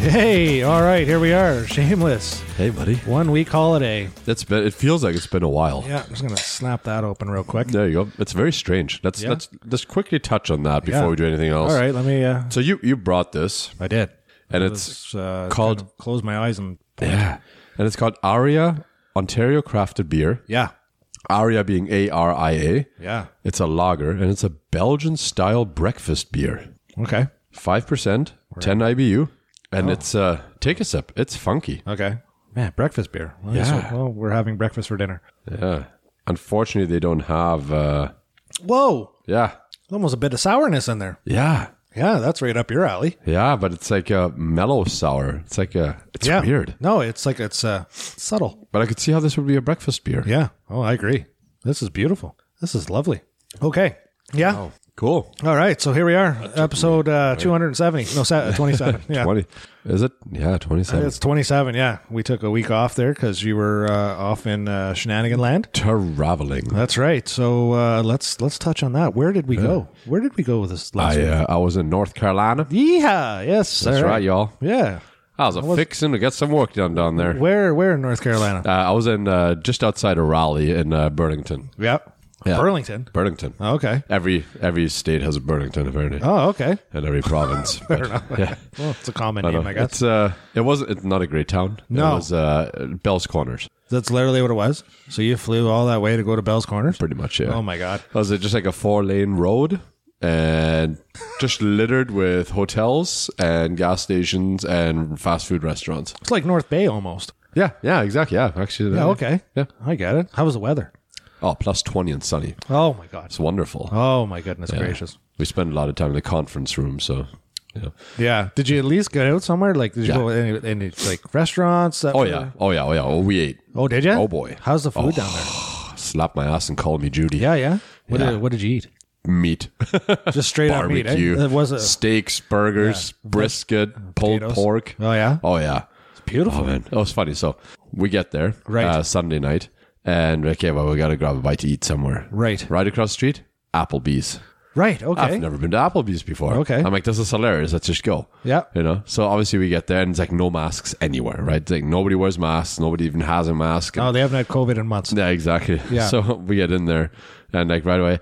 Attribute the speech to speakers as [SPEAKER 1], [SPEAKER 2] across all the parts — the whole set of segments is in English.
[SPEAKER 1] Hey, all right, here we are. Shameless.
[SPEAKER 2] Hey, buddy.
[SPEAKER 1] One week holiday.
[SPEAKER 2] That's been. It feels like it's been a while.
[SPEAKER 1] Yeah, I'm just going to snap that open real quick.
[SPEAKER 2] There you go. It's very strange. Let's
[SPEAKER 1] Yeah.
[SPEAKER 2] let's let's quickly touch on that before
[SPEAKER 1] Yeah.
[SPEAKER 2] we do anything else.
[SPEAKER 1] All right, let me. Uh,
[SPEAKER 2] So you you brought this,
[SPEAKER 1] I did.
[SPEAKER 2] and it's
[SPEAKER 1] It's uh,
[SPEAKER 2] Called-
[SPEAKER 1] kind of Close My Eyes and.
[SPEAKER 2] yeah, and it's called Aria Ontario Crafted Beer.
[SPEAKER 1] Yeah,
[SPEAKER 2] Aria being A R I A.
[SPEAKER 1] yeah.
[SPEAKER 2] It's a lager, and it's a Belgian style breakfast beer.
[SPEAKER 1] Okay,
[SPEAKER 2] Five percent, ten IBU,
[SPEAKER 1] Oh.
[SPEAKER 2] and it's uh take a sip. It's funky.
[SPEAKER 1] okay. Man, breakfast beer. Well,
[SPEAKER 2] Yeah.
[SPEAKER 1] so- well, we're having breakfast for dinner.
[SPEAKER 2] Yeah. Unfortunately, they don't have. uh
[SPEAKER 1] Whoa,
[SPEAKER 2] Yeah.
[SPEAKER 1] almost a bit of sourness in there.
[SPEAKER 2] Yeah.
[SPEAKER 1] Yeah, that's right up your alley.
[SPEAKER 2] Yeah, but it's like a mellow sour. It's like a it's
[SPEAKER 1] yeah.
[SPEAKER 2] weird.
[SPEAKER 1] No, it's like it's uh, subtle.
[SPEAKER 2] But I could see how this would be a breakfast beer.
[SPEAKER 1] Yeah. Oh, I agree. This is beautiful. This is lovely. Okay. Yeah.
[SPEAKER 2] Oh, Cool.
[SPEAKER 1] All right, so here we are, episode uh, 270. No, se- 27. Yeah.
[SPEAKER 2] Twenty is it? Yeah, twenty seven.
[SPEAKER 1] It's 27, yeah. We took a week off there because you were uh, off in uh, shenanigan land.
[SPEAKER 2] Traveling.
[SPEAKER 1] That's right. So uh, let's let's touch on that. Where did we go? Where did we go with this last
[SPEAKER 2] I
[SPEAKER 1] week?
[SPEAKER 2] uh, I was in North Carolina.
[SPEAKER 1] Yeehaw! Yes,
[SPEAKER 2] That's
[SPEAKER 1] all
[SPEAKER 2] right, y'all.
[SPEAKER 1] Yeah.
[SPEAKER 2] I was, fixing to get some work done down there.
[SPEAKER 1] Where where in North Carolina?
[SPEAKER 2] Uh, I was in uh, just outside of Raleigh in uh, Burlington.
[SPEAKER 1] yep.
[SPEAKER 2] Yeah.
[SPEAKER 1] Burlington.
[SPEAKER 2] Burlington.
[SPEAKER 1] Okay.
[SPEAKER 2] Every every state has a Burlington apparently,
[SPEAKER 1] Oh, okay.
[SPEAKER 2] and every province. But, yeah.
[SPEAKER 1] Well, it's a common name, I guess.
[SPEAKER 2] It's uh, it was it's not a great town.
[SPEAKER 1] No.
[SPEAKER 2] it was uh, Bell's Corners,
[SPEAKER 1] That's literally what it was. So you flew all that way to go to Bell's Corners?
[SPEAKER 2] pretty much. Yeah.
[SPEAKER 1] Oh my God.
[SPEAKER 2] was it just like a four lane road and just littered with hotels and gas stations and fast food restaurants.
[SPEAKER 1] It's like North Bay almost.
[SPEAKER 2] Yeah, yeah, exactly. Yeah, actually.
[SPEAKER 1] Yeah, okay.
[SPEAKER 2] Yeah.
[SPEAKER 1] I get it. How was the weather?
[SPEAKER 2] Oh, plus 20 and sunny.
[SPEAKER 1] Oh my god.
[SPEAKER 2] It's wonderful.
[SPEAKER 1] Oh my goodness gracious.
[SPEAKER 2] We spend a lot of time in the conference room, so. Yeah.
[SPEAKER 1] Yeah. Did you at least get out somewhere? Like did you
[SPEAKER 2] Yeah.
[SPEAKER 1] go any, any like restaurants? that
[SPEAKER 2] Oh,
[SPEAKER 1] were-
[SPEAKER 2] yeah. Oh, yeah. Oh, yeah. Oh, we ate.
[SPEAKER 1] Oh, did you?
[SPEAKER 2] Oh, boy.
[SPEAKER 1] How's the food down there?
[SPEAKER 2] Slap my ass and call me Judy.
[SPEAKER 1] Yeah, yeah. What,
[SPEAKER 2] Yeah.
[SPEAKER 1] Did, what did you eat?
[SPEAKER 2] Meat.
[SPEAKER 1] Just straight up meat. eh?
[SPEAKER 2] Barbecue.
[SPEAKER 1] It was a
[SPEAKER 2] Steaks, burgers, brisket, pulled
[SPEAKER 1] potatoes.
[SPEAKER 2] pork.
[SPEAKER 1] Oh yeah.
[SPEAKER 2] Oh, yeah.
[SPEAKER 1] It's beautiful.
[SPEAKER 2] Oh man, that was funny. So we get there
[SPEAKER 1] Right.
[SPEAKER 2] uh, Sunday night, and okay, well we gotta grab a bite to eat somewhere.
[SPEAKER 1] Right.
[SPEAKER 2] right across the street, Applebee's.
[SPEAKER 1] Right. Okay.
[SPEAKER 2] I've never been to Applebee's before.
[SPEAKER 1] Okay.
[SPEAKER 2] I'm like, this is hilarious. Let's just go.
[SPEAKER 1] Yeah.
[SPEAKER 2] you know. So obviously we get there, and it's like no masks anywhere. Right, It's like nobody wears masks. Nobody even has a mask.
[SPEAKER 1] Oh, they haven't had COVID in months.
[SPEAKER 2] yeah, exactly.
[SPEAKER 1] Yeah.
[SPEAKER 2] So we get in there, and like right away.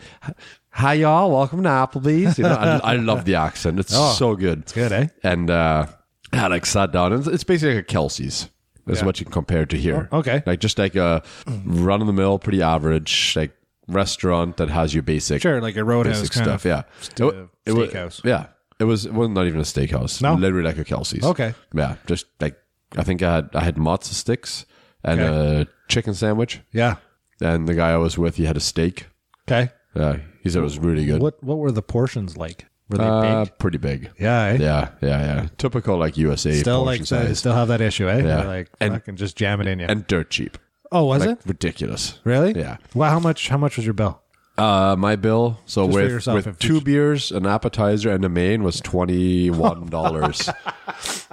[SPEAKER 2] Hi y'all, welcome to Applebee's. You know, I, I love the accent; it's so good. It's
[SPEAKER 1] Oh, Good, eh?
[SPEAKER 2] and uh, I like sat down. It's, it's basically like a Kelsey's. Is what you can compare it to here.
[SPEAKER 1] Oh, okay.
[SPEAKER 2] like just like a run of the mill, pretty average like restaurant that has your basic,
[SPEAKER 1] Sure, like a roadhouse
[SPEAKER 2] basic
[SPEAKER 1] kind of.
[SPEAKER 2] stuff. Yeah, it, wa- it wa-
[SPEAKER 1] steakhouse.
[SPEAKER 2] yeah, it was. It was not even a steakhouse.
[SPEAKER 1] No?
[SPEAKER 2] literally like a Kelsey's.
[SPEAKER 1] Okay.
[SPEAKER 2] Yeah, just like I think I had I had matzo sticks and a chicken sandwich,
[SPEAKER 1] Yeah.
[SPEAKER 2] and the guy I was with he had a steak.
[SPEAKER 1] Okay.
[SPEAKER 2] Yeah, he said it was really good.
[SPEAKER 1] What What were the portions like? Were they
[SPEAKER 2] Uh,
[SPEAKER 1] big?
[SPEAKER 2] pretty big.
[SPEAKER 1] Yeah. eh?
[SPEAKER 2] Yeah, yeah, yeah. Typical like USA
[SPEAKER 1] Still
[SPEAKER 2] portion
[SPEAKER 1] like
[SPEAKER 2] size.
[SPEAKER 1] they still have that issue, eh?
[SPEAKER 2] Yeah.
[SPEAKER 1] They're like
[SPEAKER 2] And-
[SPEAKER 1] fucking just jam it in you.
[SPEAKER 2] and dirt cheap.
[SPEAKER 1] oh, was it?
[SPEAKER 2] Ridiculous.
[SPEAKER 1] Really?
[SPEAKER 2] Yeah.
[SPEAKER 1] Wow. How much? How much was your bill?
[SPEAKER 2] Uh, my bill, so
[SPEAKER 1] for
[SPEAKER 2] with,
[SPEAKER 1] yourself,
[SPEAKER 2] with
[SPEAKER 1] if
[SPEAKER 2] two beers, an appetizer, and a main was twenty one dollars.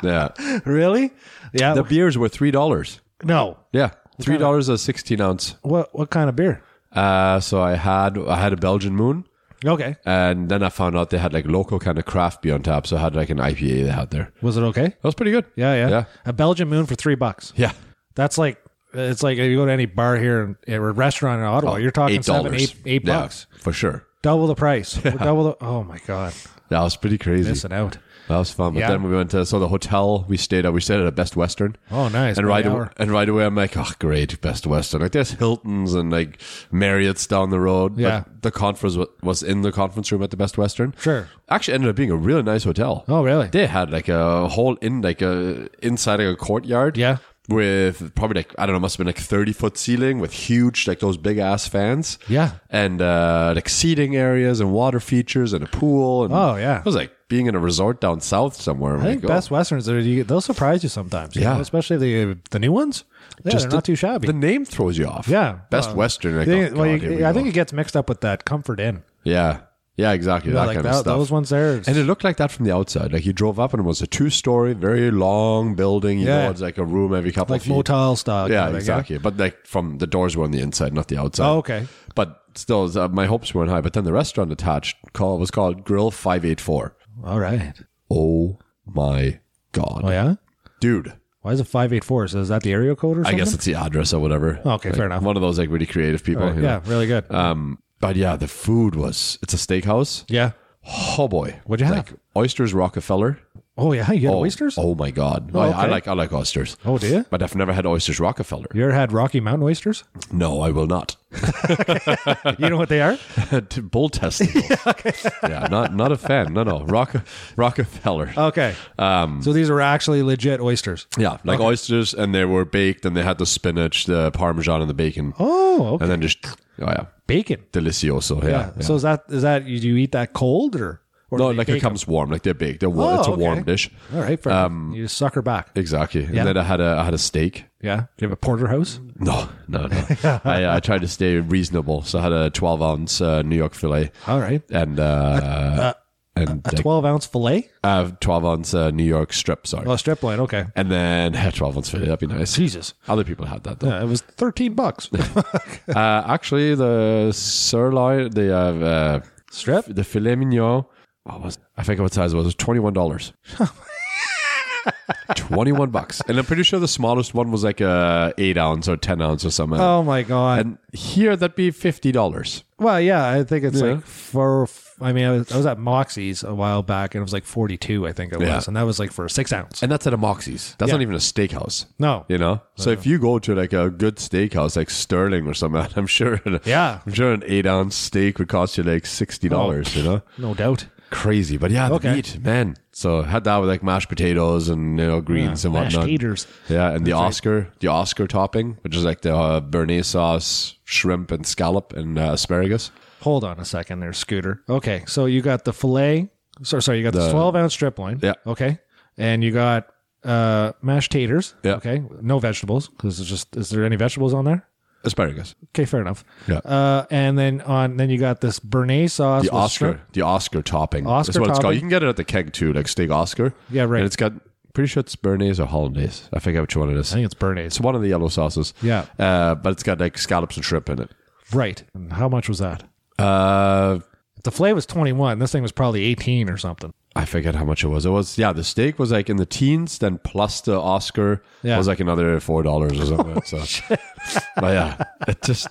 [SPEAKER 2] yeah,
[SPEAKER 1] Really? Yeah.
[SPEAKER 2] the beers were three dollars.
[SPEAKER 1] no.
[SPEAKER 2] Yeah, three dollars a sixteen ounce.
[SPEAKER 1] What What kind of beer?
[SPEAKER 2] Uh, so I had I had a Belgian Moon,
[SPEAKER 1] Okay.
[SPEAKER 2] and then I found out they had like local kind of craft beer on tap. So I had like an IPA they had there.
[SPEAKER 1] Was it okay?
[SPEAKER 2] That was pretty good.
[SPEAKER 1] Yeah, yeah.
[SPEAKER 2] Yeah.
[SPEAKER 1] A Belgian moon for three bucks.
[SPEAKER 2] yeah.
[SPEAKER 1] That's like it's like if you go to any bar here in, or restaurant in Ottawa, you're talking
[SPEAKER 2] Oh, Eight
[SPEAKER 1] seven,
[SPEAKER 2] dollars,
[SPEAKER 1] eight, eight
[SPEAKER 2] Yeah,
[SPEAKER 1] bucks,
[SPEAKER 2] for sure.
[SPEAKER 1] double the price. Double the. Oh my god,
[SPEAKER 2] That was pretty crazy.
[SPEAKER 1] missing out.
[SPEAKER 2] That was fun. But
[SPEAKER 1] Yeah.
[SPEAKER 2] then we went to so the hotel we stayed at. We stayed at a Best Western.
[SPEAKER 1] Oh, nice.
[SPEAKER 2] And
[SPEAKER 1] By
[SPEAKER 2] right
[SPEAKER 1] the
[SPEAKER 2] away,
[SPEAKER 1] hour.
[SPEAKER 2] and right away, I'm like, oh, great, Best Western. Like there's Hiltons and like Marriott's down the road. But
[SPEAKER 1] Yeah.
[SPEAKER 2] the conference wa- was in the conference room at the Best Western.
[SPEAKER 1] Sure.
[SPEAKER 2] Actually, ended up being a really nice hotel.
[SPEAKER 1] Oh really?
[SPEAKER 2] They had like a whole in like a inside like a courtyard.
[SPEAKER 1] Yeah.
[SPEAKER 2] With probably like I don't know, must have been like thirty foot ceiling with huge like those big ass fans.
[SPEAKER 1] Yeah.
[SPEAKER 2] And uh like seating areas and water features and a pool. And
[SPEAKER 1] Oh, yeah.
[SPEAKER 2] It was like being in a resort down south somewhere.
[SPEAKER 1] I think Best Westerns are you, they'll surprise you sometimes. you
[SPEAKER 2] Yeah.
[SPEAKER 1] know, especially the the new ones. Yeah,
[SPEAKER 2] Just
[SPEAKER 1] they're
[SPEAKER 2] the-
[SPEAKER 1] not too shabby.
[SPEAKER 2] the name throws you off.
[SPEAKER 1] yeah,
[SPEAKER 2] Best
[SPEAKER 1] Well,
[SPEAKER 2] Western. Like,
[SPEAKER 1] they-
[SPEAKER 2] oh,
[SPEAKER 1] well,
[SPEAKER 2] God,
[SPEAKER 1] you-
[SPEAKER 2] here we
[SPEAKER 1] I
[SPEAKER 2] go.
[SPEAKER 1] think it gets mixed up with that Comfort Inn.
[SPEAKER 2] Yeah. Yeah. Exactly. that
[SPEAKER 1] like
[SPEAKER 2] kind
[SPEAKER 1] that,
[SPEAKER 2] of stuff.
[SPEAKER 1] those ones there. is-
[SPEAKER 2] And it looked like that from the outside. Like you drove up and it was a two story, very long building. You
[SPEAKER 1] Yeah.
[SPEAKER 2] know, it's like a room every couple
[SPEAKER 1] like
[SPEAKER 2] of feet.
[SPEAKER 1] motel style.
[SPEAKER 2] Yeah,
[SPEAKER 1] kind of thing,
[SPEAKER 2] exactly. But like from the doors were on the inside, not the outside.
[SPEAKER 1] Oh, okay.
[SPEAKER 2] But still, uh, my hopes weren't high. But then the restaurant attached call was called Grill Five Eight Four.
[SPEAKER 1] All right.
[SPEAKER 2] Oh my god,
[SPEAKER 1] Oh yeah.
[SPEAKER 2] dude.
[SPEAKER 1] Why is it five eight four? So is that the area code or
[SPEAKER 2] I
[SPEAKER 1] something?
[SPEAKER 2] guess it's the address or whatever.
[SPEAKER 1] Okay,
[SPEAKER 2] Like,
[SPEAKER 1] fair enough.
[SPEAKER 2] One of those like really creative people. you
[SPEAKER 1] yeah,
[SPEAKER 2] know.
[SPEAKER 1] really good.
[SPEAKER 2] Um, but yeah, the food was. It's a steakhouse.
[SPEAKER 1] yeah.
[SPEAKER 2] Oh boy,
[SPEAKER 1] What'd you
[SPEAKER 2] Like oysters, Rockefeller.
[SPEAKER 1] Oh yeah, you had
[SPEAKER 2] Oh,
[SPEAKER 1] oysters. Oh,
[SPEAKER 2] Oh my god. Oh, yeah, I
[SPEAKER 1] okay. Oh,
[SPEAKER 2] like I like oysters.
[SPEAKER 1] do you?
[SPEAKER 2] But I've never had oysters Rockefeller.
[SPEAKER 1] You ever had Rocky Mountain oysters?
[SPEAKER 2] No, I will not.
[SPEAKER 1] You know what they are?
[SPEAKER 2] To Bull testicles. yeah, not not a fan. No, no. Rock, Rockefeller.
[SPEAKER 1] Okay. Um, so these are actually legit oysters.
[SPEAKER 2] yeah, like oysters, and they were baked, and they had the spinach, the parmesan, and the bacon,
[SPEAKER 1] Oh, okay.
[SPEAKER 2] and then just oh yeah,
[SPEAKER 1] bacon.
[SPEAKER 2] delicioso. Yeah,
[SPEAKER 1] Yeah.
[SPEAKER 2] yeah.
[SPEAKER 1] So is that is that you, do you eat that cold or, or
[SPEAKER 2] no,
[SPEAKER 1] do you
[SPEAKER 2] like
[SPEAKER 1] bake
[SPEAKER 2] it comes warm, like they're baked. They're warm.
[SPEAKER 1] Oh,
[SPEAKER 2] it's a warm
[SPEAKER 1] okay.
[SPEAKER 2] dish.
[SPEAKER 1] it? All right, fair
[SPEAKER 2] um,
[SPEAKER 1] enough. you sucker back.
[SPEAKER 2] Exactly. And then I had a I had a steak.
[SPEAKER 1] Yeah. Do you have a porterhouse?
[SPEAKER 2] No, no, no. I, I tried to stay reasonable, so I had a twelve ounce uh, New York fillet
[SPEAKER 1] All right.
[SPEAKER 2] and uh, and
[SPEAKER 1] A twelve ounce fillet?
[SPEAKER 2] uh, twelve ounce uh, New York strip. Sorry,
[SPEAKER 1] Oh, strip loin. Okay.
[SPEAKER 2] and then twelve ounce fillet. That'd be nice.
[SPEAKER 1] Jesus.
[SPEAKER 2] Other people had that though.
[SPEAKER 1] Yeah, it was thirteen bucks.
[SPEAKER 2] Uh, actually, the sirloin, the uh, uh,
[SPEAKER 1] strip.
[SPEAKER 2] the filet mignon. What was I think what size it was? It was twenty one dollars. twenty one bucks, and I'm pretty sure the smallest one was like a eight ounce or ten ounce or something.
[SPEAKER 1] Oh my god.
[SPEAKER 2] And here that'd be fifty dollars.
[SPEAKER 1] well, yeah, I think it's like for. I mean, I was, I was at Moxie's a while back, and it was like forty-two, I think it was,
[SPEAKER 2] Yeah.
[SPEAKER 1] and that was like for a six ounce.
[SPEAKER 2] And that's at a Moxie's. That's not even a steakhouse.
[SPEAKER 1] No.
[SPEAKER 2] You know? So if you go to like a good steakhouse like Sterling or something, I'm sure
[SPEAKER 1] Yeah.
[SPEAKER 2] I'm sure an eight ounce steak would cost you like sixty dollars, you know?
[SPEAKER 1] No doubt.
[SPEAKER 2] Oh. Crazy. But yeah, the
[SPEAKER 1] Okay.
[SPEAKER 2] meat, man. So had that with like mashed potatoes and you know, greens and
[SPEAKER 1] Mashed
[SPEAKER 2] whatnot.
[SPEAKER 1] taters.
[SPEAKER 2] Yeah, and the Oscar, the Oscar topping, which is like the uh, béarnaise sauce, shrimp and scallop and uh, asparagus.
[SPEAKER 1] Hold on a second there, Scooter. Okay, so you got the filet. Sorry, sorry, you got the twelve ounce strip loin.
[SPEAKER 2] Yeah.
[SPEAKER 1] Okay, and you got uh mashed taters.
[SPEAKER 2] Yeah.
[SPEAKER 1] Okay, no vegetables because it's just is there any vegetables on there?
[SPEAKER 2] Asparagus.
[SPEAKER 1] Okay, fair enough.
[SPEAKER 2] Yeah.
[SPEAKER 1] Uh, and then on then you got this béarnaise sauce.
[SPEAKER 2] The
[SPEAKER 1] with
[SPEAKER 2] Oscar,
[SPEAKER 1] shrimp.
[SPEAKER 2] the Oscar topping.
[SPEAKER 1] Oscar
[SPEAKER 2] That's what it's
[SPEAKER 1] topping?
[SPEAKER 2] called. You can get it at the keg too, like steak Oscar.
[SPEAKER 1] Yeah, right.
[SPEAKER 2] And it's got pretty sure it's béarnaise or hollandaise. I forget which one it is.
[SPEAKER 1] I think it's béarnaise.
[SPEAKER 2] It's one of the yellow sauces.
[SPEAKER 1] Yeah.
[SPEAKER 2] Uh, but it's got like scallops and shrimp in it.
[SPEAKER 1] Right. And how much was that?
[SPEAKER 2] Uh,
[SPEAKER 1] If the filet was twenty one. This thing was probably eighteen or something.
[SPEAKER 2] I forget how much it was. It was yeah. The steak was like in the teens, then plus the Oscar
[SPEAKER 1] Yeah.
[SPEAKER 2] was like another four dollars or something. so, but yeah, it's just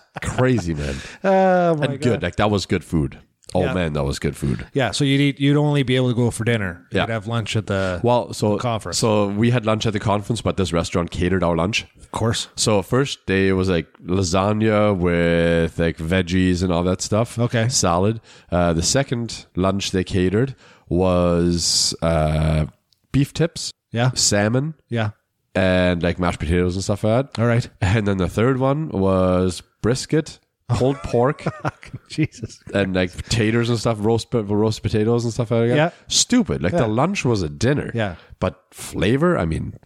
[SPEAKER 2] crazy, man.
[SPEAKER 1] Oh my
[SPEAKER 2] And good, like that was good food. Oh man, that was good food.
[SPEAKER 1] Yeah. So you'd eat. You'd only be able to go for dinner.
[SPEAKER 2] Yeah.
[SPEAKER 1] You'd have lunch at the
[SPEAKER 2] Well, so
[SPEAKER 1] Conference.
[SPEAKER 2] so we had lunch at the conference, but this restaurant catered our lunch.
[SPEAKER 1] course.
[SPEAKER 2] So first day it was like lasagna with like veggies and all that stuff.
[SPEAKER 1] Okay.
[SPEAKER 2] salad. Uh, the second lunch they catered was uh, beef tips,
[SPEAKER 1] Yeah.
[SPEAKER 2] salmon,
[SPEAKER 1] Yeah.
[SPEAKER 2] and like mashed potatoes and stuff like that.
[SPEAKER 1] All right.
[SPEAKER 2] And then the third one was brisket, pulled pork,
[SPEAKER 1] Jesus.
[SPEAKER 2] and like taters and stuff, roast po- roast potatoes and stuff like that.
[SPEAKER 1] Yeah.
[SPEAKER 2] Stupid. Like the lunch was a dinner.
[SPEAKER 1] Yeah.
[SPEAKER 2] But flavor, I mean,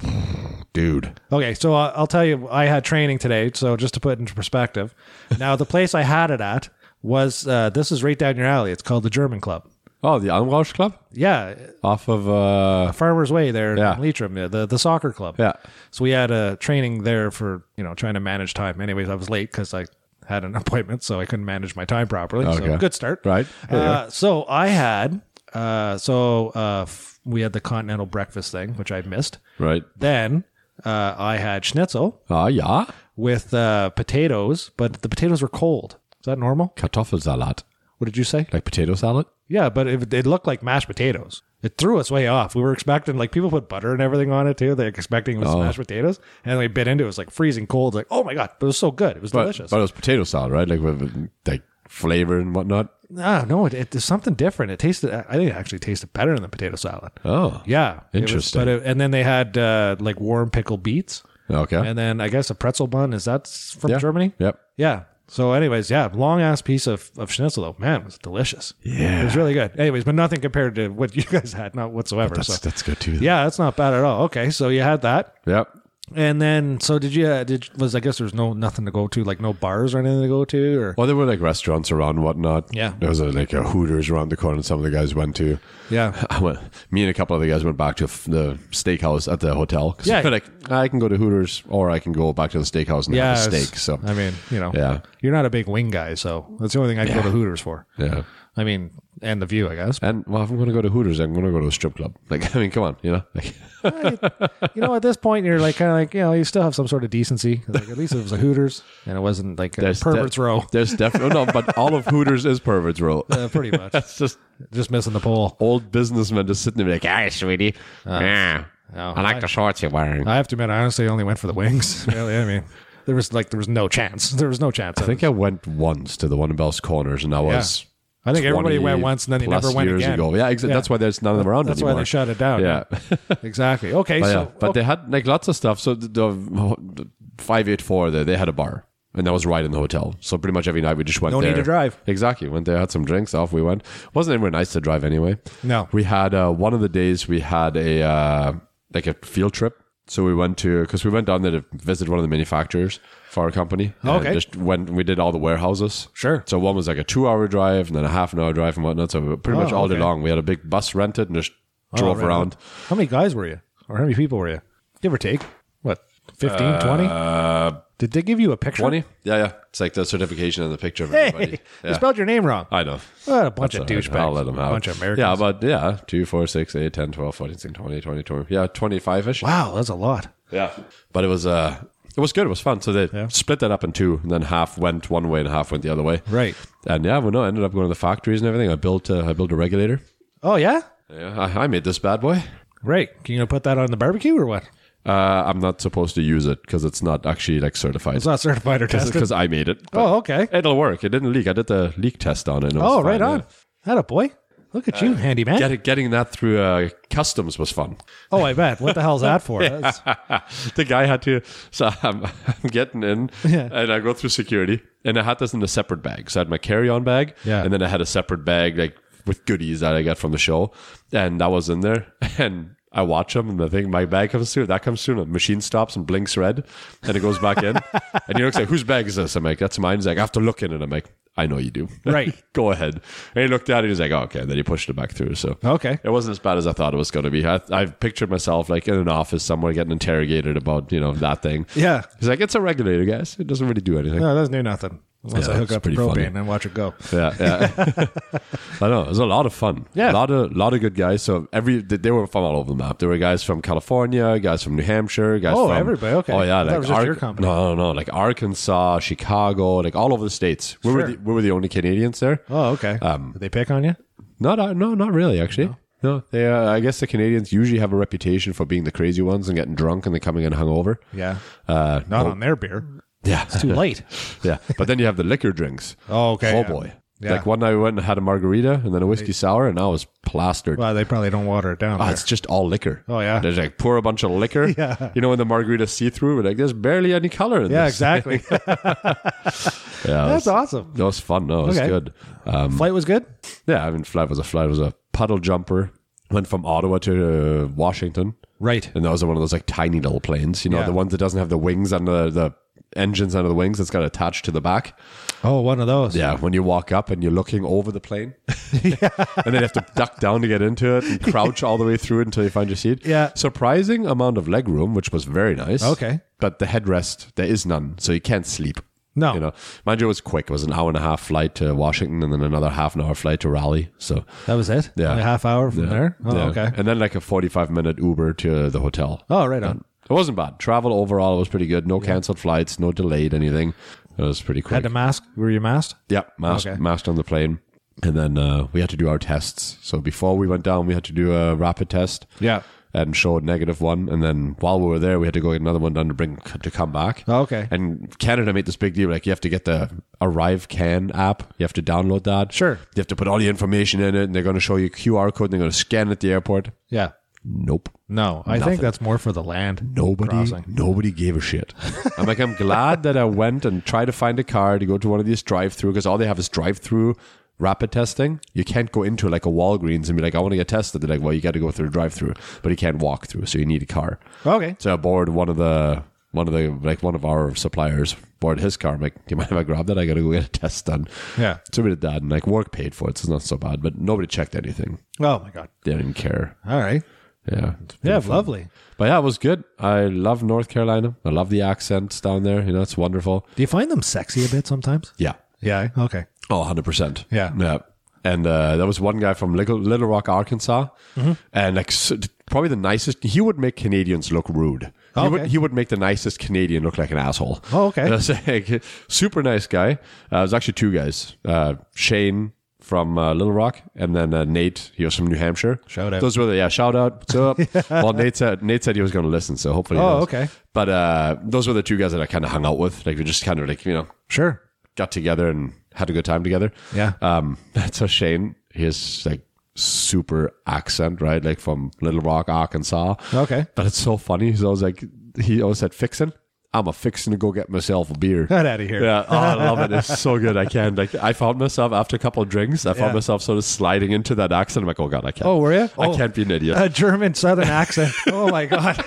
[SPEAKER 2] dude.
[SPEAKER 1] Okay, so I- I'll tell you, I had training today. So just to put it into perspective, now the place I had it at was uh, this is right down your alley. It's called the German Club.
[SPEAKER 2] Oh, the Almrausch Club
[SPEAKER 1] Yeah,
[SPEAKER 2] off of uh
[SPEAKER 1] Farmers Way there
[SPEAKER 2] Yeah.
[SPEAKER 1] in Leitrim, yeah, the the soccer club.
[SPEAKER 2] yeah.
[SPEAKER 1] So we had a training there for you know trying to manage time. Anyways, I was late because I had an appointment, so I couldn't manage my time properly. So
[SPEAKER 2] Okay.
[SPEAKER 1] good start,
[SPEAKER 2] Right.
[SPEAKER 1] Uh, so I had uh, so uh, f- we had the continental breakfast thing, which I missed.
[SPEAKER 2] right.
[SPEAKER 1] Then uh, I had schnitzel.
[SPEAKER 2] Ah, yeah.
[SPEAKER 1] with uh, potatoes, but the potatoes were cold. Is that normal?
[SPEAKER 2] Kartoffelsalat.
[SPEAKER 1] What did you say?
[SPEAKER 2] Like potato salad?
[SPEAKER 1] Yeah, but it, it looked like mashed potatoes. It threw us way off. We were expecting like people put butter and everything on it too. They're expecting it
[SPEAKER 2] Oh.
[SPEAKER 1] was mashed potatoes, and we bit into it. It was like freezing cold. Like oh my god, but it was so good. It was
[SPEAKER 2] But,
[SPEAKER 1] delicious.
[SPEAKER 2] but it was potato salad, right? Like with- with like flavor and whatnot.
[SPEAKER 1] Ah, no, it, it, it's something different. It tasted. I think it actually tasted better than the potato salad.
[SPEAKER 2] Oh.
[SPEAKER 1] Yeah, it was-
[SPEAKER 2] Interesting.
[SPEAKER 1] but it, and then they had uh, like warm pickled beets,
[SPEAKER 2] Okay.
[SPEAKER 1] and then I guess a pretzel bun. Is that s- from
[SPEAKER 2] Yeah.
[SPEAKER 1] Germany?
[SPEAKER 2] Yep.
[SPEAKER 1] Yeah. So, anyways, yeah, long ass piece of, of schnitzel though. Man, it was delicious.
[SPEAKER 2] Yeah.
[SPEAKER 1] it was really good. Anyways, but nothing compared to what you guys had, not whatsoever.
[SPEAKER 2] That's,
[SPEAKER 1] so,
[SPEAKER 2] that's good too.
[SPEAKER 1] yeah, that's not bad at all. Okay, so you had that,
[SPEAKER 2] Yep.
[SPEAKER 1] and then so did you? Uh, did was I guess there's no nothing to go to, like no bars or anything to go to, or
[SPEAKER 2] Well, there were like restaurants around and whatnot.
[SPEAKER 1] Yeah.
[SPEAKER 2] There was a, like a Hooters around the corner. Some of the guys went to.
[SPEAKER 1] yeah,
[SPEAKER 2] I went, me and a couple of the guys went back to f- the steakhouse at the hotel. 'Cause
[SPEAKER 1] Yeah.
[SPEAKER 2] I feel like "Ah, I can go to Hooters or I can go back to the steakhouse and
[SPEAKER 1] yeah,
[SPEAKER 2] have a
[SPEAKER 1] it's-
[SPEAKER 2] steak. So,
[SPEAKER 1] I mean, you know,
[SPEAKER 2] Yeah.
[SPEAKER 1] you're not a big wing guy, so that's the only thing I would go to Hooters for.
[SPEAKER 2] yeah.
[SPEAKER 1] I mean, and the view, I guess.
[SPEAKER 2] And well, if I'm going to go to Hooters, I'm going to go to a strip club. Like, I mean, come on, you know. Like,
[SPEAKER 1] you know, at this point, you're like kind of like you know, you still have some sort of decency. Like, at least it was a Hooters, and it wasn't like a perverts
[SPEAKER 2] de-
[SPEAKER 1] row.
[SPEAKER 2] There's definitely no, but all of Hooters is perverts row.
[SPEAKER 1] Uh, pretty much,
[SPEAKER 2] It's just
[SPEAKER 1] just missing the pole.
[SPEAKER 2] old businessmen just sitting there like, "Hey, sweetie, yeah,
[SPEAKER 1] Ah. no,
[SPEAKER 2] I like the shorts you're wearing." I
[SPEAKER 1] I have to admit, I honestly only went for the wings. Really, I mean, there was like there was no chance. There was no chance. I
[SPEAKER 2] think I went once to the one in Bell's Corners, and I was.
[SPEAKER 1] I think everybody
[SPEAKER 2] 20
[SPEAKER 1] went once and then they
[SPEAKER 2] plus
[SPEAKER 1] never went
[SPEAKER 2] years
[SPEAKER 1] again.
[SPEAKER 2] Ago. Yeah, exa- that's why there's none of them around
[SPEAKER 1] That's
[SPEAKER 2] anymore.
[SPEAKER 1] why they shut it down.
[SPEAKER 2] Yeah,
[SPEAKER 1] exactly. Okay,
[SPEAKER 2] yeah.
[SPEAKER 1] so
[SPEAKER 2] but
[SPEAKER 1] okay.
[SPEAKER 2] they had like lots of stuff. So the, the five eight four there, they had a bar, and that was right in the hotel. So pretty much every night we just went.
[SPEAKER 1] No need
[SPEAKER 2] there.
[SPEAKER 1] to drive.
[SPEAKER 2] Exactly. Went there, had some drinks. Off we went. Wasn't anywhere nice to drive anyway.
[SPEAKER 1] No.
[SPEAKER 2] We had uh, one of the days we had a uh, like a field trip. So we went to because we went down there to visit one of the manufacturers for our company. and
[SPEAKER 1] Oh, Okay.
[SPEAKER 2] Just went. We did all the warehouses.
[SPEAKER 1] Sure.
[SPEAKER 2] So one was like a two-hour drive, and then a half an hour drive, and whatnot. So we were pretty much all day
[SPEAKER 1] Oh, okay. Oh,
[SPEAKER 2] long, we had a big bus rented and just drove
[SPEAKER 1] right on.
[SPEAKER 2] around.
[SPEAKER 1] how many guys were you, or how many people were you, give or take? What 15,
[SPEAKER 2] Uh,
[SPEAKER 1] 20? Did they give you a picture?
[SPEAKER 2] 20? Yeah, yeah. It's like the certification and the picture of
[SPEAKER 1] Hey,
[SPEAKER 2] everybody.
[SPEAKER 1] you
[SPEAKER 2] Yeah.
[SPEAKER 1] spelled your name wrong.
[SPEAKER 2] I know.
[SPEAKER 1] What a bunch of
[SPEAKER 2] Alright,
[SPEAKER 1] douchebags.
[SPEAKER 2] I'll let them have it.
[SPEAKER 1] bunch of Americans.
[SPEAKER 2] Yeah, but yeah, 2, 4, 6, 8, 10, 12, 14, 16, 20, 20, 20. Yeah, 25 ish.
[SPEAKER 1] Wow, that's a lot.
[SPEAKER 2] Yeah. But it was, uh, it was good. It was fun. So they split that up in two, and then half went one way and half went the other way.
[SPEAKER 1] Right.
[SPEAKER 2] And yeah, well, no, I ended up going to the factories and everything. I built, uh, I built a regulator.
[SPEAKER 1] Oh yeah,
[SPEAKER 2] Yeah, I, I made this bad boy.
[SPEAKER 1] right. Can you gonna put that on the barbecue or what?
[SPEAKER 2] Uh, I'm not supposed to use it because it's not actually like certified.
[SPEAKER 1] It's not certified or tested.
[SPEAKER 2] Because I made it. but
[SPEAKER 1] Oh okay.
[SPEAKER 2] It'll work. It didn't leak. I did the leak test on it. and it was
[SPEAKER 1] Oh
[SPEAKER 2] fine,
[SPEAKER 1] right
[SPEAKER 2] yeah. Uh,
[SPEAKER 1] on. That a boy. Look at you, handy man.
[SPEAKER 2] Get, getting that through uh, customs was fun.
[SPEAKER 1] Oh, I bet. What the hell's that for? That's-
[SPEAKER 2] the guy had to. So I'm, I'm getting in,
[SPEAKER 1] Yeah.
[SPEAKER 2] and I go through security, and I had this in a separate bag. So I had my carry-on bag,
[SPEAKER 1] Yeah.
[SPEAKER 2] and then I had a separate bag like with goodies that I got from the show, and that was in there, and. I watch him, and the thing, my bag comes through, that comes through, and the machine stops and blinks red, and it goes back in. and he looks like, whose bag is this? I'm like, that's mine. He's like, I have to look in it. I'm like, I know you do.
[SPEAKER 1] Right.
[SPEAKER 2] Go ahead. And he looked at it, he was like, oh, okay. And then he pushed it back through. So,
[SPEAKER 1] Okay.
[SPEAKER 2] it wasn't as bad as I thought it was going to be. I, I pictured myself like in an office somewhere getting interrogated about you know that thing.
[SPEAKER 1] Yeah.
[SPEAKER 2] He's like, it's a regulator, guys. It doesn't really do anything.
[SPEAKER 1] No, it doesn't do nothing. Unless
[SPEAKER 2] Yeah,
[SPEAKER 1] I hook
[SPEAKER 2] it's
[SPEAKER 1] up to
[SPEAKER 2] pretty
[SPEAKER 1] propane
[SPEAKER 2] funny.
[SPEAKER 1] and watch it go.
[SPEAKER 2] Yeah, yeah. I know it was a lot of fun.
[SPEAKER 1] Yeah.
[SPEAKER 2] a lot of lot of good guys. So every they they were from all over the map. There were guys from California, guys from New Hampshire, guys.
[SPEAKER 1] Oh,
[SPEAKER 2] from,
[SPEAKER 1] everybody, okay.
[SPEAKER 2] Oh
[SPEAKER 1] I
[SPEAKER 2] yeah,
[SPEAKER 1] thought it
[SPEAKER 2] like
[SPEAKER 1] was just
[SPEAKER 2] Ar-
[SPEAKER 1] your company.
[SPEAKER 2] No, no, no. Like Arkansas, Chicago, like all over the states. We
[SPEAKER 1] Sure.
[SPEAKER 2] were the, we were the only Canadians there.
[SPEAKER 1] Oh, okay.
[SPEAKER 2] Um,
[SPEAKER 1] Did they pick on you?
[SPEAKER 2] Not uh, no, not really actually. No. they. Uh, I guess the Canadians usually have a reputation for being the crazy ones and getting drunk and then coming in hungover.
[SPEAKER 1] Yeah.
[SPEAKER 2] Uh,
[SPEAKER 1] Not on their beer.
[SPEAKER 2] yeah,
[SPEAKER 1] Too late.
[SPEAKER 2] yeah. But then you have the liquor drinks.
[SPEAKER 1] Oh, okay.
[SPEAKER 2] Oh
[SPEAKER 1] yeah.
[SPEAKER 2] boy!
[SPEAKER 1] Yeah.
[SPEAKER 2] Like one night we went and had a margarita and then a whiskey sour, and I was plastered.
[SPEAKER 1] Well, they probably don't water it down.
[SPEAKER 2] Oh,
[SPEAKER 1] there.
[SPEAKER 2] it's just all liquor.
[SPEAKER 1] Oh, yeah.
[SPEAKER 2] they just like pour a bunch of liquor.
[SPEAKER 1] Yeah.
[SPEAKER 2] you know when the margarita see through, we're like there's barely any color in
[SPEAKER 1] yeah,
[SPEAKER 2] this.
[SPEAKER 1] exactly.
[SPEAKER 2] Yeah, it
[SPEAKER 1] That's
[SPEAKER 2] was,
[SPEAKER 1] awesome.
[SPEAKER 2] that was fun. No, it was
[SPEAKER 1] Okay.
[SPEAKER 2] good. Um,
[SPEAKER 1] Flight was good.
[SPEAKER 2] Yeah, I mean, flight was a flight. It was a puddle jumper. Went from Ottawa to uh, Washington.
[SPEAKER 1] Right.
[SPEAKER 2] And that was one of those like tiny little planes, you know,
[SPEAKER 1] Yeah.
[SPEAKER 2] the ones that doesn't have the wings under the engines under the wings that's got attached to the back.
[SPEAKER 1] Oh, one of those.
[SPEAKER 2] Yeah, when you walk up and you're looking over the plane, and then you have to duck down to get into it and crouch all the way through it until you find your seat.
[SPEAKER 1] Yeah.
[SPEAKER 2] surprising amount of leg room, which was very nice.
[SPEAKER 1] Okay.
[SPEAKER 2] but the headrest there is none, so you can't sleep.
[SPEAKER 1] No.
[SPEAKER 2] you know, mind you, it was quick. It was an hour and a half flight to Washington, and then another half an hour flight to Raleigh. So
[SPEAKER 1] That was it?
[SPEAKER 2] Yeah.
[SPEAKER 1] Only a half hour from there? Oh,
[SPEAKER 2] yeah.
[SPEAKER 1] okay.
[SPEAKER 2] and then like a forty-five minute Uber to the hotel.
[SPEAKER 1] Oh, right on.
[SPEAKER 2] It wasn't bad. Travel overall was pretty good. No canceled flights, no delayed anything. It was pretty quick.
[SPEAKER 1] Had to mask. Were you masked?
[SPEAKER 2] Yeah, masked,
[SPEAKER 1] Okay.
[SPEAKER 2] masked on the plane. And then uh, we had to do our tests. So before we went down, we had to do a rapid test.
[SPEAKER 1] Yeah.
[SPEAKER 2] And showed negative one. And then while we were there, we had to go get another one done to bring to come back.
[SPEAKER 1] Oh, okay.
[SPEAKER 2] And Canada made this big deal. Like you have to get the Arrive Can app. You have to download that.
[SPEAKER 1] Sure.
[SPEAKER 2] You have to put all your information in it, and they're going to show you a QR code. and They're going to scan it at the airport.
[SPEAKER 1] Yeah.
[SPEAKER 2] Nope.
[SPEAKER 1] No, I think that's more for the land.
[SPEAKER 2] Nobody,
[SPEAKER 1] Crossing.
[SPEAKER 2] nobody gave a shit. I'm like, I'm glad that I went and tried to find a car to go to one of these drive-through because all they have is drive-through rapid testing. You can't go into like a Walgreens and be like, I want to get tested. They're like, well, you got to go through a drive-through, but you can't walk through, so you need a car.
[SPEAKER 1] Okay.
[SPEAKER 2] So I borrowed one of the one of the like one of our suppliers borrowed his car. I'm like, do you mind if I grab that? I got to go get a test done.
[SPEAKER 1] Yeah.
[SPEAKER 2] So we did that, and like work paid for it, so it's not so bad. But nobody checked anything.
[SPEAKER 1] Oh, my God.
[SPEAKER 2] They didn't care.
[SPEAKER 1] All right.
[SPEAKER 2] Yeah.
[SPEAKER 1] Yeah, lovely.
[SPEAKER 2] But yeah, it was good. I love North Carolina. I love the accents down there. You know, it's wonderful.
[SPEAKER 1] Do you find them sexy a bit sometimes?
[SPEAKER 2] Yeah.
[SPEAKER 1] Yeah. Okay.
[SPEAKER 2] Oh, 100%.
[SPEAKER 1] Yeah.
[SPEAKER 2] Yeah. and uh, there was one guy from Little, Little Rock, Arkansas,
[SPEAKER 1] Mm-hmm.
[SPEAKER 2] and like s probably the nicest. He would make Canadians look rude. He,
[SPEAKER 1] Oh,
[SPEAKER 2] would,
[SPEAKER 1] okay.
[SPEAKER 2] he would make the nicest Canadian look like an asshole.
[SPEAKER 1] Oh, okay.
[SPEAKER 2] And I was like, super nice guy. Uh, it was actually two guys, uh, Shane from uh, Little Rock, and then uh, Nate. He was from New Hampshire.
[SPEAKER 1] Shout out.
[SPEAKER 2] Those were the yeah. Shout out. What's up? well, Nate said Nate said he was going to listen, so hopefully. he
[SPEAKER 1] Oh,
[SPEAKER 2] does.
[SPEAKER 1] okay.
[SPEAKER 2] But uh, those were the two guys that I kind of hung out with. Like we just kind of like you know
[SPEAKER 1] Sure.
[SPEAKER 2] got together and had a good time together.
[SPEAKER 1] Yeah.
[SPEAKER 2] Um, so Shane, his like super accent, right? Like from Little Rock, Arkansas.
[SPEAKER 1] Okay.
[SPEAKER 2] But it's so funny. He's always like, he always said, fixin'. I'm a fixin' to go get myself a beer.
[SPEAKER 1] Get out of here.
[SPEAKER 2] Yeah, oh, I love it. It's so good. I can't. Like, I found myself after a couple of drinks, I found
[SPEAKER 1] Yeah.
[SPEAKER 2] myself sort of sliding into that accent. I'm like, oh god, I can't.
[SPEAKER 1] Oh, were you?
[SPEAKER 2] I
[SPEAKER 1] Oh.
[SPEAKER 2] can't be an idiot.
[SPEAKER 1] A German southern accent. Oh my god.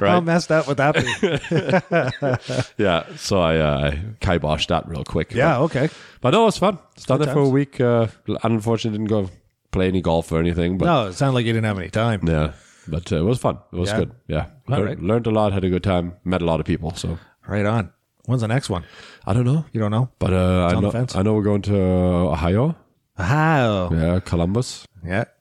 [SPEAKER 1] How messed up would that be?
[SPEAKER 2] yeah. So I uh, kiboshed that real quick.
[SPEAKER 1] Yeah, okay.
[SPEAKER 2] But no, it was fun. It's done there for a week. Uh, unfortunately, didn't go play any golf or anything. But
[SPEAKER 1] No, it sounded like you didn't have any time.
[SPEAKER 2] yeah, but uh, it was fun. It was
[SPEAKER 1] Yeah.
[SPEAKER 2] good. Yeah,
[SPEAKER 1] All
[SPEAKER 2] Lear-
[SPEAKER 1] right.
[SPEAKER 2] learned a lot, had a good time, met a lot of people. So
[SPEAKER 1] Right on. When's the next one?
[SPEAKER 2] I don't know,
[SPEAKER 1] You don't know?
[SPEAKER 2] but uh, I
[SPEAKER 1] on the
[SPEAKER 2] know
[SPEAKER 1] fence.
[SPEAKER 2] I know we're going to uh, Ohio.
[SPEAKER 1] How? Yeah.
[SPEAKER 2] Yeah, Columbus,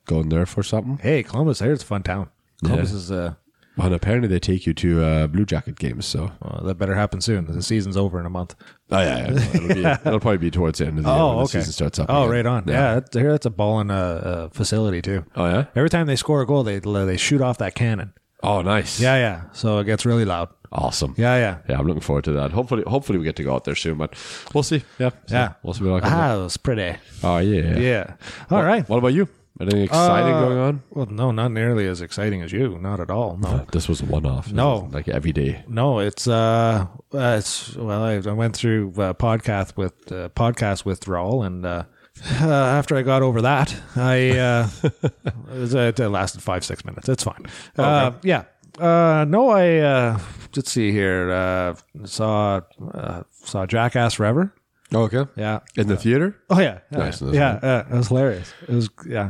[SPEAKER 2] going there for something.
[SPEAKER 1] Hey, Columbus, there's a fun town. Columbus is uh
[SPEAKER 2] And apparently they take you to uh, Blue Jacket games. So
[SPEAKER 1] well, that better happen soon. The season's over in a month.
[SPEAKER 2] oh yeah, yeah, no, it'll, be, it'll probably be towards the end of the year when the season starts up.
[SPEAKER 1] Oh,
[SPEAKER 2] again.
[SPEAKER 1] right on. Yeah, that's, here that's a balling uh, uh, facility too.
[SPEAKER 2] Oh yeah.
[SPEAKER 1] Every time they score a goal, they they shoot off that cannon.
[SPEAKER 2] Oh nice.
[SPEAKER 1] Yeah, yeah. So it gets really loud.
[SPEAKER 2] Awesome.
[SPEAKER 1] Yeah, yeah.
[SPEAKER 2] Yeah, I'm looking forward to that. Hopefully, hopefully we get to go out there soon, but we'll see. Yeah, So
[SPEAKER 1] Yeah.
[SPEAKER 2] we'll see. What I can
[SPEAKER 1] Ah, it was pretty.
[SPEAKER 2] do. Oh yeah.
[SPEAKER 1] Yeah. Uh, All right.
[SPEAKER 2] What about you? Anything exciting going on?
[SPEAKER 1] Well, no, not nearly as exciting as you. Not at all. No.
[SPEAKER 2] This was a one-off. This
[SPEAKER 1] No.
[SPEAKER 2] wasn't like every day.
[SPEAKER 1] No, it's uh, uh it's well, I, I went through uh, podcast with uh, podcast withdrawal, and uh, uh, after I got over that, I uh, it, was- it lasted five six minutes. It's fine. Uh, yeah. Uh, no, I uh, let's see here. Uh, saw uh, saw Jackass Forever.
[SPEAKER 2] Oh, okay.
[SPEAKER 1] Yeah.
[SPEAKER 2] In the theater?
[SPEAKER 1] Oh yeah, yeah,
[SPEAKER 2] Nice, that's
[SPEAKER 1] yeah, yeah, it was hilarious. It was yeah.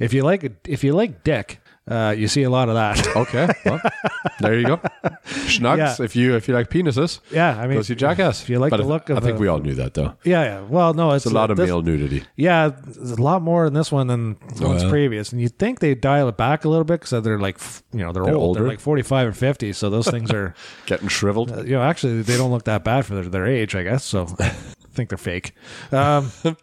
[SPEAKER 1] if you like if you like dick, uh, you see a lot of that.
[SPEAKER 2] Okay. Well, there you go. Schnucks.
[SPEAKER 1] Yeah.
[SPEAKER 2] If you if you like penises,
[SPEAKER 1] yeah, I mean,
[SPEAKER 2] go see Jackass.
[SPEAKER 1] If you like
[SPEAKER 2] But
[SPEAKER 1] the
[SPEAKER 2] I-
[SPEAKER 1] look
[SPEAKER 2] I
[SPEAKER 1] of
[SPEAKER 2] think
[SPEAKER 1] the-
[SPEAKER 2] we all knew that though.
[SPEAKER 1] Yeah, yeah. Well, no, it's, uh,
[SPEAKER 2] It's a lot of
[SPEAKER 1] this-
[SPEAKER 2] male nudity.
[SPEAKER 1] Yeah, there's a lot more in this one than the ones previous, and you think they dial it back a little bit because they're like, f- you know, they're, old.
[SPEAKER 2] older?
[SPEAKER 1] They're like forty-five or fifty, so those things are,
[SPEAKER 2] Getting shriveled.
[SPEAKER 1] you know, actually they don't look that bad for their, their age, I guess. So, I think they're fake. Um,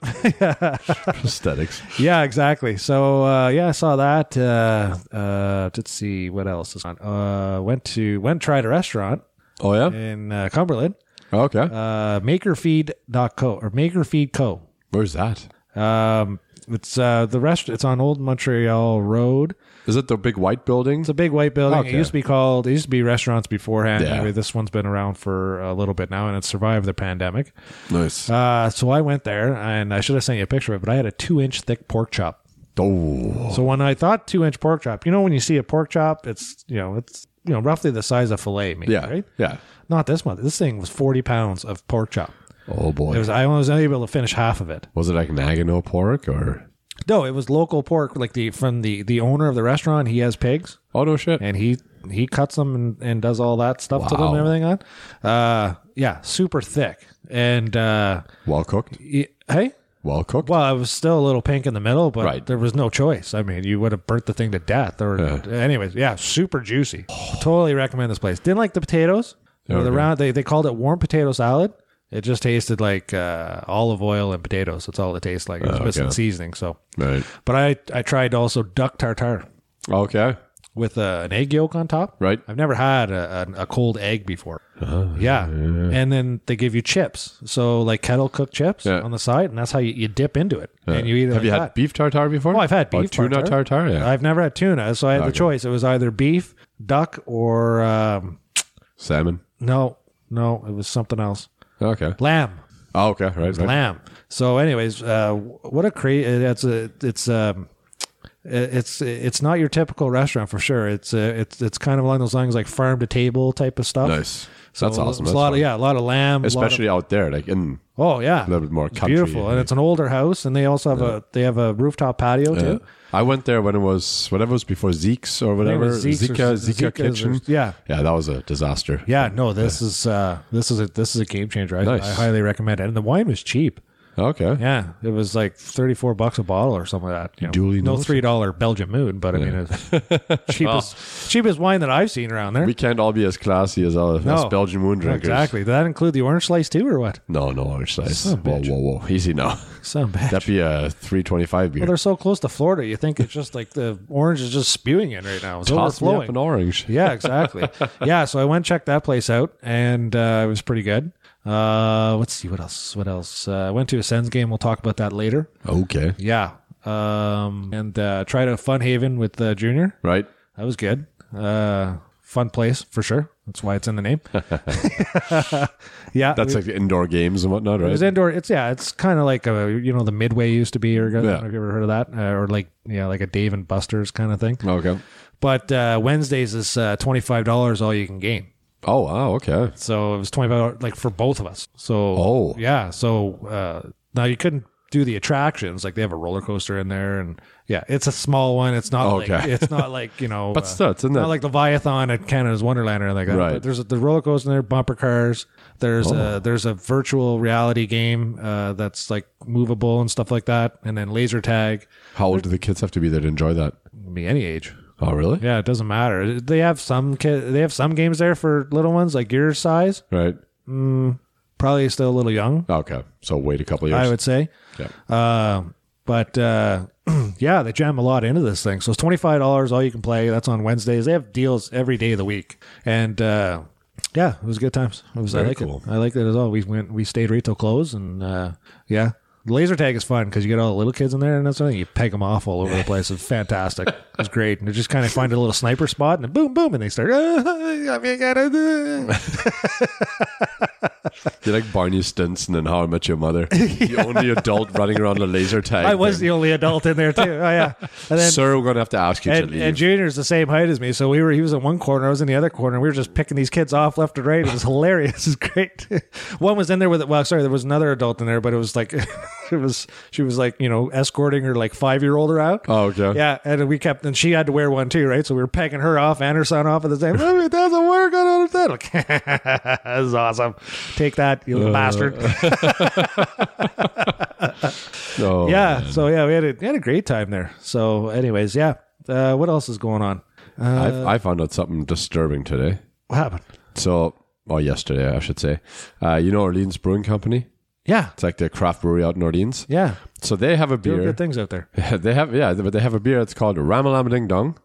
[SPEAKER 2] Aesthetics.
[SPEAKER 1] yeah, exactly. So, uh, yeah, I saw that. Uh, uh, let's see what else is on. Uh, went to went tried a restaurant
[SPEAKER 2] Oh yeah.
[SPEAKER 1] in uh, Cumberland,
[SPEAKER 2] Okay.
[SPEAKER 1] uh, Makerfeed.co or Makerfeed Co.
[SPEAKER 2] Where's that?
[SPEAKER 1] Um, it's uh, the rest. It's on Old Montreal Road.
[SPEAKER 2] Is it the big white building?
[SPEAKER 1] It's a big white building. It
[SPEAKER 2] Okay.
[SPEAKER 1] used to be called. It used to be restaurants beforehand.
[SPEAKER 2] Yeah.
[SPEAKER 1] Anyway, this one's been around for a little bit now, and it's survived the pandemic.
[SPEAKER 2] Nice.
[SPEAKER 1] Uh, so I went there, and I should have sent you a picture of it. But I had a two-inch thick pork chop.
[SPEAKER 2] oh.
[SPEAKER 1] So when I thought two-inch pork chop, you know, when you see a pork chop, it's you know, it's you know, roughly the size of fillet meat,
[SPEAKER 2] Yeah.
[SPEAKER 1] right?
[SPEAKER 2] Yeah.
[SPEAKER 1] Not this one. This thing was forty pounds of pork chop.
[SPEAKER 2] Oh boy.
[SPEAKER 1] It was. I was only able to finish half of it.
[SPEAKER 2] was it like Nagano pork or?
[SPEAKER 1] No, it was local pork, like the from the the owner of the restaurant. He has pigs.
[SPEAKER 2] Oh no shit.
[SPEAKER 1] and he he cuts them and, and does all that stuff to them
[SPEAKER 2] Wow.
[SPEAKER 1] and everything on. Uh, yeah, super thick. And uh,
[SPEAKER 2] Well cooked.
[SPEAKER 1] y- hey,
[SPEAKER 2] Well cooked.
[SPEAKER 1] well, I was still a little pink in the middle, but
[SPEAKER 2] Right.
[SPEAKER 1] there was no choice. I mean, you would have burnt the thing to death. Or anyways, yeah, super juicy. Totally recommend this place. Didn't like the potatoes. Or the
[SPEAKER 2] Okay.
[SPEAKER 1] round they they called it warm potato salad. It just tasted like uh, olive oil and potatoes. That's all it tastes like. It was missing
[SPEAKER 2] Oh, okay.
[SPEAKER 1] seasoning. So,
[SPEAKER 2] Right.
[SPEAKER 1] but I I tried also duck tartare
[SPEAKER 2] Okay.
[SPEAKER 1] with uh, an egg yolk on top.
[SPEAKER 2] Right.
[SPEAKER 1] I've never had a, a, a cold egg before.
[SPEAKER 2] Uh-huh.
[SPEAKER 1] yeah. And then they give you chips. So like kettle cooked chips
[SPEAKER 2] Yeah.
[SPEAKER 1] on the side, and that's how you, you dip into it. And you eat it. like
[SPEAKER 2] Have you had
[SPEAKER 1] that.
[SPEAKER 2] beef tartare before?
[SPEAKER 1] Oh, I've had
[SPEAKER 2] Or
[SPEAKER 1] beef
[SPEAKER 2] tuna tartare.
[SPEAKER 1] tartare.
[SPEAKER 2] yeah.
[SPEAKER 1] I've never had tuna, so I had the choice. It was either beef, duck, or um,
[SPEAKER 2] Salmon.
[SPEAKER 1] no, no, it was something else.
[SPEAKER 2] Okay.
[SPEAKER 1] Lamb.
[SPEAKER 2] Oh, okay. Right. right.
[SPEAKER 1] Lamb. So, anyways, uh, what a cra It's a. It's um. It's it's not your typical restaurant for sure. It's uh, it's it's kind of along those lines like farm to table type of stuff.
[SPEAKER 2] Nice.
[SPEAKER 1] So
[SPEAKER 2] That's awesome.
[SPEAKER 1] it's
[SPEAKER 2] That's
[SPEAKER 1] a lot of,
[SPEAKER 2] fun.
[SPEAKER 1] yeah, a lot of lamb, a lot of-
[SPEAKER 2] especially out there, like in
[SPEAKER 1] oh yeah,
[SPEAKER 2] a little bit more country.
[SPEAKER 1] beautiful. And it's an older house, and they also have a they have a rooftop patio
[SPEAKER 2] Yeah.
[SPEAKER 1] too.
[SPEAKER 2] I went there when it was whatever was before Zeke's or
[SPEAKER 1] I think it
[SPEAKER 2] whatever
[SPEAKER 1] was Zeke's or
[SPEAKER 2] Zika
[SPEAKER 1] Z-
[SPEAKER 2] Zika
[SPEAKER 1] Zika's or-
[SPEAKER 2] Kitchen.
[SPEAKER 1] yeah.
[SPEAKER 2] yeah, that was a disaster.
[SPEAKER 1] Yeah, no, this is uh, this is a this is a game changer. I,
[SPEAKER 2] Nice.
[SPEAKER 1] I highly recommend it. And the wine was cheap.
[SPEAKER 2] Okay.
[SPEAKER 1] Yeah, it was like thirty-four bucks a bottle or something like that. You know,
[SPEAKER 2] Duly
[SPEAKER 1] no
[SPEAKER 2] noted.
[SPEAKER 1] three-dollar Belgian mood, but I mean, it's cheapest cheapest wine that I've seen around there.
[SPEAKER 2] We can't all be as classy as our as
[SPEAKER 1] No.
[SPEAKER 2] Belgian moon drinkers.
[SPEAKER 1] exactly. Did that include the orange slice too, or what?
[SPEAKER 2] No, no orange slice.
[SPEAKER 1] Son of a
[SPEAKER 2] Whoa,
[SPEAKER 1] bitch.
[SPEAKER 2] whoa, whoa. Easy now.
[SPEAKER 1] Some bad.
[SPEAKER 2] That'd be a 325 beer.
[SPEAKER 1] Well, they're so close to Florida, you think it's just like the orange is just spewing in right now. It's
[SPEAKER 2] Toss me up
[SPEAKER 1] overflowing.
[SPEAKER 2] an orange.
[SPEAKER 1] yeah, exactly. yeah, so I went and checked that place out, and uh, it was pretty good. Uh, let's see what else. What else? Uh, I went to a Sens game. We'll talk about that later.
[SPEAKER 2] Okay.
[SPEAKER 1] Yeah, um, and uh, tried a Fun Haven with uh, Junior.
[SPEAKER 2] Right?
[SPEAKER 1] That was good. Uh, fun place for sure. That's why it's in the name. yeah,
[SPEAKER 2] That's
[SPEAKER 1] we-
[SPEAKER 2] like the indoor games and whatnot,
[SPEAKER 1] it
[SPEAKER 2] right?
[SPEAKER 1] was indoor. It's yeah, it's kind of like a you know the Midway used to be, or I don't
[SPEAKER 2] Yeah.
[SPEAKER 1] know if you ever heard of that, uh, or like yeah, like a Dave and Buster's kind of thing.
[SPEAKER 2] Okay.
[SPEAKER 1] But uh, Wednesdays is uh, twenty five dollars all you can game.
[SPEAKER 2] Oh, wow. Okay.
[SPEAKER 1] So it was twenty five like for both of us. So
[SPEAKER 2] Oh.
[SPEAKER 1] yeah, so uh, now you couldn't do the attractions like they have a roller coaster in there, and yeah, it's a small one. It's not like,
[SPEAKER 2] Okay.
[SPEAKER 1] it's not like you know,
[SPEAKER 2] But
[SPEAKER 1] uh,
[SPEAKER 2] still, it's in
[SPEAKER 1] not
[SPEAKER 2] that.
[SPEAKER 1] like the Viathan at Canada's Wonderland or like that.
[SPEAKER 2] Right. Oh.
[SPEAKER 1] But there's the roller coaster in there, bumper cars. There's a there's a virtual reality game uh, that's like movable and stuff like that, and then laser tag.
[SPEAKER 2] How old do the kids have to be there to enjoy that?
[SPEAKER 1] It can Be any age.
[SPEAKER 2] Oh, really?
[SPEAKER 1] Yeah, it doesn't matter. They have some ki- they have some games there for little ones like your size.
[SPEAKER 2] Right.
[SPEAKER 1] Probably still a little young,
[SPEAKER 2] Okay. So wait a couple years.
[SPEAKER 1] I would say.
[SPEAKER 2] Yeah.
[SPEAKER 1] Uh, but uh, yeah, they jam a lot into this thing. So it's twenty five dollars all you can play. That's on Wednesdays. They have deals every day of the week, and uh, yeah, it was good times. It was, I
[SPEAKER 2] Very
[SPEAKER 1] like
[SPEAKER 2] cool.
[SPEAKER 1] it. I liked it as well. We went, we stayed right till close, and uh, yeah, laser tag is fun because you get all the little kids in there and that's something you peg them off all over the place. It's fantastic. It was great, and they just kind of find a little sniper spot and then boom, boom, and they start. "Ah, I mean, gotta do.
[SPEAKER 2] You're like Barney Stinson and How I Met Your Mother. The only adult running around a laser tag.
[SPEAKER 1] I was
[SPEAKER 2] thing.
[SPEAKER 1] the only adult in there too. Oh yeah, and then
[SPEAKER 2] Sir, we're going to have to ask you to
[SPEAKER 1] and,
[SPEAKER 2] leave.
[SPEAKER 1] and Junior's the same height as me, so we were he was in one corner, I was in the other corner, and we were just picking these kids off left and right. It was hilarious. It was great. one was in there with well, sorry, there was another adult in there, but it was like it was she was like, you know, escorting her like five year old around.
[SPEAKER 2] oh, okay.
[SPEAKER 1] Yeah, and we kept, and she had to wear one too, right? So we were pegging her off and her son off at the same. time. it doesn't work. I don't understand. Like, this is awesome. Take that, you
[SPEAKER 2] Uh,
[SPEAKER 1] little bastard.
[SPEAKER 2] oh, No.
[SPEAKER 1] Yeah. So yeah, we had a we had a great time there. So, anyways, yeah. Uh, what else is going on?
[SPEAKER 2] I, I found out something disturbing today.
[SPEAKER 1] What happened?
[SPEAKER 2] So, or yesterday, I should say. Uh, you know Orleans Brewing Company?
[SPEAKER 1] Yeah.
[SPEAKER 2] It's like the craft brewery out in Orleans.
[SPEAKER 1] Yeah.
[SPEAKER 2] So they have a
[SPEAKER 1] Doing
[SPEAKER 2] beer.
[SPEAKER 1] good things out there.
[SPEAKER 2] they have yeah, but they have a beer. It's called Ramalama Ding Dong,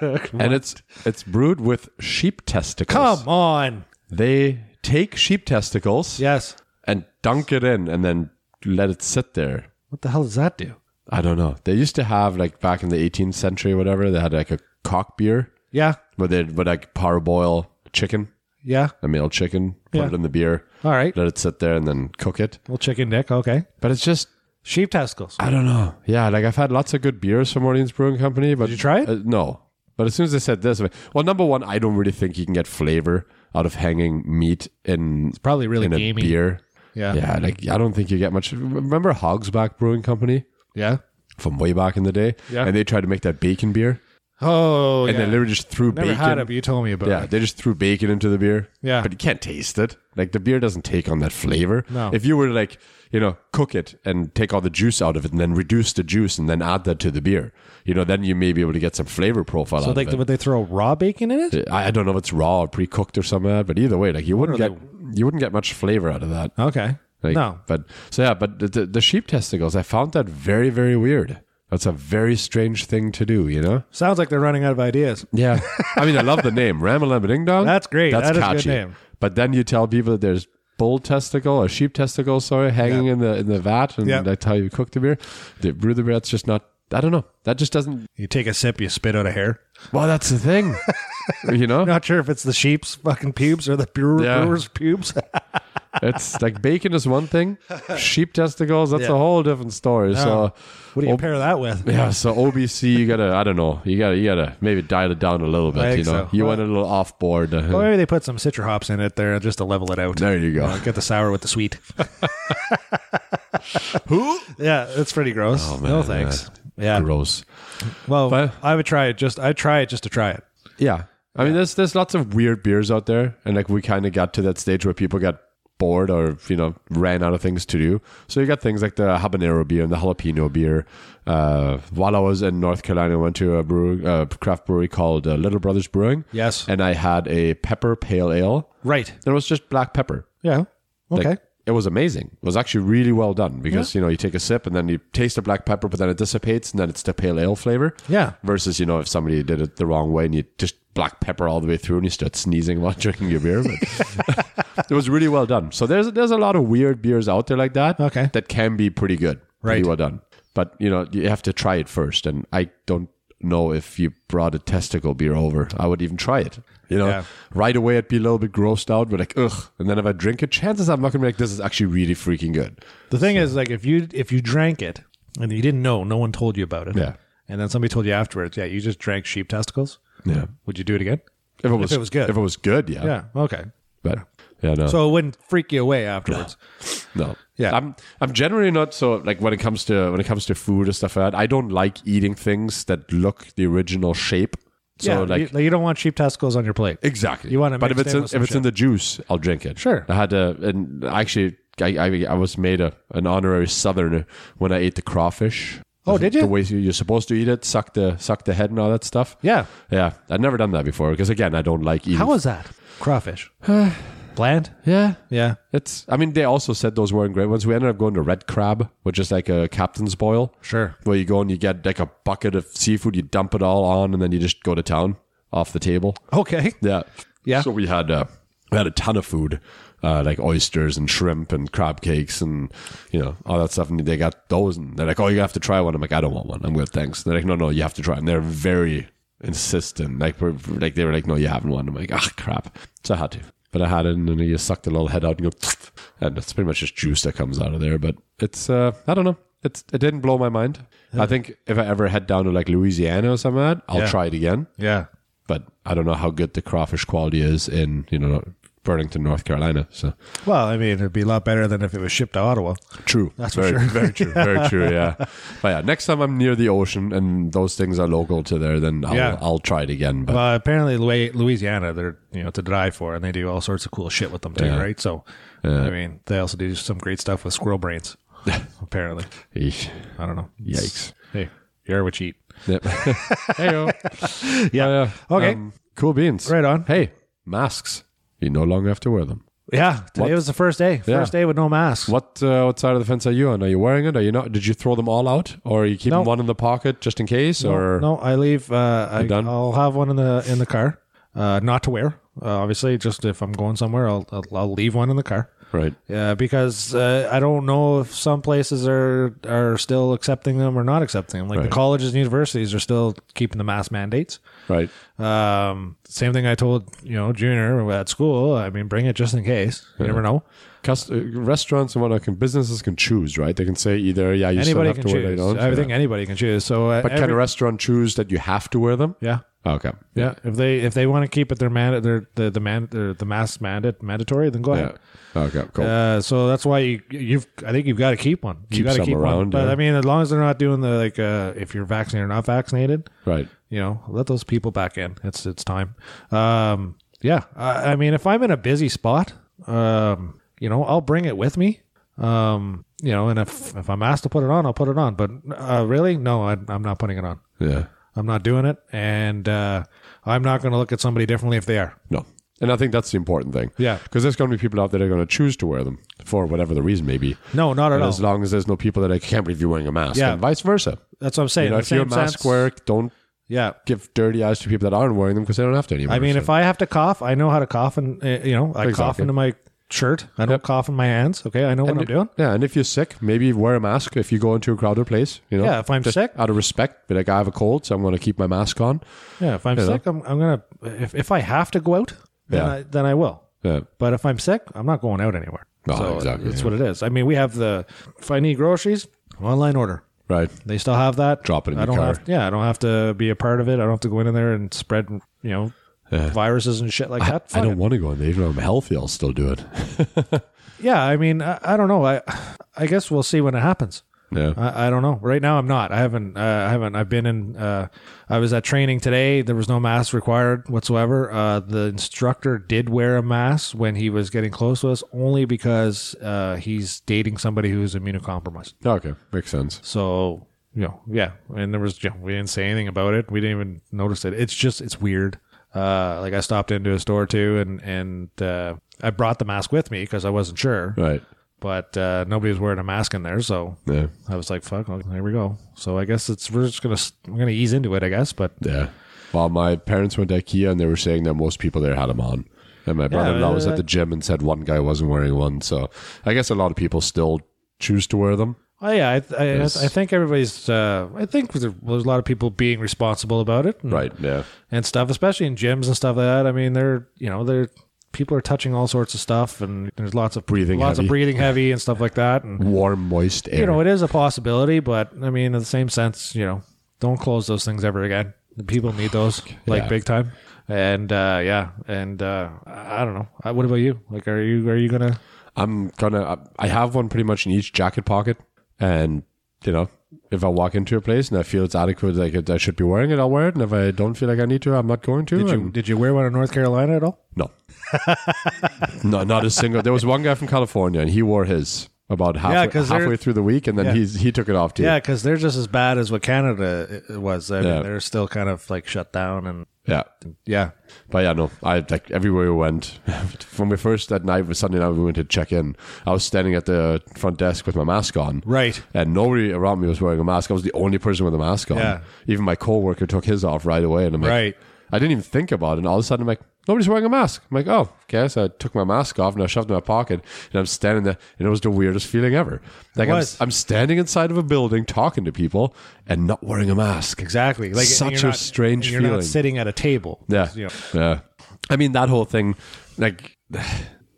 [SPEAKER 2] and it's it's brewed with sheep testicles.
[SPEAKER 1] Come on.
[SPEAKER 2] They take sheep testicles
[SPEAKER 1] Yes.
[SPEAKER 2] and dunk it in, and then let it sit there.
[SPEAKER 1] What the hell does that do?
[SPEAKER 2] I don't know. They used to have like back in the 18th century, or whatever. They had like a cock beer
[SPEAKER 1] Yeah.
[SPEAKER 2] where they would like parboil chicken,
[SPEAKER 1] Yeah.
[SPEAKER 2] a male chicken, put
[SPEAKER 1] Yeah.
[SPEAKER 2] it in the beer,
[SPEAKER 1] All right.
[SPEAKER 2] let it sit there, and then cook it.
[SPEAKER 1] Well, chicken dick. Okay.
[SPEAKER 2] But it's just
[SPEAKER 1] Sheep testicles.
[SPEAKER 2] I don't know. Yeah, like I've had lots of good beers from Orleans Brewing Company, but
[SPEAKER 1] you try it?
[SPEAKER 2] Uh, no. But as soon as they said this, I mean- well, number one, I don't really think you can get flavor out of hanging meat in
[SPEAKER 1] Probably really
[SPEAKER 2] in a
[SPEAKER 1] gamey.
[SPEAKER 2] beer.
[SPEAKER 1] Yeah.
[SPEAKER 2] Yeah, like I don't think you get much. Remember Hogsback Brewing Company
[SPEAKER 1] Yeah.
[SPEAKER 2] from way back in the day?
[SPEAKER 1] Yeah.
[SPEAKER 2] and they tried to make that bacon beer,
[SPEAKER 1] Oh,
[SPEAKER 2] and
[SPEAKER 1] yeah.
[SPEAKER 2] they literally just threw
[SPEAKER 1] Never
[SPEAKER 2] bacon.
[SPEAKER 1] had it, but you told me about
[SPEAKER 2] yeah,
[SPEAKER 1] it.
[SPEAKER 2] they just threw bacon into the beer.
[SPEAKER 1] Yeah.
[SPEAKER 2] but you can't taste it. Like the beer doesn't take on that flavor.
[SPEAKER 1] No.
[SPEAKER 2] If you were to like you know cook it and take all the juice out of it, and then reduce the juice, and then add that to the beer, you know, then you may be able to get some flavor profile.
[SPEAKER 1] So
[SPEAKER 2] out
[SPEAKER 1] they,
[SPEAKER 2] of it.
[SPEAKER 1] would they throw raw bacon in it?
[SPEAKER 2] I I don't know if it's raw or pre-cooked or something, but either way, like you wouldn't get you wouldn't get much flavor out of that.
[SPEAKER 1] Okay.
[SPEAKER 2] Like,
[SPEAKER 1] no.
[SPEAKER 2] but so yeah, but the, the sheep testicles, I found that very very weird. That's a very strange thing to do, you know.
[SPEAKER 1] Sounds like they're running out of ideas.
[SPEAKER 2] Yeah, I mean, I love the name Ramalama Ding Dong.
[SPEAKER 1] That's great.
[SPEAKER 2] That's
[SPEAKER 1] That is a good
[SPEAKER 2] catchy.
[SPEAKER 1] name.
[SPEAKER 2] But then you tell people that there's bull testicle or sheep testicle, sorry, hanging in the in the vat, and
[SPEAKER 1] Yeah.
[SPEAKER 2] that's how you cook the beer. They brew the beer. That's just not. I don't know. That just doesn't.
[SPEAKER 1] You take a sip, you spit out a hair.
[SPEAKER 2] Well, that's the thing. you know,
[SPEAKER 1] Not sure if it's the sheep's fucking pubes or the brewer,
[SPEAKER 2] Yeah.
[SPEAKER 1] brewer's pubes.
[SPEAKER 2] it's like bacon is one thing, sheep testicles. That's a whole different story. So.
[SPEAKER 1] what do you pair that with?
[SPEAKER 2] Yeah, so OBC, you gotta, I don't know, you gotta, you gotta maybe dial it down a little bit.
[SPEAKER 1] I think
[SPEAKER 2] You know,
[SPEAKER 1] so.
[SPEAKER 2] you
[SPEAKER 1] Well- oh,
[SPEAKER 2] went a little off board. uh,
[SPEAKER 1] Well, maybe they put some citra hops in it there just to level it out.
[SPEAKER 2] there you go.
[SPEAKER 1] Get the sour with the sweet. Who? Yeah, that's pretty gross. no
[SPEAKER 2] Oh, man,
[SPEAKER 1] thanks. Yeah.
[SPEAKER 2] Gross.
[SPEAKER 1] Well,
[SPEAKER 2] But-
[SPEAKER 1] I would try it just I try it just to try it.
[SPEAKER 2] Yeah. I mean, there's there's lots of weird beers out there, and like we kind of got to that stage where people got bored or you know ran out of things to do. So you got things like the habanero beer and the jalapeno beer. Uh, while I was in North Carolina, I went to a brew, uh, craft brewery called uh, Little Brothers Brewing.
[SPEAKER 1] Yes.
[SPEAKER 2] and I had a pepper pale ale.
[SPEAKER 1] Right.
[SPEAKER 2] There was just black pepper.
[SPEAKER 1] Yeah.
[SPEAKER 2] Like,
[SPEAKER 1] Okay.
[SPEAKER 2] It was amazing. It was actually really well done because you know you take a sip and then you taste the black pepper, but then it dissipates and then it's the pale ale flavor.
[SPEAKER 1] Yeah.
[SPEAKER 2] Versus you know if somebody did it the wrong way and you just black pepper all the way through and you start sneezing while drinking your beer. But it was really well done. So there's there's a lot of weird beers out there like that.
[SPEAKER 1] Okay.
[SPEAKER 2] That can be pretty good.
[SPEAKER 1] Right.
[SPEAKER 2] Pretty well done. But you know you have to try it first, and I don't know if you brought a testicle beer over, I would even try it. You know,
[SPEAKER 1] Yeah.
[SPEAKER 2] right away I'd be a little bit grossed out, but like ugh. And then if I drink it, chances I'm not gonna be like, this is actually really freaking good.
[SPEAKER 1] The thing is, like, if you if you drank it and you didn't know, no one told you about it.
[SPEAKER 2] Yeah.
[SPEAKER 1] And then somebody told you afterwards, yeah, you just drank sheep testicles.
[SPEAKER 2] Yeah.
[SPEAKER 1] Would you do it again?
[SPEAKER 2] If it was,
[SPEAKER 1] it was good.
[SPEAKER 2] If it was good, yeah.
[SPEAKER 1] Yeah. Okay.
[SPEAKER 2] But yeah, no.
[SPEAKER 1] So it wouldn't freak you away afterwards.
[SPEAKER 2] No.
[SPEAKER 1] Yeah.
[SPEAKER 2] I'm I'm generally not so like when it comes to when it comes to food and stuff like that, I don't like eating things that look the original shape. So
[SPEAKER 1] yeah.
[SPEAKER 2] like
[SPEAKER 1] you, like, you don't want sheep testicles on your plate.
[SPEAKER 2] Exactly.
[SPEAKER 1] You want it
[SPEAKER 2] but if
[SPEAKER 1] mixed in
[SPEAKER 2] it's in,
[SPEAKER 1] with
[SPEAKER 2] if
[SPEAKER 1] some
[SPEAKER 2] it's in the juice, I'll drink it.
[SPEAKER 1] Sure.
[SPEAKER 2] I had a and actually I I, I was made a, an honorary Southerner when I ate the crawfish.
[SPEAKER 1] Oh,
[SPEAKER 2] The-
[SPEAKER 1] did you?
[SPEAKER 2] The way you- you're supposed to eat it, suck the suck the head and all that stuff.
[SPEAKER 1] Yeah.
[SPEAKER 2] yeah. I've never done that before because again, I don't like eating.
[SPEAKER 1] How was that? Crawfish. Bland?
[SPEAKER 2] yeah.
[SPEAKER 1] Yeah.
[SPEAKER 2] It's. I mean, they also said those weren't great ones. We ended up going to Red Crab, which is like a captain's boil.
[SPEAKER 1] Sure.
[SPEAKER 2] Where you go and you get like a bucket of seafood, you dump it all on, and then you just go to town off the table.
[SPEAKER 1] Okay.
[SPEAKER 2] Yeah.
[SPEAKER 1] Yeah.
[SPEAKER 2] So we had uh, we had a ton of food, uh, like oysters and shrimp and crab cakes and you know all that stuff. And they got those, and they're like, "Oh, you have to try one." I'm like, "I don't want one. I'm good, thanks." They're like, "No, no, you have to try." And they're very insistent. Like, we're- like they were like, "No, you haven't one." I'm like, "Ah, crap." So I had to. But I had it, and then you suck the little head out, and you go, and it's pretty much just juice that comes out of there. But it's, uh, I don't know, it's it didn't blow my mind. I think if I ever head down to like Louisiana or something, like that, I'll
[SPEAKER 1] Yeah.
[SPEAKER 2] try it again
[SPEAKER 1] Yeah.
[SPEAKER 2] but I don't know how good the crawfish quality is in you know Burlington, North Carolina. So
[SPEAKER 1] Well, I mean, it'd be a lot better than if it was shipped to Ottawa.
[SPEAKER 2] true, that's very,
[SPEAKER 1] for sure.
[SPEAKER 2] very true, very true. Yeah, but yeah, next time I'm near the ocean and those things are local to there, then I'll,
[SPEAKER 1] Yeah.
[SPEAKER 2] I'll try it again. But
[SPEAKER 1] Well, apparently Lu- Louisiana, they're you know to die for, and they do all sorts of cool shit with them too, right? So, I mean, they also do some great stuff with squirrel brains. apparently,
[SPEAKER 2] Eesh.
[SPEAKER 1] I don't know.
[SPEAKER 2] yikes.
[SPEAKER 1] Hey, you are what you eat.
[SPEAKER 2] Yep. Heyo.
[SPEAKER 1] Yeah. okay.
[SPEAKER 2] Um, cool beans.
[SPEAKER 1] Right on.
[SPEAKER 2] Hey, masks. You no longer have to wear them.
[SPEAKER 1] yeah. Today was the first day. First
[SPEAKER 2] Yeah.
[SPEAKER 1] day with no masks.
[SPEAKER 2] What uh, what side of the fence are you on? Are you wearing it? Are you not? Did you throw them all out, or are you keeping
[SPEAKER 1] No.
[SPEAKER 2] one in the pocket just in case? or
[SPEAKER 1] No, I leave. Uh, I,
[SPEAKER 2] done?
[SPEAKER 1] I'll have one in the in the car, uh, not to wear. Uh, obviously, just if I'm going somewhere, I'll I'll, I'll leave one in the car.
[SPEAKER 2] right?
[SPEAKER 1] Yeah, because uh, I don't know if some places are are still accepting them or not accepting them. Like
[SPEAKER 2] Right.
[SPEAKER 1] the colleges and universities are still keeping the mask mandates.
[SPEAKER 2] Right.
[SPEAKER 1] Um, same thing I told you know junior at school. I mean, bring it just in case. You never know.
[SPEAKER 2] Cust- uh, restaurants and whatnot can businesses can choose, right? They can say either yeah, you
[SPEAKER 1] Anybody
[SPEAKER 2] still have
[SPEAKER 1] can
[SPEAKER 2] to wear
[SPEAKER 1] choose.
[SPEAKER 2] them.
[SPEAKER 1] I think anybody can choose. So, uh,
[SPEAKER 2] But can
[SPEAKER 1] every-
[SPEAKER 2] a restaurant choose that you have to wear them?
[SPEAKER 1] yeah.
[SPEAKER 2] Okay.
[SPEAKER 1] Yeah, if they if they want to keep it their man their the the man their, the mask mandate mandatory, then go
[SPEAKER 2] Yeah.
[SPEAKER 1] ahead.
[SPEAKER 2] Okay. Cool.
[SPEAKER 1] Uh, so that's why you, you've. I think you've got to keep one. you
[SPEAKER 2] Keep
[SPEAKER 1] got to
[SPEAKER 2] some
[SPEAKER 1] keep one.
[SPEAKER 2] around,
[SPEAKER 1] But
[SPEAKER 2] yeah.
[SPEAKER 1] I mean, as long as they're not doing the like, uh, if you're vaccinated or not vaccinated,
[SPEAKER 2] right.
[SPEAKER 1] you know, let those people back in. It's it's time. Um, yeah, I, I mean, if I'm in a busy spot, um, you know, I'll bring it with me. Um, you know, and if if I'm asked to put it on, I'll put it on. But uh, really, no, I, I'm not putting it on.
[SPEAKER 2] Yeah.
[SPEAKER 1] I'm not doing it, and uh, I'm not going to look at somebody differently if they are.
[SPEAKER 2] No. And I think that's the important thing.
[SPEAKER 1] Yeah.
[SPEAKER 2] Because there's going to be people out there that are going to choose to wear them for whatever the reason may be.
[SPEAKER 1] No, not at
[SPEAKER 2] And
[SPEAKER 1] all.
[SPEAKER 2] as long as there's no people that are like, I can't believe you're wearing a mask.
[SPEAKER 1] Yeah.
[SPEAKER 2] And vice versa.
[SPEAKER 1] That's what I'm saying.
[SPEAKER 2] You know,
[SPEAKER 1] In the
[SPEAKER 2] if you're a
[SPEAKER 1] same
[SPEAKER 2] mask
[SPEAKER 1] sense-
[SPEAKER 2] wearer, don't
[SPEAKER 1] yeah,
[SPEAKER 2] give dirty eyes to people that aren't wearing them because they don't have to anymore.
[SPEAKER 1] I mean,
[SPEAKER 2] So-
[SPEAKER 1] if I have to cough, I know how to cough, and uh, you know, I cough
[SPEAKER 2] Exactly.
[SPEAKER 1] into my shirt. I don't cough in my hands. Okay, I know what I'm doing.
[SPEAKER 2] Yeah, and if you're sick, maybe wear a mask if you go into a crowded place. You know,
[SPEAKER 1] Yeah, if I'm
[SPEAKER 2] Just
[SPEAKER 1] sick.
[SPEAKER 2] out of respect, be like, I have a cold, so I'm going to keep my mask on.
[SPEAKER 1] Yeah, if I'm sick, I'm, I'm gonna. If, if I have to go out, then
[SPEAKER 2] Yeah.
[SPEAKER 1] I, then I will.
[SPEAKER 2] Yeah,
[SPEAKER 1] But if I'm sick, I'm not going out anywhere.
[SPEAKER 2] Oh,
[SPEAKER 1] so
[SPEAKER 2] exactly,
[SPEAKER 1] That's
[SPEAKER 2] yeah.
[SPEAKER 1] what it is. I mean, we have the. If I need groceries, online order.
[SPEAKER 2] right.
[SPEAKER 1] They still have that.
[SPEAKER 2] Drop it in
[SPEAKER 1] I
[SPEAKER 2] the
[SPEAKER 1] don't
[SPEAKER 2] car.
[SPEAKER 1] have. Yeah, I don't have to be a part of it. I don't have to go in there and spread. You know. Viruses and shit like that.
[SPEAKER 2] I
[SPEAKER 1] Fuck it.
[SPEAKER 2] don't want to go in there. Even though I'm healthy, I'll still do it.
[SPEAKER 1] Yeah, I mean, I, I don't know. I, I guess we'll see when it happens.
[SPEAKER 2] Yeah.
[SPEAKER 1] I, I don't know. Right now, I'm not. I haven't. Uh, I haven't. I've been in. Uh, I was at training today. There was no mask required whatsoever. Uh, the instructor did wear a mask when he was getting close to us, only because uh, he's dating somebody who's immunocompromised.
[SPEAKER 2] Okay. Makes sense.
[SPEAKER 1] So you know, yeah. And there was, you know, we didn't say anything about it. We didn't even notice it. It's just, it's weird. Uh, like I stopped into a store too, and and uh, I brought the mask with me because I wasn't sure,
[SPEAKER 2] Right.
[SPEAKER 1] but uh, nobody was wearing a mask in there, so
[SPEAKER 2] Yeah.
[SPEAKER 1] I was like, "Fuck, well, here we go." So I guess it's we're just gonna we're gonna ease into it, I guess. But
[SPEAKER 2] Yeah. Well, my parents went to IKEA and they were saying that most people there had them on. And my brother in law was at the gym and said one guy wasn't wearing one. So I guess a lot of people still choose to wear them.
[SPEAKER 1] oh yeah, I I, I think everybody's uh, I think there- there's a lot of people being responsible about it, and,
[SPEAKER 2] Right. Yeah.
[SPEAKER 1] and stuff, especially in gyms and stuff like that. I mean, they're you know they're people are touching all sorts of stuff, and there's lots of
[SPEAKER 2] Breathing
[SPEAKER 1] lots
[SPEAKER 2] heavy.
[SPEAKER 1] of breathing heavy and stuff like that, and
[SPEAKER 2] Warm, moist air.
[SPEAKER 1] you know it is a possibility, but I mean, in the same sense, you know, don't close those things ever again. The people need those like
[SPEAKER 2] Yeah.
[SPEAKER 1] big time. And uh, yeah, and uh, I I don't know. Uh, What about you? Like, are you are you gonna
[SPEAKER 2] I'm gonna. I have one pretty much in each jacket pocket, and you know, if I walk into a place and I feel it's adequate, like it, I should be wearing it, I'll wear it. And if I don't feel like I need to, I'm not going to.
[SPEAKER 1] Did you
[SPEAKER 2] and-
[SPEAKER 1] did you wear one in North Carolina at all?
[SPEAKER 2] No, no, not a single. There was one guy from California, and he wore his about
[SPEAKER 1] Yeah,
[SPEAKER 2] halfway,
[SPEAKER 1] 'cause they're-
[SPEAKER 2] halfway through the week, and then he's he took it off too.
[SPEAKER 1] Yeah, because they're just as bad as what Canada uh, was. I
[SPEAKER 2] Yeah.
[SPEAKER 1] mean, they're still kind of like shut down and
[SPEAKER 2] yeah.
[SPEAKER 1] yeah.
[SPEAKER 2] But yeah, no, I like everywhere we went. when we first that night, Sunday night, we went to check in. I was standing at the front desk with my mask on.
[SPEAKER 1] Right.
[SPEAKER 2] and nobody around me was wearing a mask. I was the only person with a mask on.
[SPEAKER 1] Yeah.
[SPEAKER 2] Even my coworker took his off right away, and I'm like,
[SPEAKER 1] Right.
[SPEAKER 2] I didn't even think about it. And all of a sudden, I'm like, nobody's wearing a mask. I'm like, oh, okay. So I took my mask off and I shoved it in my pocket, and I'm standing there, and it was the weirdest feeling ever. Like
[SPEAKER 1] was.
[SPEAKER 2] I'm, I'm standing inside of a building talking to people and not wearing a mask.
[SPEAKER 1] Exactly. Like and
[SPEAKER 2] Such
[SPEAKER 1] you're
[SPEAKER 2] a
[SPEAKER 1] not-
[SPEAKER 2] strange
[SPEAKER 1] and you're
[SPEAKER 2] feeling.
[SPEAKER 1] not sitting at a table.
[SPEAKER 2] Yeah.
[SPEAKER 1] You know.
[SPEAKER 2] Yeah. I mean, that whole thing, like.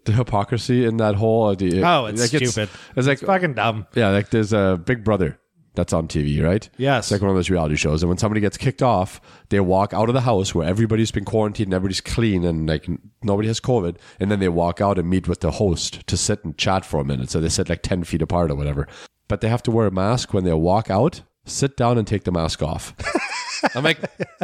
[SPEAKER 2] The hypocrisy in that whole idea.
[SPEAKER 1] Oh, it's
[SPEAKER 2] like,
[SPEAKER 1] stupid.
[SPEAKER 2] It's, like
[SPEAKER 1] It's fucking dumb.
[SPEAKER 2] yeah, like there's a Big Brother that's on TV, right?
[SPEAKER 1] Yes.
[SPEAKER 2] It's like one of those reality shows. And when somebody gets kicked off, they walk out of the house where everybody's been quarantined and everybody's clean and like n- nobody has COVID. And then they walk out and meet with the host to sit and chat for a minute. So they sit like 10 feet apart or whatever. But they have to wear a mask when they walk out, sit down and take the mask off. I'm like,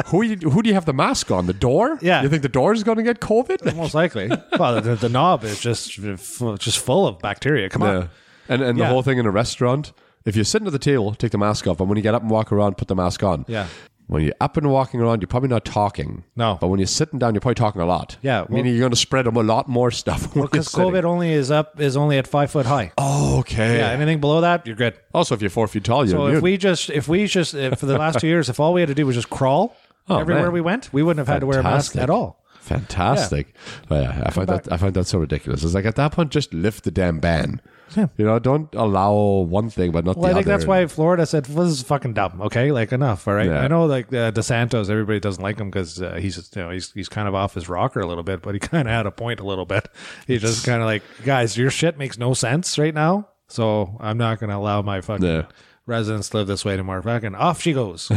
[SPEAKER 2] who you, who do you have the mask on? The door?
[SPEAKER 1] Yeah.
[SPEAKER 2] You think the door is going to get COVID?
[SPEAKER 1] Most likely. well, the, the knob is just f- just full of bacteria. Come on.
[SPEAKER 2] Yeah. And and the
[SPEAKER 1] Yeah.
[SPEAKER 2] whole thing in a restaurant, if you're sitting at the table, take the mask off. And when you get up and walk around, put the mask on.
[SPEAKER 1] Yeah.
[SPEAKER 2] When you're up and walking around, you're probably not talking.
[SPEAKER 1] No.
[SPEAKER 2] But when you're sitting down, you're probably talking a lot.
[SPEAKER 1] Yeah, well-
[SPEAKER 2] Meaning you're going to spread a lot more stuff. when you're
[SPEAKER 1] Because
[SPEAKER 2] sitting.
[SPEAKER 1] COVID only is up is only at five foot high.
[SPEAKER 2] Oh, okay.
[SPEAKER 1] Yeah. Anything below that, you're good.
[SPEAKER 2] Also, if you're four feet tall, you're
[SPEAKER 1] So
[SPEAKER 2] immune.
[SPEAKER 1] if we just if we just if for the last two years, if all we had to do was just crawl
[SPEAKER 2] Oh,
[SPEAKER 1] everywhere
[SPEAKER 2] man.
[SPEAKER 1] we went, we wouldn't have had to wear a mask
[SPEAKER 2] Fantastic.
[SPEAKER 1] at all.
[SPEAKER 2] Fantastic. But yeah, I find that I find that so ridiculous. It's like at that point, just lift the damn ban.
[SPEAKER 1] Yeah.
[SPEAKER 2] You know, don't allow one thing but not
[SPEAKER 1] Well,
[SPEAKER 2] the
[SPEAKER 1] I think
[SPEAKER 2] other.
[SPEAKER 1] that's why Florida said well, this is fucking dumb. Okay, like enough. All right,
[SPEAKER 2] Yeah.
[SPEAKER 1] I know like uh, DeSantos, everybody doesn't like him because uh, he's you know he's he's kind of off his rocker a little bit, but he kind of had a point a little bit. He just kind of like, guys, your shit makes no sense right now, so I'm not gonna allow my fucking
[SPEAKER 2] Yeah.
[SPEAKER 1] residents to live this way tomorrow. Fucking off she goes.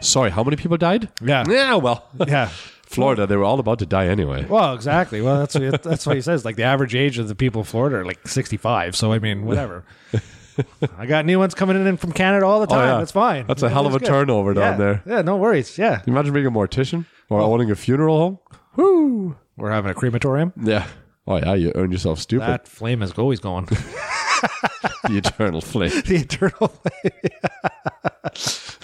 [SPEAKER 2] Sorry, how many people died?
[SPEAKER 1] Yeah.
[SPEAKER 2] Yeah, well,
[SPEAKER 1] yeah.
[SPEAKER 2] Florida, they were all about to die anyway.
[SPEAKER 1] Well, exactly. Well, that's what, that's what he says. Like the average age of the people of Florida are like sixty-five. So I mean, whatever. I got new ones coming in from Canada all the time.
[SPEAKER 2] Oh, yeah.
[SPEAKER 1] That's fine.
[SPEAKER 2] That's a hell of a
[SPEAKER 1] good.
[SPEAKER 2] turnover down
[SPEAKER 1] Yeah. Oh.
[SPEAKER 2] there.
[SPEAKER 1] Yeah, no worries. Yeah,
[SPEAKER 2] Can you imagine being a mortician or owning a funeral home? Woo!
[SPEAKER 1] we're having a crematorium.
[SPEAKER 2] Yeah. Oh yeah, you earn yourself stupid.
[SPEAKER 1] That flame is always going.
[SPEAKER 2] The eternal flame.
[SPEAKER 1] the eternal flame.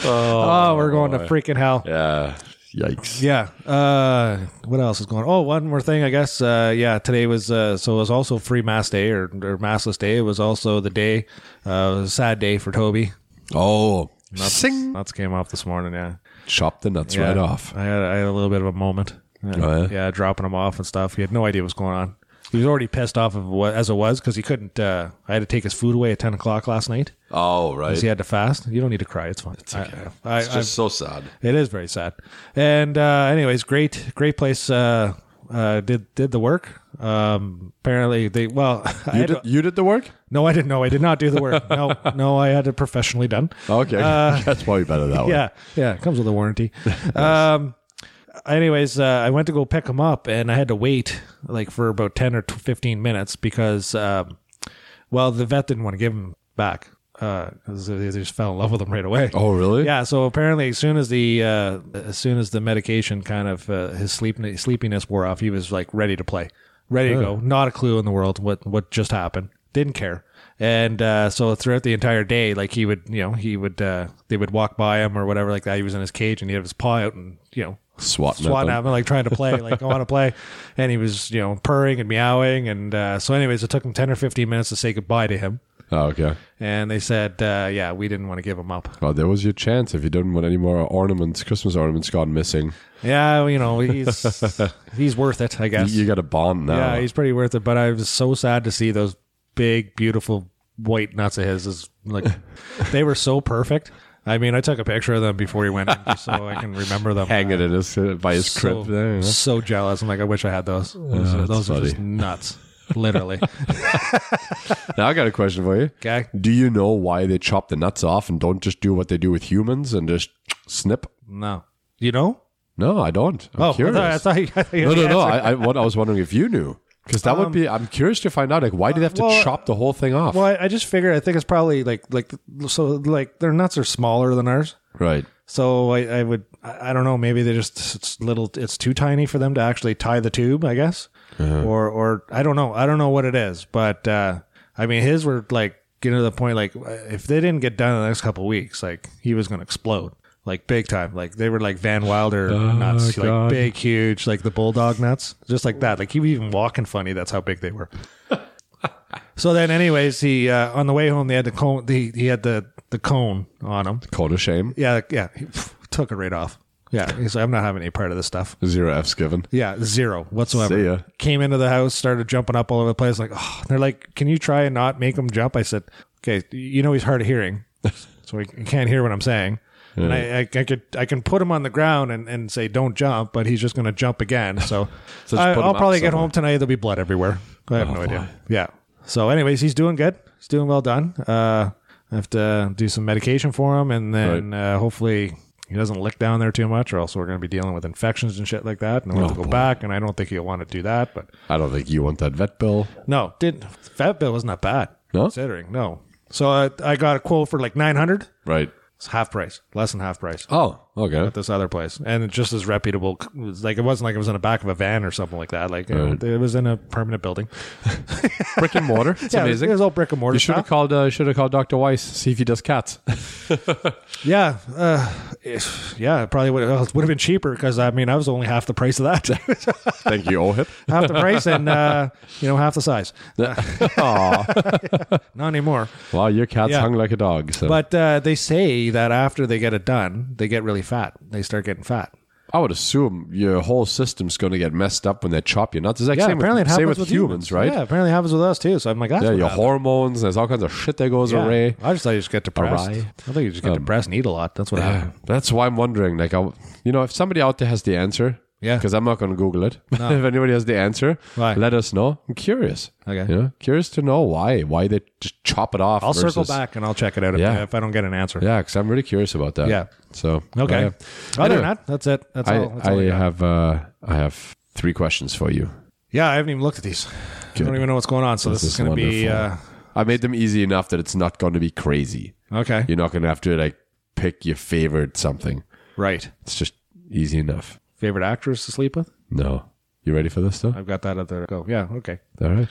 [SPEAKER 1] oh, we're going to freaking hell.
[SPEAKER 2] Yeah. Yikes.
[SPEAKER 1] Yeah. Uh, what else is going? on? Oh, one more thing, I guess. Uh, yeah, today was uh, so it was also free mass day or, or massless day. It was also the day, uh, it was a sad day for Toby.
[SPEAKER 2] Oh. Sing.
[SPEAKER 1] Nuts came off this morning. Yeah,
[SPEAKER 2] Chop the nuts
[SPEAKER 1] Yeah.
[SPEAKER 2] right off.
[SPEAKER 1] I had, I had a little bit of a moment.
[SPEAKER 2] Oh, yeah?
[SPEAKER 1] dropping him off and stuff. He had no idea what's going on. He was already pissed off of what as it was because he couldn't. Uh, I had to take his food away at ten o'clock last night.
[SPEAKER 2] Oh right.
[SPEAKER 1] 'cause He had to fast. You don't need to cry. It's fine. It's okay. I, I,
[SPEAKER 2] so sad.
[SPEAKER 1] It is very sad. And uh, anyways, great, great place. Uh, uh, did did the work. Um, apparently they well. I
[SPEAKER 2] You
[SPEAKER 1] had
[SPEAKER 2] did, you did the work?
[SPEAKER 1] no, I didn't know. I did not do the work. No, no, I had it professionally done.
[SPEAKER 2] Okay. That's probably better that way.
[SPEAKER 1] Uh, Yeah, yeah, it comes with a warranty. Um, anyways, uh, I went to go pick him up, and I had to wait like for about ten or t- fifteen minutes because, um, well, the vet didn't want to give him back. Uh, 'cause they they just fell in love with them right away.
[SPEAKER 2] Oh, really?
[SPEAKER 1] Yeah, so apparently, as soon as the uh, as soon as the medication kind of uh, his sleep sleepiness wore off, he was like ready to play, ready to go. Not a clue in the world what what just happened. Didn't care. And uh, so throughout the entire day, like he would, you know, he would uh, they would walk by him or whatever like that. He was in his cage and he had his paw out and you know
[SPEAKER 2] Swatting at
[SPEAKER 1] swatting
[SPEAKER 2] them.
[SPEAKER 1] at him, like trying to play, like I want to play. And he was you know purring and meowing. And uh, so, anyways, it took him ten or fifteen minutes to say goodbye to him.
[SPEAKER 2] Oh, okay.
[SPEAKER 1] And they said, uh, yeah, we didn't want to give him up.
[SPEAKER 2] Well, there was your chance if you didn't want any more ornaments, Christmas ornaments gone missing.
[SPEAKER 1] Yeah, well, you know, he's he's worth it, I guess.
[SPEAKER 2] You got a bond now.
[SPEAKER 1] yeah, he's pretty worth it. But I was so sad to see those big, beautiful white nuts of his. Is like they were so perfect. I mean, I took a picture of them before he went in just so I can remember them.
[SPEAKER 2] hanging at his, by his
[SPEAKER 1] so,
[SPEAKER 2] crib there. you know?
[SPEAKER 1] so jealous. I'm like, I wish I had those. Those, are, those are just nuts. Literally.
[SPEAKER 2] Now I got a question for you.
[SPEAKER 1] Okay.
[SPEAKER 2] Do you know why they chop the nuts off and don't just do what they do with humans and just snip?
[SPEAKER 1] No. You know?
[SPEAKER 2] No, I don't. I'm
[SPEAKER 1] Oh, I
[SPEAKER 2] curious.
[SPEAKER 1] thought, I thought you, I thought you
[SPEAKER 2] no,
[SPEAKER 1] had
[SPEAKER 2] no,
[SPEAKER 1] the
[SPEAKER 2] no.
[SPEAKER 1] answer.
[SPEAKER 2] I, I, what I was wondering if you knew. Because that would be, I'm curious to find out, like, why do they have to
[SPEAKER 1] well,
[SPEAKER 2] chop the whole thing off?
[SPEAKER 1] Well, I, I just figured I think it's probably like like so like their nuts are smaller than ours.
[SPEAKER 2] Right.
[SPEAKER 1] So I, I would I I don't know maybe they're just it's little it's too tiny for them to actually tie the tube I guess or or I don't know I don't know what it is but uh, I mean his were like getting to the point like if they didn't get done in the next couple weeks like he was gonna explode like big time like they were like Van Wilder nuts like
[SPEAKER 2] God.
[SPEAKER 1] big huge like the bulldog nuts just like that like he was even walking funny that's how big they were. So then, anyways, he uh, on the way home they had the cone. The, he had the the cone on him,
[SPEAKER 2] Called a shame.
[SPEAKER 1] yeah, like, yeah. He pff, took it right off. Yeah. He's like, I'm not having any part of this stuff.
[SPEAKER 2] Zero F's given.
[SPEAKER 1] Yeah, zero whatsoever.
[SPEAKER 2] See ya.
[SPEAKER 1] Came into the house, started jumping up all over the place. Like, oh, they're like, can you try and not make him jump? I said, okay, you know he's hard of hearing, so he can't hear what I'm saying. And I, I, I could I can put him on the ground and, and say don't jump, but he's just going to jump again. So,
[SPEAKER 2] So just
[SPEAKER 1] I,
[SPEAKER 2] put him
[SPEAKER 1] I'll
[SPEAKER 2] up
[SPEAKER 1] probably get
[SPEAKER 2] somewhere.
[SPEAKER 1] home tonight. There'll be blood everywhere. I
[SPEAKER 2] Oh,
[SPEAKER 1] have no idea. Yeah. So, anyways, he's doing good. He's doing well done. Uh, I have to do some medication for him, and then uh, hopefully he doesn't lick down there too much, or else we're going to be dealing with infections and shit like that. And we'll
[SPEAKER 2] Oh,
[SPEAKER 1] have to go back. And I don't think he'll want to do that. But
[SPEAKER 2] I don't think you want that vet bill.
[SPEAKER 1] no, didn't fat bill wasn't that bad
[SPEAKER 2] No?
[SPEAKER 1] considering. No. So I, I got a quote for like nine hundred.
[SPEAKER 2] Right.
[SPEAKER 1] It's half price, less than half price
[SPEAKER 2] Oh, okay.
[SPEAKER 1] this other place, and it's just as reputable. It was Like it wasn't like it was in the back of a van or something like that. Like it, it was in a permanent building.
[SPEAKER 2] Brick and mortar. It's
[SPEAKER 1] yeah, it was-
[SPEAKER 2] amazing.
[SPEAKER 1] It was all brick and mortar.
[SPEAKER 2] you should have
[SPEAKER 1] stuff.
[SPEAKER 2] called. Uh, should have called Doctor Weiss. See if he does cats.
[SPEAKER 1] Yeah, uh, if- yeah, it probably would have would have been cheaper because I mean I was only half the price of that,
[SPEAKER 2] Thank you, Ohip.
[SPEAKER 1] half the price, and uh, you know half the size.
[SPEAKER 2] Aw.
[SPEAKER 1] Not anymore.
[SPEAKER 2] Wow, your cat's
[SPEAKER 1] Yeah.
[SPEAKER 2] hung like a dog. So
[SPEAKER 1] But uh, they say that after they get it done, they get really fat. They start getting fat.
[SPEAKER 2] I would assume your whole system's going to get messed up when they chop your nuts. It's like
[SPEAKER 1] Yeah,
[SPEAKER 2] same
[SPEAKER 1] apparently
[SPEAKER 2] with,
[SPEAKER 1] it
[SPEAKER 2] same
[SPEAKER 1] happens
[SPEAKER 2] with, humans, right?
[SPEAKER 1] Yeah, apparently it happens with us too. So I'm like, that's
[SPEAKER 2] Yeah,
[SPEAKER 1] what
[SPEAKER 2] your
[SPEAKER 1] happened.
[SPEAKER 2] hormones. There's all kinds of shit that goes
[SPEAKER 1] Yeah.
[SPEAKER 2] array.
[SPEAKER 1] I just thought you just get depressed.
[SPEAKER 2] Awry.
[SPEAKER 1] I think you just get depressed and eat a lot. That's what happened.
[SPEAKER 2] That's why I'm wondering. Like, I, you know, if somebody out there has the answer,
[SPEAKER 1] Yeah.
[SPEAKER 2] because I'm not going to Google it. if anybody has the answer,
[SPEAKER 1] Right.
[SPEAKER 2] let us know. I'm curious.
[SPEAKER 1] Okay.
[SPEAKER 2] you know, curious to know why why they just chop it off.
[SPEAKER 1] I'll circle
[SPEAKER 2] versus-
[SPEAKER 1] back and I'll check it out if,
[SPEAKER 2] Yeah.
[SPEAKER 1] if I don't get an answer.
[SPEAKER 2] Yeah, because I'm really curious about that.
[SPEAKER 1] Yeah.
[SPEAKER 2] So
[SPEAKER 1] Okay. Other
[SPEAKER 2] yeah. uh, Anyway,
[SPEAKER 1] than that, that's it. That's all. That's
[SPEAKER 2] I,
[SPEAKER 1] all I
[SPEAKER 2] I
[SPEAKER 1] got.
[SPEAKER 2] have uh, I have three questions for you.
[SPEAKER 1] yeah, I haven't even looked at these. I don't
[SPEAKER 2] Good.
[SPEAKER 1] even know what's going on. So this,
[SPEAKER 2] This
[SPEAKER 1] is
[SPEAKER 2] is
[SPEAKER 1] going to be uh,
[SPEAKER 2] wonderful. I made them easy enough that it's not going to be crazy.
[SPEAKER 1] okay.
[SPEAKER 2] You're not going to have to like pick your favorite something.
[SPEAKER 1] Right.
[SPEAKER 2] It's just easy enough.
[SPEAKER 1] Favorite actress to sleep with?
[SPEAKER 2] No. You ready for this though?
[SPEAKER 1] I've got that at the go. Yeah. Okay.
[SPEAKER 2] All right.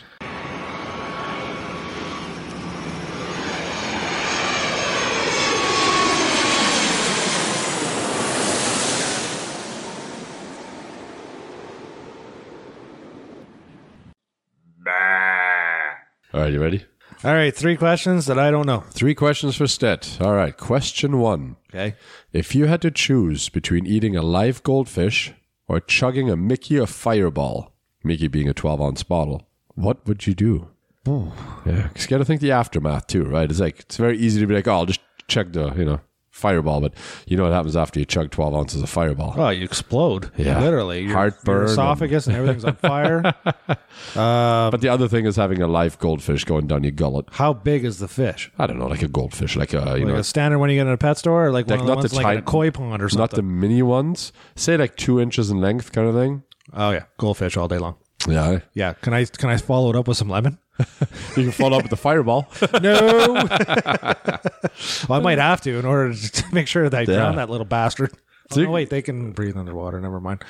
[SPEAKER 2] All right, you ready?
[SPEAKER 1] All right. Three questions that I don't know.
[SPEAKER 2] Three questions for Stet. All right, question one.
[SPEAKER 1] Okay.
[SPEAKER 2] If you had to choose between eating a live goldfish or chugging a Mickey or Fireball, Mickey being a 12 ounce bottle, what would you do? Oh. Yeah, 'cause you got to think the aftermath too, right? It's like, it's very easy to be like, oh, I'll just chug the, you know, Fireball, but you know what happens after you chug 12 ounces of Fireball.
[SPEAKER 1] Oh, you explode.
[SPEAKER 2] Yeah.
[SPEAKER 1] Literally. Your,
[SPEAKER 2] Heartburn
[SPEAKER 1] Your
[SPEAKER 2] and-
[SPEAKER 1] esophagus and everything's on fire.
[SPEAKER 2] but the other thing is having a live goldfish going down your gullet.
[SPEAKER 1] How big is the fish?
[SPEAKER 2] I don't know, like a goldfish, like a, you
[SPEAKER 1] Like
[SPEAKER 2] know,
[SPEAKER 1] a standard one you get in a pet store, or like, one of the
[SPEAKER 2] not
[SPEAKER 1] ones
[SPEAKER 2] the
[SPEAKER 1] like in a
[SPEAKER 2] tiny-
[SPEAKER 1] koi pond or
[SPEAKER 2] not
[SPEAKER 1] something.
[SPEAKER 2] the mini ones, say like two inches in length kind of thing.
[SPEAKER 1] oh yeah, goldfish all day long.
[SPEAKER 2] Yeah.
[SPEAKER 1] Yeah. Can I can I follow it up with some lemon?
[SPEAKER 2] You can follow up with the fireball.
[SPEAKER 1] No. well, I might have to in order to make sure that I drown that little bastard. Oh, no, wait, they can breathe underwater. Never mind.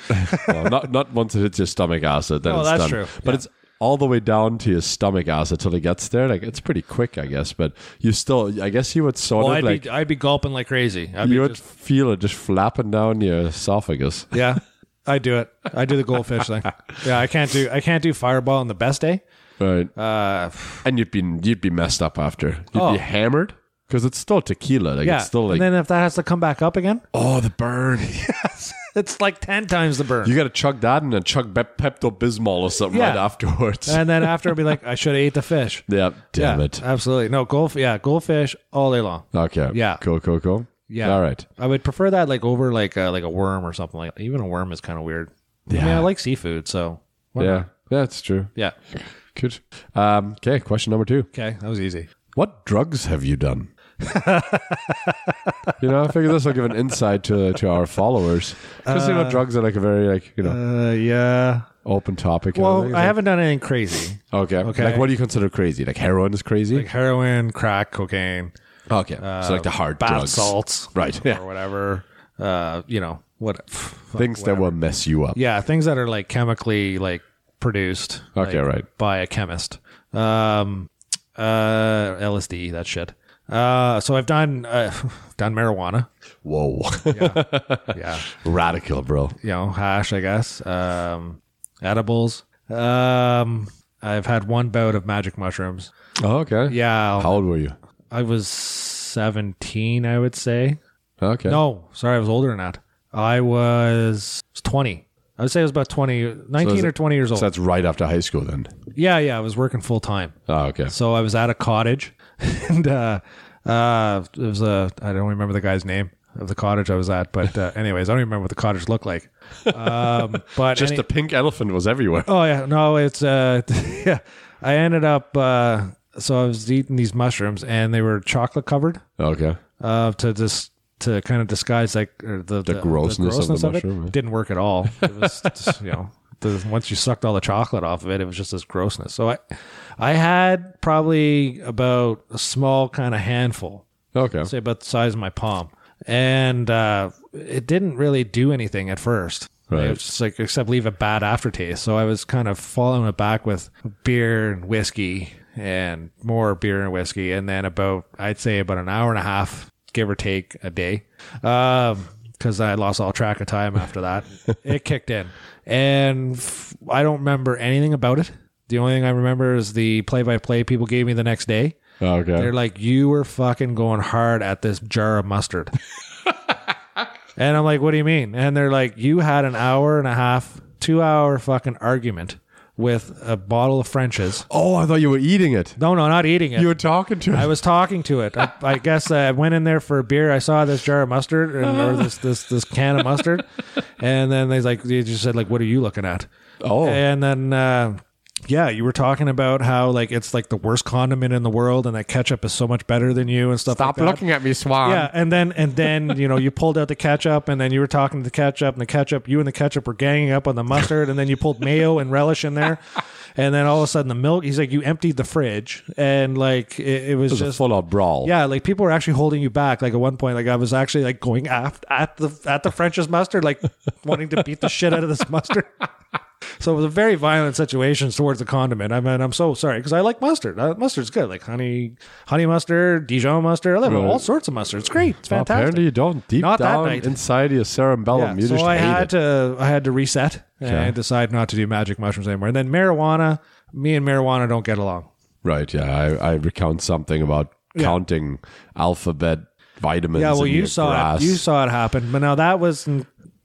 [SPEAKER 2] Well, not not once it hits your stomach acid, then
[SPEAKER 1] No,
[SPEAKER 2] it's
[SPEAKER 1] Oh, that's
[SPEAKER 2] done.
[SPEAKER 1] true.
[SPEAKER 2] But
[SPEAKER 1] Yeah.
[SPEAKER 2] it's all the way down to your stomach acid till it gets there. Like it's pretty quick, I guess. But you still, I guess you would sort
[SPEAKER 1] Well, I'd
[SPEAKER 2] of like
[SPEAKER 1] be I'd be gulping like crazy. I'd be
[SPEAKER 2] you would
[SPEAKER 1] just-
[SPEAKER 2] feel it just flapping down your esophagus.
[SPEAKER 1] yeah, I do it. I do the goldfish thing. Yeah, I can't do I can't do fireball on the best day.
[SPEAKER 2] Right,
[SPEAKER 1] Uh,
[SPEAKER 2] and you'd be you'd be messed up after. You'd
[SPEAKER 1] Oh.
[SPEAKER 2] be hammered because it's still tequila. Like
[SPEAKER 1] yeah,
[SPEAKER 2] it's still like
[SPEAKER 1] and then if that has to come back up again,
[SPEAKER 2] oh the burn.
[SPEAKER 1] it's like ten times the burn.
[SPEAKER 2] you got to chug that and then chug Pepto Bismol or something
[SPEAKER 1] Yeah.
[SPEAKER 2] right afterwards.
[SPEAKER 1] and then after, I'll be like, I should have ate the fish.
[SPEAKER 2] yeah, damn
[SPEAKER 1] yeah,
[SPEAKER 2] it.
[SPEAKER 1] absolutely. No gold. Yeah, goldfish all day long.
[SPEAKER 2] Okay.
[SPEAKER 1] Yeah.
[SPEAKER 2] Cool. Cool. Cool.
[SPEAKER 1] Yeah.
[SPEAKER 2] All right.
[SPEAKER 1] I would prefer that like over like a, like a worm or something like. Even a worm is kind of weird. Yeah, I, mean,
[SPEAKER 2] Yeah.
[SPEAKER 1] I like seafood, so why
[SPEAKER 2] Yeah.
[SPEAKER 1] not?
[SPEAKER 2] That's true.
[SPEAKER 1] yeah.
[SPEAKER 2] Good. Um, okay, question number two.
[SPEAKER 1] Okay, that was easy.
[SPEAKER 2] What drugs have you done? you know, I figure this will give an insight to to our followers. Because you know, drugs are like a very like you know
[SPEAKER 1] Uh, yeah.
[SPEAKER 2] open topic. and
[SPEAKER 1] Well,
[SPEAKER 2] everything.
[SPEAKER 1] I haven't done anything crazy.
[SPEAKER 2] okay.
[SPEAKER 1] okay.
[SPEAKER 2] Like, what do you consider crazy? Like heroin is crazy.
[SPEAKER 1] Like heroin, crack, cocaine,
[SPEAKER 2] okay, so like the hard
[SPEAKER 1] bath
[SPEAKER 2] drugs,
[SPEAKER 1] salts,
[SPEAKER 2] Right. Yeah.
[SPEAKER 1] or whatever. Uh, you know what?
[SPEAKER 2] things that will mess you up.
[SPEAKER 1] Yeah, things that are like chemically like produced.
[SPEAKER 2] Okay,
[SPEAKER 1] like,
[SPEAKER 2] right.
[SPEAKER 1] By a chemist. Um, uh, LSD, that shit. Uh, so I've done uh, done marijuana.
[SPEAKER 2] Whoa,
[SPEAKER 1] Yeah,
[SPEAKER 2] radical, bro.
[SPEAKER 1] you know, hash, I guess. Um, edibles. Um, I've had one bout of magic mushrooms.
[SPEAKER 2] Oh, okay.
[SPEAKER 1] Yeah,
[SPEAKER 2] How old were you?
[SPEAKER 1] I was 17, I would say.
[SPEAKER 2] Okay.
[SPEAKER 1] No, sorry, I was older than that. I was 20. I would say I was about 20, 19
[SPEAKER 2] is
[SPEAKER 1] or
[SPEAKER 2] it-
[SPEAKER 1] 20 years old.
[SPEAKER 2] So that's right after high school, then.
[SPEAKER 1] yeah, yeah, I was working full time.
[SPEAKER 2] Oh, okay.
[SPEAKER 1] So I was at a cottage and uh, uh, it was a, I don't remember the guy's name of the cottage I was at, but uh, anyways, I don't even remember what the cottage looked like. Um, but
[SPEAKER 2] Just
[SPEAKER 1] any-
[SPEAKER 2] the pink elephant was everywhere.
[SPEAKER 1] Oh yeah, no, it's uh, yeah. I ended up uh, so I was eating these mushrooms and they were chocolate covered
[SPEAKER 2] Okay.
[SPEAKER 1] uh, to just to kind of disguise like or the, the,
[SPEAKER 2] grossness of the mushroom,
[SPEAKER 1] It.
[SPEAKER 2] yeah.
[SPEAKER 1] Didn't work at all. It was just, you know. The, once you sucked all the chocolate off of it, it was just this grossness. So I, I had probably about a small kind of handful,
[SPEAKER 2] Okay.
[SPEAKER 1] say about the size of my palm, and uh, it didn't really do anything at first.
[SPEAKER 2] Right.
[SPEAKER 1] It was just like except leave a bad aftertaste. So I was kind of following it back with beer and whiskey and more beer and whiskey, and then about I'd say about an hour and a half, give or take, a day, because I lost all track of time after that. it kicked in, and f- I don't remember anything about it. The only thing I remember is the play-by-play people gave me the next day.
[SPEAKER 2] Okay.
[SPEAKER 1] They're like, you were fucking going hard at this jar of mustard. and I'm like, what do you mean? And they're like, you had an hour and a half, two hour fucking argument with a bottle of French's.
[SPEAKER 2] Oh, I thought you were eating it.
[SPEAKER 1] No, no, not eating it.
[SPEAKER 2] You were talking to
[SPEAKER 1] I
[SPEAKER 2] it.
[SPEAKER 1] was talking to it. I, I guess I went in there for a beer. I saw this jar of mustard and, or this, this this can of mustard, and then they like they just said like, "What are you looking at?"
[SPEAKER 2] Oh.
[SPEAKER 1] and then uh, yeah, you were talking about how like it's like the worst condiment in the world, and that ketchup is so much better than you and stuff. like that.
[SPEAKER 2] at me, Swan.
[SPEAKER 1] Yeah, and then and then you know you pulled out the ketchup, and then you were talking to the ketchup, and the ketchup, you and the ketchup were ganging up on the mustard, and then you pulled mayo and relish in there, and then all of a sudden the milk. He's like, you emptied the fridge, and like it, it was,
[SPEAKER 2] It was a
[SPEAKER 1] just.
[SPEAKER 2] full out brawl.
[SPEAKER 1] yeah, like people were actually holding you back. Like at one point, like I was actually like going aft at the at the French's mustard, like wanting to beat the shit out of this mustard. So it was a very violent situation towards the condiment. I mean, I'm so sorry because I like mustard. Uh, mustard's good, like honey, honey mustard, Dijon mustard, I love it. all sorts of mustard. It's great. It's
[SPEAKER 2] Well,
[SPEAKER 1] fantastic.
[SPEAKER 2] apparently, you don't. Deep
[SPEAKER 1] Not that
[SPEAKER 2] down
[SPEAKER 1] night.
[SPEAKER 2] inside your cerebellum,
[SPEAKER 1] Yeah,
[SPEAKER 2] you
[SPEAKER 1] so
[SPEAKER 2] just
[SPEAKER 1] I
[SPEAKER 2] hate
[SPEAKER 1] had
[SPEAKER 2] it.
[SPEAKER 1] to I had to reset and decide not to do magic mushrooms anymore. And then marijuana, me and marijuana don't get along.
[SPEAKER 2] Right. Yeah. I, I recount something about counting alphabet vitamins.
[SPEAKER 1] Yeah, well,
[SPEAKER 2] in
[SPEAKER 1] you
[SPEAKER 2] your
[SPEAKER 1] saw
[SPEAKER 2] grass.
[SPEAKER 1] it. You saw it happen, but now that was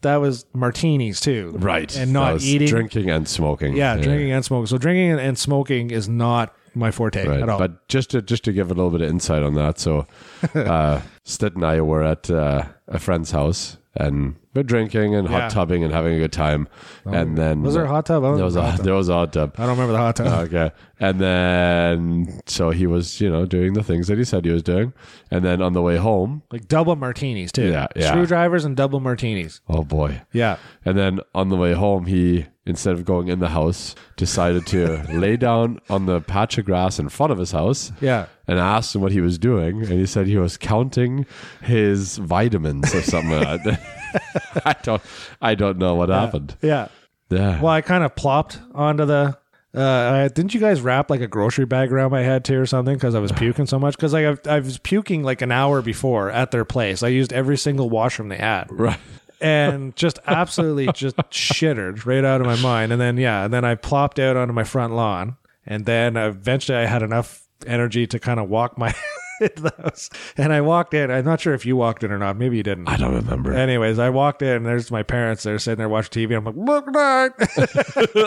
[SPEAKER 1] that was martinis too,
[SPEAKER 2] right.
[SPEAKER 1] And
[SPEAKER 2] That
[SPEAKER 1] not
[SPEAKER 2] was
[SPEAKER 1] eating.
[SPEAKER 2] drinking and smoking.
[SPEAKER 1] yeah, drinking and smoking. So drinking and- and smoking is not my forte
[SPEAKER 2] Right.
[SPEAKER 1] at all.
[SPEAKER 2] But just to just to give a little bit of insight on that, so uh, Stitt and I were at uh, a friend's house and we're drinking and
[SPEAKER 1] Yeah.
[SPEAKER 2] hot tubbing and having a good time. and then
[SPEAKER 1] Was there a hot tub? I don't
[SPEAKER 2] There was a
[SPEAKER 1] remember the hot
[SPEAKER 2] there was a hot tub.
[SPEAKER 1] I don't remember the hot tub.
[SPEAKER 2] Okay. And then so he was, you know, doing the things that he said he was doing. And then on the way home,
[SPEAKER 1] like double martinis too.
[SPEAKER 2] Yeah, yeah.
[SPEAKER 1] Screwdrivers and double martinis.
[SPEAKER 2] oh boy.
[SPEAKER 1] Yeah.
[SPEAKER 2] And then on the way home, he instead of going in the house, decided to lay down on the patch of grass in front of his house.
[SPEAKER 1] Yeah.
[SPEAKER 2] And I asked him what he was doing, and he said he was counting his vitamins or something like that. I don't, I don't know what happened.
[SPEAKER 1] Yeah.
[SPEAKER 2] Yeah.
[SPEAKER 1] Well, I kind of plopped onto the. Uh, I, didn't you guys wrap like a grocery bag around my head too, or something? Because I was puking so much. Because like I've, I was puking like an hour before at their place. I used every single washroom they had,
[SPEAKER 2] Right.
[SPEAKER 1] and just absolutely just shittered right out of my mind. And then yeah, and then I plopped out onto my front lawn, and then eventually I had enough energy to kind of walk my into the house, and I walked in. I'm not sure if you walked in or not. Maybe you didn't.
[SPEAKER 2] I don't remember.
[SPEAKER 1] Anyways, I walked in and there's my parents. They're sitting there watching TV. I'm like, look,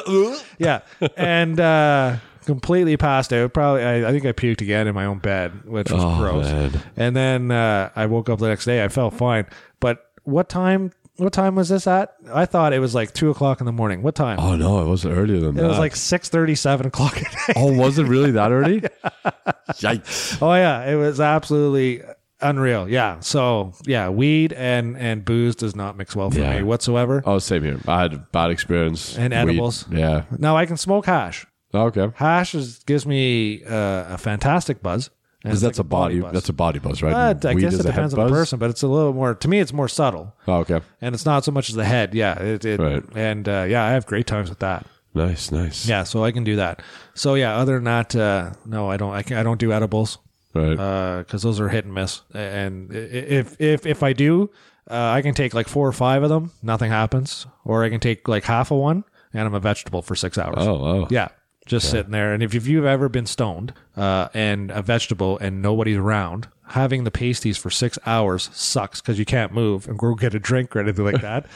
[SPEAKER 1] night. yeah. And uh, completely passed out. Probably, I, I think I puked again in my own bed, which was
[SPEAKER 2] Oh,
[SPEAKER 1] gross.
[SPEAKER 2] man.
[SPEAKER 1] And then uh, I woke up the next day. I felt fine. But what time? What time was this at? I thought it was like two o'clock in the morning. What time?
[SPEAKER 2] Oh no, it was earlier than
[SPEAKER 1] it
[SPEAKER 2] that.
[SPEAKER 1] was like six thirty, seven o'clock at night.
[SPEAKER 2] oh, was it really that early? Yikes!
[SPEAKER 1] Oh yeah, it was absolutely unreal. Yeah. So yeah, weed and and booze does not mix well for
[SPEAKER 2] Yeah.
[SPEAKER 1] me whatsoever.
[SPEAKER 2] Oh, same here. I had a bad experience.
[SPEAKER 1] And
[SPEAKER 2] Weed.
[SPEAKER 1] edibles.
[SPEAKER 2] Yeah. Oh,
[SPEAKER 1] Now I can smoke hash.
[SPEAKER 2] Okay.
[SPEAKER 1] Hash is, gives me uh, a fantastic buzz. And
[SPEAKER 2] Because
[SPEAKER 1] it's
[SPEAKER 2] that's
[SPEAKER 1] like
[SPEAKER 2] a body.
[SPEAKER 1] buzz.
[SPEAKER 2] that's a body buzz, right?
[SPEAKER 1] But Uh, I
[SPEAKER 2] Weed
[SPEAKER 1] guess
[SPEAKER 2] is
[SPEAKER 1] it
[SPEAKER 2] a head
[SPEAKER 1] depends on the
[SPEAKER 2] buzz?
[SPEAKER 1] person, but it's a little more. To me, it's more subtle,
[SPEAKER 2] Oh, okay.
[SPEAKER 1] and it's not so much as the head. Yeah, it, it,
[SPEAKER 2] Right.
[SPEAKER 1] and uh, yeah, I have great times with that.
[SPEAKER 2] Nice, nice.
[SPEAKER 1] Yeah, so I can do that. So yeah, other than that, uh, no, I don't. I, can, I don't do edibles
[SPEAKER 2] Right.
[SPEAKER 1] Uh, because those are hit and miss. And i- i- if if if I do, uh, I can take like four or five of them, nothing happens, or I can take like half of one, and I'm a vegetable for six hours.
[SPEAKER 2] oh, wow.
[SPEAKER 1] Yeah, just sitting there. And if, if you've ever been stoned uh, and a vegetable and nobody's around, having the pasties for six hours sucks because you can't move and go get a drink or anything like that.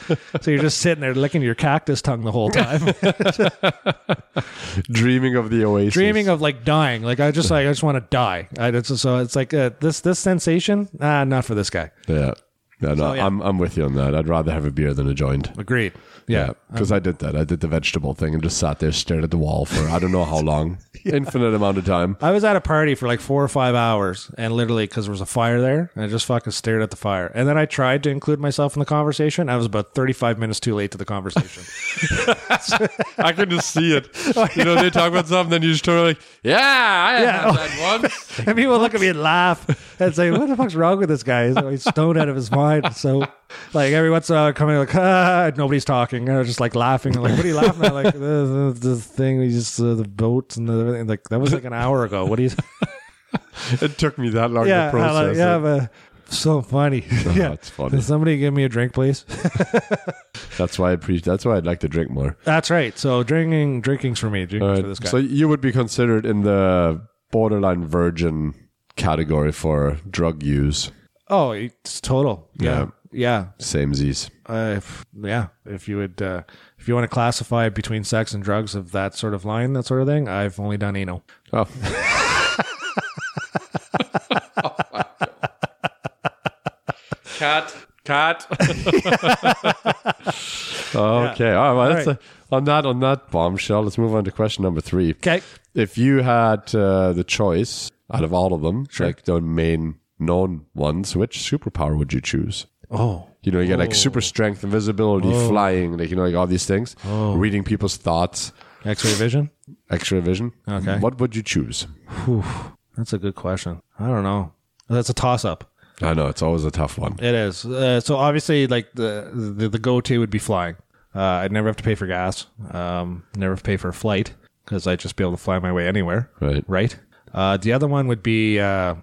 [SPEAKER 1] so you're just sitting there licking your cactus tongue the whole time,
[SPEAKER 2] Dreaming of the oasis.
[SPEAKER 1] dreaming of like dying. Like I just like I just want to die. I, it's just- so it's like uh, this this sensation. Ah, not for this guy.
[SPEAKER 2] Yeah. No, no,
[SPEAKER 1] yeah.
[SPEAKER 2] I'm I'm with you on that. I'd rather have a beer than a joint.
[SPEAKER 1] Agreed. Yeah.
[SPEAKER 2] because I did that. I did the vegetable thing and just sat there, stared at the wall for I don't know how long, infinite amount of time.
[SPEAKER 1] I was at a party for like four or five hours, and literally because there was a fire there, and I just fucking stared at the fire. And then I tried to include myself in the conversation. I was about thirty-five minutes too late to the conversation.
[SPEAKER 2] I can just see it.
[SPEAKER 1] Oh,
[SPEAKER 2] You know, they talk about something, then you just turn like, yeah, I
[SPEAKER 1] Yeah.
[SPEAKER 2] had that once.
[SPEAKER 1] and people look at me and laugh and say, "What the fuck's wrong with this guy? He's, he's stoned out of his mind." So, like every once in a while, I come in like, ah, nobody's talking. And I was just like laughing. I'm like, "What are you laughing at?" Like the, the, the thing, we just uh, the boats and the everything. Like that was like an hour ago. What are you?
[SPEAKER 2] It took me that long
[SPEAKER 1] yeah,
[SPEAKER 2] to
[SPEAKER 1] I
[SPEAKER 2] process.
[SPEAKER 1] like, yeah, but so funny.
[SPEAKER 2] it.
[SPEAKER 1] yeah.
[SPEAKER 2] that's funny.
[SPEAKER 1] Can somebody give me a drink, please?
[SPEAKER 2] That's why I pre- That's why I'd like to drink more.
[SPEAKER 1] That's right. So drinking, drinking's for me. Drinking's for this guy.
[SPEAKER 2] So you would be considered in the borderline virgin category for drug use.
[SPEAKER 1] oh, it's total. Yeah, yeah,
[SPEAKER 2] Same Z's.
[SPEAKER 1] Uh, if, yeah. If you would, uh, if you want to classify between sex and drugs of that sort of line, that sort of thing, I've only done anal.
[SPEAKER 2] Oh. cat, cat. okay. All right. Well, that's
[SPEAKER 1] right.
[SPEAKER 2] A, on that on that bombshell. Let's move on to question number three.
[SPEAKER 1] Okay.
[SPEAKER 2] If you had uh, the choice out of all of them, like the main known ones, which superpower would you choose?
[SPEAKER 1] Oh,
[SPEAKER 2] You know, you get like super strength, invisibility, flying, like you know, like all these things.
[SPEAKER 1] Oh.
[SPEAKER 2] Reading people's thoughts,
[SPEAKER 1] X-ray vision.
[SPEAKER 2] extra vision.
[SPEAKER 1] Okay.
[SPEAKER 2] What would you choose?
[SPEAKER 1] That's a good question. I don't know. That's a toss-up.
[SPEAKER 2] I know it's always a tough one.
[SPEAKER 1] It is. Uh, so obviously, like the the, the go to would be flying. Uh, I'd never have to pay for gas. Um, never have to pay for a flight because I'd just be able to fly my way anywhere.
[SPEAKER 2] Right.
[SPEAKER 1] Right. Uh, the other one would be uh,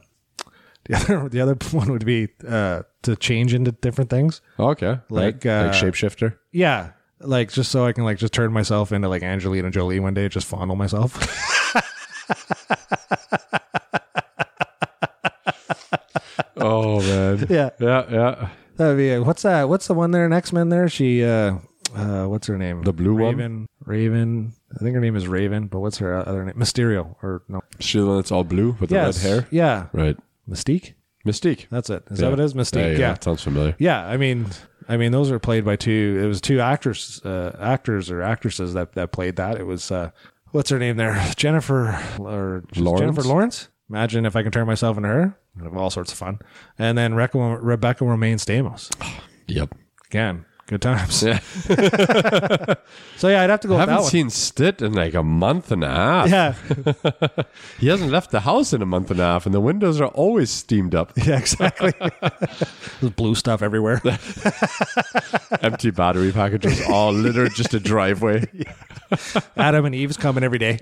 [SPEAKER 1] the other the other one would be uh, to change into different things.
[SPEAKER 2] Okay.
[SPEAKER 1] Like,
[SPEAKER 2] Like
[SPEAKER 1] uh,
[SPEAKER 2] like shapeshifter.
[SPEAKER 1] Yeah. Like just so I can like just turn myself into like Angelina Jolie one day, just fondle myself.
[SPEAKER 2] Oh man.
[SPEAKER 1] yeah.
[SPEAKER 2] yeah, yeah.
[SPEAKER 1] That'd be what's that? What's the one there in X Men? There, she. Uh, uh, what's her name?
[SPEAKER 2] The blue one?
[SPEAKER 1] Raven, Raven. I think her name is Raven, but what's her other name? Mysterio or no?
[SPEAKER 2] She's the one that's all blue with
[SPEAKER 1] Yes.
[SPEAKER 2] the red hair.
[SPEAKER 1] Yeah.
[SPEAKER 2] Right.
[SPEAKER 1] Mystique.
[SPEAKER 2] Mystique.
[SPEAKER 1] That's it. Is
[SPEAKER 2] Yeah.
[SPEAKER 1] that what it is? Mystique.
[SPEAKER 2] yeah,
[SPEAKER 1] yeah.
[SPEAKER 2] that sounds familiar.
[SPEAKER 1] Yeah, I mean, I mean, those were played by two. It was two actors, uh, actors or actresses that that played that. It was uh, what's her name there, Jennifer or
[SPEAKER 2] Lawrence?
[SPEAKER 1] Jennifer Lawrence. Imagine if I can turn myself into her. I'd have all sorts of fun. And then Rebecca, Rebecca Romaine Stamos.
[SPEAKER 2] Yep.
[SPEAKER 1] Again, good times.
[SPEAKER 2] Yeah.
[SPEAKER 1] so yeah, I'd have to go
[SPEAKER 2] I
[SPEAKER 1] with that
[SPEAKER 2] haven't
[SPEAKER 1] one.
[SPEAKER 2] seen Stitt in like a month and a half.
[SPEAKER 1] yeah,
[SPEAKER 2] He hasn't left the house in a month and a half, and the windows are always steamed up.
[SPEAKER 1] yeah, exactly. There's blue stuff everywhere.
[SPEAKER 2] Empty battery packages, all littered just a driveway.
[SPEAKER 1] Adam and Eve's coming every day.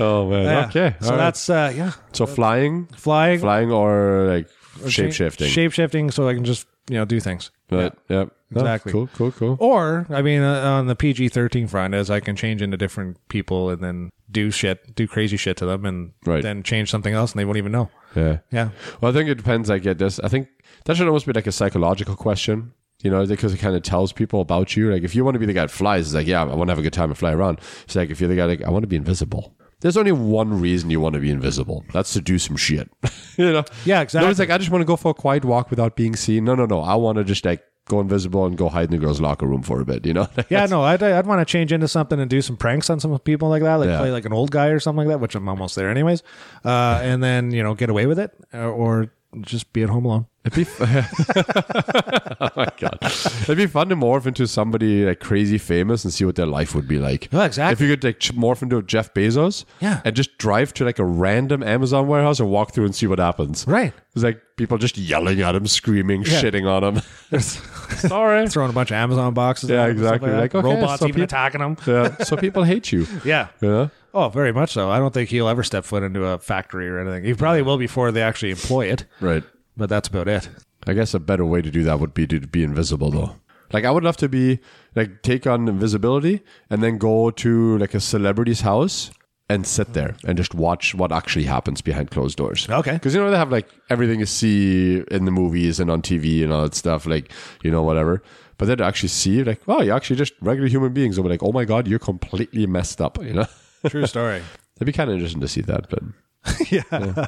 [SPEAKER 2] Oh man.
[SPEAKER 1] Yeah.
[SPEAKER 2] Okay.
[SPEAKER 1] So
[SPEAKER 2] all right.
[SPEAKER 1] that's uh, yeah,
[SPEAKER 2] so flying,
[SPEAKER 1] flying,
[SPEAKER 2] flying, or like shape shifting.
[SPEAKER 1] shape shifting, so I can just you know do things.
[SPEAKER 2] But yep. No,
[SPEAKER 1] Exactly. Oh.
[SPEAKER 2] Cool. Cool. Cool.
[SPEAKER 1] Or, I mean, uh, on the PG 13 front, is I can change into different people and then do shit, do crazy shit to them and
[SPEAKER 2] Right.
[SPEAKER 1] then change something else and they won't even know.
[SPEAKER 2] Yeah.
[SPEAKER 1] Yeah.
[SPEAKER 2] Well, I think it depends. I get this. I think that should almost be like a psychological question, you know, because it kind of tells people about you. Like, if you want to be the guy that flies, it's like, yeah, I want to have a good time and fly around. It's like, if you're the guy, like, I want to be invisible. There's only one reason you want to be invisible. That's to do some shit. you know?
[SPEAKER 1] Yeah,
[SPEAKER 2] No,
[SPEAKER 1] exactly.
[SPEAKER 2] it's like, I just want to go for a quiet walk without being seen. No, no, no. I want to just like go invisible and go hide in the girls' locker room for a bit, you know?
[SPEAKER 1] yeah, no, I'd, I'd want to change into something and do some pranks on some people like that, like
[SPEAKER 2] Yeah.
[SPEAKER 1] play like an old guy or something like that, which I'm almost there anyways. Uh, and then, you know, get away with it or, or just be at home alone.
[SPEAKER 2] It'd be oh my god! It'd be fun to morph into somebody like crazy famous and see what their life would be like.
[SPEAKER 1] Oh, exactly.
[SPEAKER 2] If you could like ch- morph into Jeff Bezos,
[SPEAKER 1] Yeah.
[SPEAKER 2] and just drive to like a random Amazon warehouse and walk through and see what happens.
[SPEAKER 1] Right.
[SPEAKER 2] It's like people just yelling at him, screaming, shitting on him. Sorry.
[SPEAKER 1] Throwing a bunch of Amazon boxes.
[SPEAKER 2] Yeah,
[SPEAKER 1] at 'em and stuff
[SPEAKER 2] exactly.
[SPEAKER 1] Like that.
[SPEAKER 2] Like, okay,
[SPEAKER 1] Robots
[SPEAKER 2] so
[SPEAKER 1] even
[SPEAKER 2] peop-
[SPEAKER 1] attacking them.
[SPEAKER 2] yeah. So people hate you.
[SPEAKER 1] Yeah.
[SPEAKER 2] Yeah.
[SPEAKER 1] Oh, very much so. I don't think he'll ever step foot into a factory or anything. He probably will before they actually employ it.
[SPEAKER 2] Right.
[SPEAKER 1] but that's about it.
[SPEAKER 2] I guess a better way to do that would be to be invisible though. Like I would love to be like take on invisibility and then go to like a celebrity's house and sit there and just watch what actually happens behind closed doors.
[SPEAKER 1] Okay.
[SPEAKER 2] Because you know they have like everything you see in the movies and on TV and all that stuff, like you know whatever. But then to actually see like, wow, you're actually just regular human beings. They'll be like, oh my god, you're completely messed up. You know,
[SPEAKER 1] True story.
[SPEAKER 2] it'd be kind of interesting to see that. But
[SPEAKER 1] Yeah.
[SPEAKER 2] I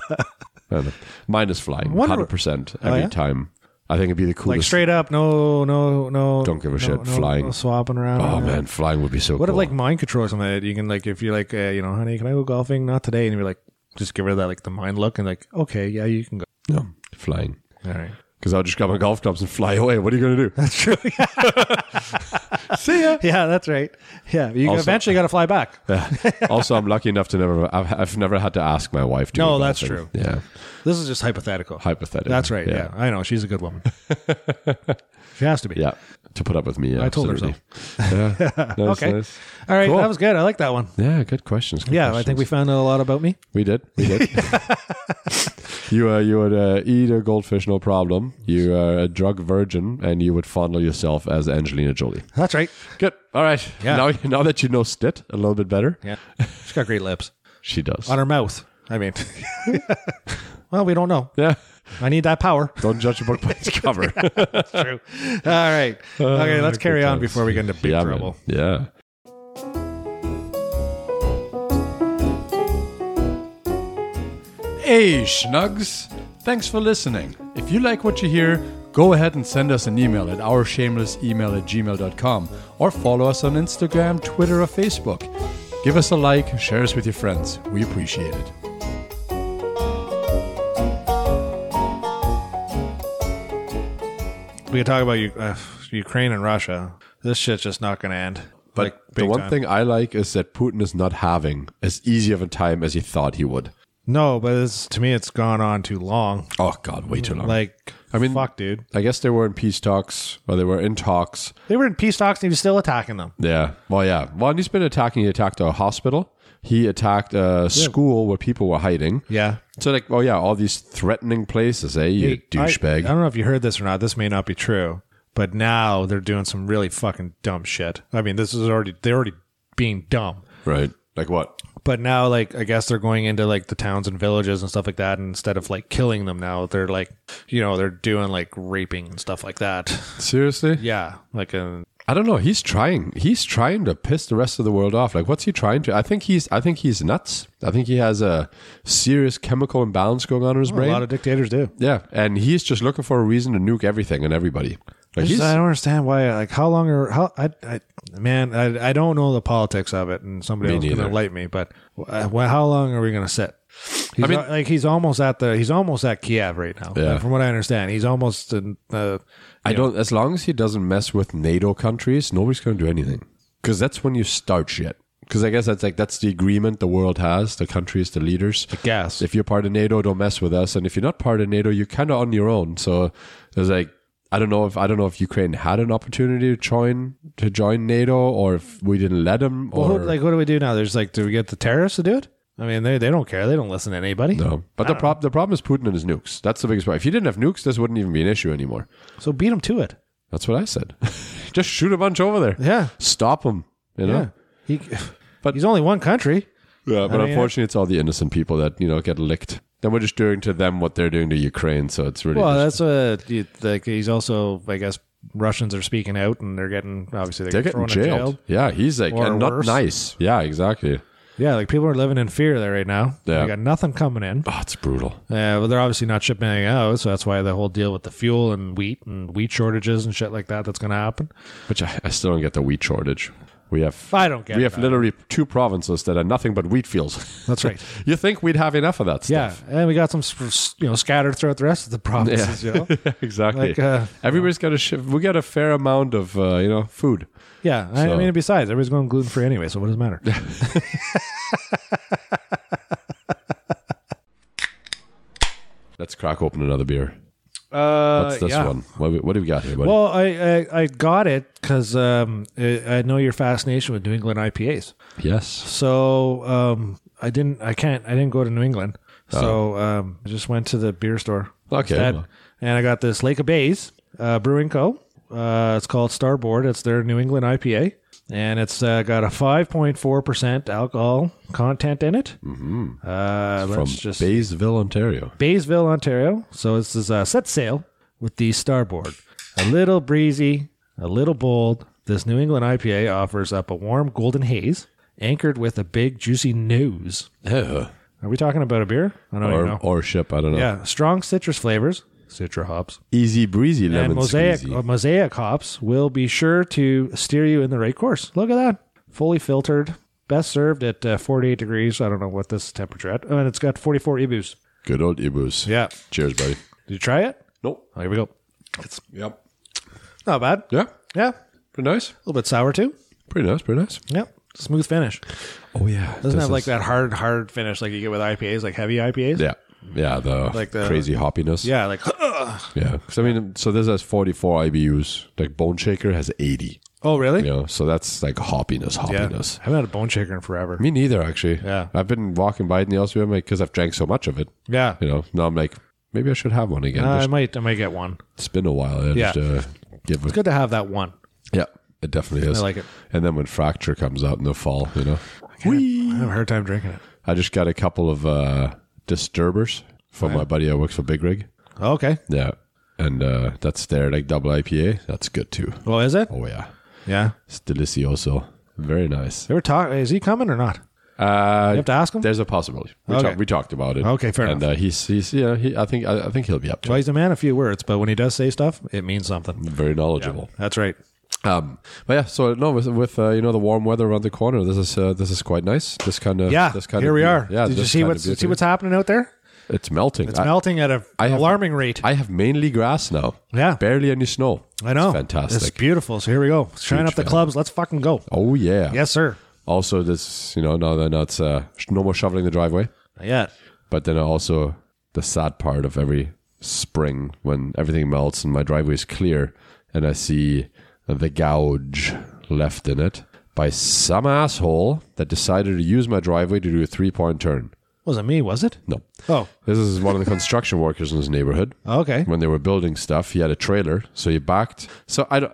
[SPEAKER 2] don't know. mine is flying,
[SPEAKER 1] Wonder- Oh,
[SPEAKER 2] hundred percent every
[SPEAKER 1] yeah?
[SPEAKER 2] time. I think it'd be the
[SPEAKER 1] Like
[SPEAKER 2] coolest.
[SPEAKER 1] straight up, no, no, no.
[SPEAKER 2] Don't give a
[SPEAKER 1] no-
[SPEAKER 2] shit,
[SPEAKER 1] no-
[SPEAKER 2] flying.
[SPEAKER 1] no swapping around.
[SPEAKER 2] Oh
[SPEAKER 1] Yeah.
[SPEAKER 2] man, flying would be so
[SPEAKER 1] What
[SPEAKER 2] cool.
[SPEAKER 1] if like mind control or something? That you can like, if you're like, uh, you know, honey, can I go golfing? Not today. And you're like, just give her that like the mind look and like, okay, yeah, you can go.
[SPEAKER 2] no, flying.
[SPEAKER 1] All right.
[SPEAKER 2] Because I'll just grab my golf clubs and fly away. What are you going to do?
[SPEAKER 1] That's true.
[SPEAKER 2] See ya.
[SPEAKER 1] yeah, that's right. Yeah, you
[SPEAKER 2] Also-
[SPEAKER 1] eventually got to fly back.
[SPEAKER 2] also, I'm lucky enough to never. I've, I've never had to ask my wife. To
[SPEAKER 1] No,
[SPEAKER 2] go
[SPEAKER 1] that's true.
[SPEAKER 2] golfing. Yeah,
[SPEAKER 1] This is just hypothetical.
[SPEAKER 2] hypothetical.
[SPEAKER 1] that's right. Yeah. I know. She's a good woman. she has to be.
[SPEAKER 2] yeah, To put up with me. Yeah,
[SPEAKER 1] I told her
[SPEAKER 2] absolutely. Yeah. Nice,
[SPEAKER 1] Okay.
[SPEAKER 2] nice.
[SPEAKER 1] All right.
[SPEAKER 2] Cool.
[SPEAKER 1] That was good. I like that one.
[SPEAKER 2] Yeah, good questions. good
[SPEAKER 1] Yeah, I
[SPEAKER 2] questions.
[SPEAKER 1] think we found out a lot about me.
[SPEAKER 2] we did. We did. you uh, you would uh, eat a goldfish, no problem. You are a drug virgin, and you would fondle yourself as Angelina Jolie.
[SPEAKER 1] That's right.
[SPEAKER 2] Good. All right.
[SPEAKER 1] Yeah.
[SPEAKER 2] Now now that you know Stit a little bit better,
[SPEAKER 1] Yeah. She's got great lips.
[SPEAKER 2] she does.
[SPEAKER 1] on her mouth. I mean, well, we don't know.
[SPEAKER 2] Yeah.
[SPEAKER 1] I need that power.
[SPEAKER 2] Don't judge a book by its cover.
[SPEAKER 1] True. All right. Okay, let's carry on before we get into big
[SPEAKER 2] yeah,
[SPEAKER 1] trouble.
[SPEAKER 2] man. Yeah.
[SPEAKER 3] Hey, Schnugs! Thanks for listening. If you like what you hear, go ahead and send us an email at ourshamelessemail at gmail.com or follow us on Instagram, Twitter, or Facebook. Give us a like, share us with your friends. We appreciate it.
[SPEAKER 1] We could talk about U- uh, Ukraine and Russia. This shit's just not going to end.
[SPEAKER 2] But
[SPEAKER 1] Like,
[SPEAKER 2] the
[SPEAKER 1] big
[SPEAKER 2] one
[SPEAKER 1] time.
[SPEAKER 2] thing I like is that Putin is not having as easy of a time as he thought he would.
[SPEAKER 1] No, but it's, to me, it's gone on too long.
[SPEAKER 2] Oh God, way too long.
[SPEAKER 1] Like,
[SPEAKER 2] I mean-
[SPEAKER 1] fuck, dude.
[SPEAKER 2] I guess they were in peace talks, or they were in talks.
[SPEAKER 1] They were in peace talks and he was still attacking them.
[SPEAKER 2] Yeah. Well, yeah. Well, and he's been attacking. He attacked a hospital. He attacked a school where people were hiding.
[SPEAKER 1] Yeah.
[SPEAKER 2] So like, oh yeah, all these threatening places, eh? You
[SPEAKER 1] I, I
[SPEAKER 2] douchebag.
[SPEAKER 1] don't know if you heard this or not. This may not be true, but now they're doing some really fucking dumb shit. I mean, this is already, they're already being dumb.
[SPEAKER 2] right. Like what?
[SPEAKER 1] but now like i guess they're going into like the towns and villages and stuff like that and instead of like killing them now they're like you know they're doing like raping and stuff like that
[SPEAKER 2] Seriously?
[SPEAKER 1] yeah like uh, a
[SPEAKER 3] I don't know. He's trying.
[SPEAKER 2] He's trying to piss the rest of the world off. Like, what's he trying to? I think he's. I think he's nuts. I think he has a serious chemical imbalance going on in his
[SPEAKER 1] Oh, A
[SPEAKER 2] brain.
[SPEAKER 1] lot of dictators do.
[SPEAKER 2] yeah, and he's just looking for a reason to nuke everything and everybody. Like,
[SPEAKER 1] Just-
[SPEAKER 2] he's-
[SPEAKER 1] I don't understand why. Like, how long are how? I, I man, I, I don't know the politics of it, and somebody
[SPEAKER 2] Me
[SPEAKER 1] else can
[SPEAKER 2] neither.
[SPEAKER 1] enlighten me. But uh, well, how long are we going to sit? He's
[SPEAKER 2] mean-
[SPEAKER 1] al- like he's almost at the he's almost at Kiev right now.
[SPEAKER 2] Yeah.
[SPEAKER 1] Like, from what I understand, he's almost in. Uh,
[SPEAKER 2] I don't. As long as he doesn't mess with NATO countries, nobody's going to do anything. Because that's when you start shit. Because I guess that's like that's the agreement the world has, the countries, the leaders. I
[SPEAKER 1] guess.
[SPEAKER 2] if you're part of NATO, don't mess with us. And if you're not part of NATO, you're kind of on your own. So there's like I don't know if I don't know if Ukraine had an opportunity to join to join NATO or if we didn't let them
[SPEAKER 1] well,
[SPEAKER 2] or
[SPEAKER 1] who- like, what do we do now? There's like, do we get the terrorists to do it? I mean, they they don't care. They don't listen to anybody.
[SPEAKER 2] no. But the problem the problem is Putin and his nukes. That's the biggest problem. If you didn't have nukes, this wouldn't even be an issue anymore.
[SPEAKER 1] So beat them to it.
[SPEAKER 2] That's what I said. Just shoot a bunch over there.
[SPEAKER 1] Yeah.
[SPEAKER 2] Stop them. You know.
[SPEAKER 1] Yeah. He,
[SPEAKER 2] But-
[SPEAKER 1] but he's only one country.
[SPEAKER 2] Yeah, but
[SPEAKER 1] mean,
[SPEAKER 2] unfortunately, it's all the innocent people that you know get licked. Then we're just doing to them what they're doing to Ukraine. So it's really
[SPEAKER 1] Well,
[SPEAKER 2] just-
[SPEAKER 1] that's what you- like he's also. I guess Russians are speaking out, and they're getting obviously they're,
[SPEAKER 2] they're
[SPEAKER 1] getting
[SPEAKER 2] getting
[SPEAKER 1] thrown
[SPEAKER 2] jailed.
[SPEAKER 1] in jail.
[SPEAKER 2] Yeah, he's like
[SPEAKER 1] Or
[SPEAKER 2] and not
[SPEAKER 1] worse.
[SPEAKER 2] nice. Yeah, exactly.
[SPEAKER 1] Yeah, like people are living in fear there right now.
[SPEAKER 2] Yeah.
[SPEAKER 1] They got nothing coming in.
[SPEAKER 2] Oh, it's brutal.
[SPEAKER 1] Yeah, well, they're obviously not shipping anything out, so that's why the whole deal with the fuel and wheat and wheat shortages and shit like that that's going to happen.
[SPEAKER 2] Which I, I still don't get the wheat shortage. We have
[SPEAKER 1] I don't get
[SPEAKER 2] we
[SPEAKER 1] it.
[SPEAKER 2] have literally two provinces that are nothing but wheat fields.
[SPEAKER 1] That's right.
[SPEAKER 2] you think we'd have enough of that
[SPEAKER 1] yeah,
[SPEAKER 2] stuff?
[SPEAKER 1] and we got some sp- s- you know scattered throughout the rest of the provinces. You know?
[SPEAKER 2] exactly.
[SPEAKER 1] Like, uh,
[SPEAKER 2] Everybody's got a sh- we got a fair amount of uh, you know food.
[SPEAKER 1] yeah, I- I
[SPEAKER 2] So-
[SPEAKER 1] mean, besides, everybody's going gluten free anyway, so what does it matter?
[SPEAKER 2] Let's crack open another beer.
[SPEAKER 1] Uh,
[SPEAKER 2] What's this
[SPEAKER 1] yeah.
[SPEAKER 2] one? What, we- what do we got here, buddy?
[SPEAKER 1] Well, I, I, I got it because um, I I know your fascination with New England IPAs.
[SPEAKER 2] yes.
[SPEAKER 1] So um, I didn't. I can't. I didn't go to New England. So um, I just went to the beer store.
[SPEAKER 2] Oh. Okay.
[SPEAKER 1] instead. and I got this Lake of Bays uh, Brewing Co. Uh, it's called Starboard. It's their New England IPA, and it's uh, got a 5.4 percent alcohol content in it. Mm-hmm. Uh,
[SPEAKER 2] From
[SPEAKER 1] let's just
[SPEAKER 2] Baysville, Ontario.
[SPEAKER 1] Baysville, Ontario. So this is uh, set sail with the Starboard. A little breezy, a little bold. This New England IPA offers up a warm golden haze, anchored with a big juicy nose.
[SPEAKER 2] Ugh.
[SPEAKER 1] Are we talking about a beer? I don't even
[SPEAKER 2] or,
[SPEAKER 1] know.
[SPEAKER 2] or ship. I don't know.
[SPEAKER 1] yeah, strong citrus flavors, citra hops,
[SPEAKER 2] Easy breezy lemon
[SPEAKER 1] and mosaic
[SPEAKER 2] squeezy.
[SPEAKER 1] uh, mosaic hops will be sure to steer you in the right course. Look at that, fully filtered, best served at uh, 48 degrees. I don't know what this temperature at, and it's got 44 ibus.
[SPEAKER 2] Good old Ibus.
[SPEAKER 1] Yeah,
[SPEAKER 2] Cheers, buddy.
[SPEAKER 1] did you try it?
[SPEAKER 2] Nope.
[SPEAKER 1] Oh, here we go.
[SPEAKER 2] Yep.
[SPEAKER 1] Not bad.
[SPEAKER 2] Yeah.
[SPEAKER 1] Yeah, a
[SPEAKER 2] Pretty nice.
[SPEAKER 1] little bit sour too.
[SPEAKER 2] Pretty nice. Pretty nice.
[SPEAKER 1] Yep. Smooth finish.
[SPEAKER 2] Oh yeah.
[SPEAKER 1] Doesn't have like that hard, hard finish like you get with IPAs, like heavy IPAs.
[SPEAKER 2] Yeah. Yeah. The
[SPEAKER 1] Like the-
[SPEAKER 2] crazy hoppiness.
[SPEAKER 1] Yeah, like
[SPEAKER 2] Yeah. 'Cause, I mean, so this has 44 IBUs. Like Bone Shaker has 80.
[SPEAKER 1] oh really?
[SPEAKER 2] You know, so that's like hoppiness, hoppiness.
[SPEAKER 1] I haven't had a bone shaker in forever.
[SPEAKER 2] Me neither, actually.
[SPEAKER 1] Yeah.
[SPEAKER 2] I've been walking by it in the Elsewhere because I've drank so much of it.
[SPEAKER 1] Yeah,
[SPEAKER 2] You know, now I'm like, maybe I should have one again.
[SPEAKER 1] Uh, I
[SPEAKER 2] Just-
[SPEAKER 1] might, I might get one.
[SPEAKER 2] it's been a while. I
[SPEAKER 1] Yeah.
[SPEAKER 2] Just, uh, give
[SPEAKER 1] It's good to have that one.
[SPEAKER 2] Yeah, it definitely is.
[SPEAKER 1] I like it.
[SPEAKER 2] And then when Fracture comes out in the fall, you know, Whee!
[SPEAKER 1] I have a hard time drinking it.
[SPEAKER 2] I just got a couple of uh, disturbers from my buddy that works for Big Rig.
[SPEAKER 1] Okay.
[SPEAKER 2] Yeah, and uh, that's their like double IPA. That's good too.
[SPEAKER 1] Well, is it?
[SPEAKER 2] Oh yeah,
[SPEAKER 1] Yeah.
[SPEAKER 2] it's delicioso. Very nice.
[SPEAKER 1] They were talking. Is he coming or not?
[SPEAKER 2] Uh,
[SPEAKER 1] You have to ask him.
[SPEAKER 2] there's a possibility. We,
[SPEAKER 1] Okay.
[SPEAKER 2] talk, we talked about it.
[SPEAKER 1] Okay, fair
[SPEAKER 2] and, uh, he's he's yeah. He, I think I, I think he'll be up to
[SPEAKER 1] Well,
[SPEAKER 2] it.
[SPEAKER 1] he's a man of few words, but when he does say stuff, it means something.
[SPEAKER 2] Very knowledgeable.
[SPEAKER 1] That's right.
[SPEAKER 2] Um, but yeah, so no, with, with uh, you know the warm weather around the corner, this is uh, this is quite nice. This kind of
[SPEAKER 1] Yeah.
[SPEAKER 2] this kind
[SPEAKER 1] here
[SPEAKER 2] of
[SPEAKER 1] we
[SPEAKER 2] beer.
[SPEAKER 1] are.
[SPEAKER 2] Yeah,
[SPEAKER 1] Did you
[SPEAKER 2] this
[SPEAKER 1] see
[SPEAKER 2] kind of
[SPEAKER 1] what's
[SPEAKER 2] beer
[SPEAKER 1] see
[SPEAKER 2] too.
[SPEAKER 1] what's happening out there?
[SPEAKER 2] It's melting.
[SPEAKER 1] It's
[SPEAKER 2] I-
[SPEAKER 1] melting at a
[SPEAKER 2] I have-
[SPEAKER 1] alarming rate.
[SPEAKER 2] I have mainly grass now.
[SPEAKER 1] Yeah.
[SPEAKER 2] Barely any snow.
[SPEAKER 1] I know.
[SPEAKER 2] It's
[SPEAKER 1] It's
[SPEAKER 2] fantastic.
[SPEAKER 1] beautiful. So here we go. Shine
[SPEAKER 2] Huge
[SPEAKER 1] up the
[SPEAKER 2] fan.
[SPEAKER 1] clubs. Let's fucking go.
[SPEAKER 2] oh yeah.
[SPEAKER 1] Yes, sir.
[SPEAKER 2] Also this, you know, now then it's uh, sh- no more shoveling the driveway,
[SPEAKER 1] Not yet.
[SPEAKER 2] but then also the sad part of every spring when everything melts and my driveway is clear and I see the gouge left in it by some asshole that decided to use my driveway to do a three-point turn.
[SPEAKER 1] Wasn't me, was it?
[SPEAKER 2] No.
[SPEAKER 1] Oh,
[SPEAKER 2] This is one of the construction workers in his neighborhood.
[SPEAKER 1] okay.
[SPEAKER 2] when they were building stuff. He had a trailer, so he backed. So I don't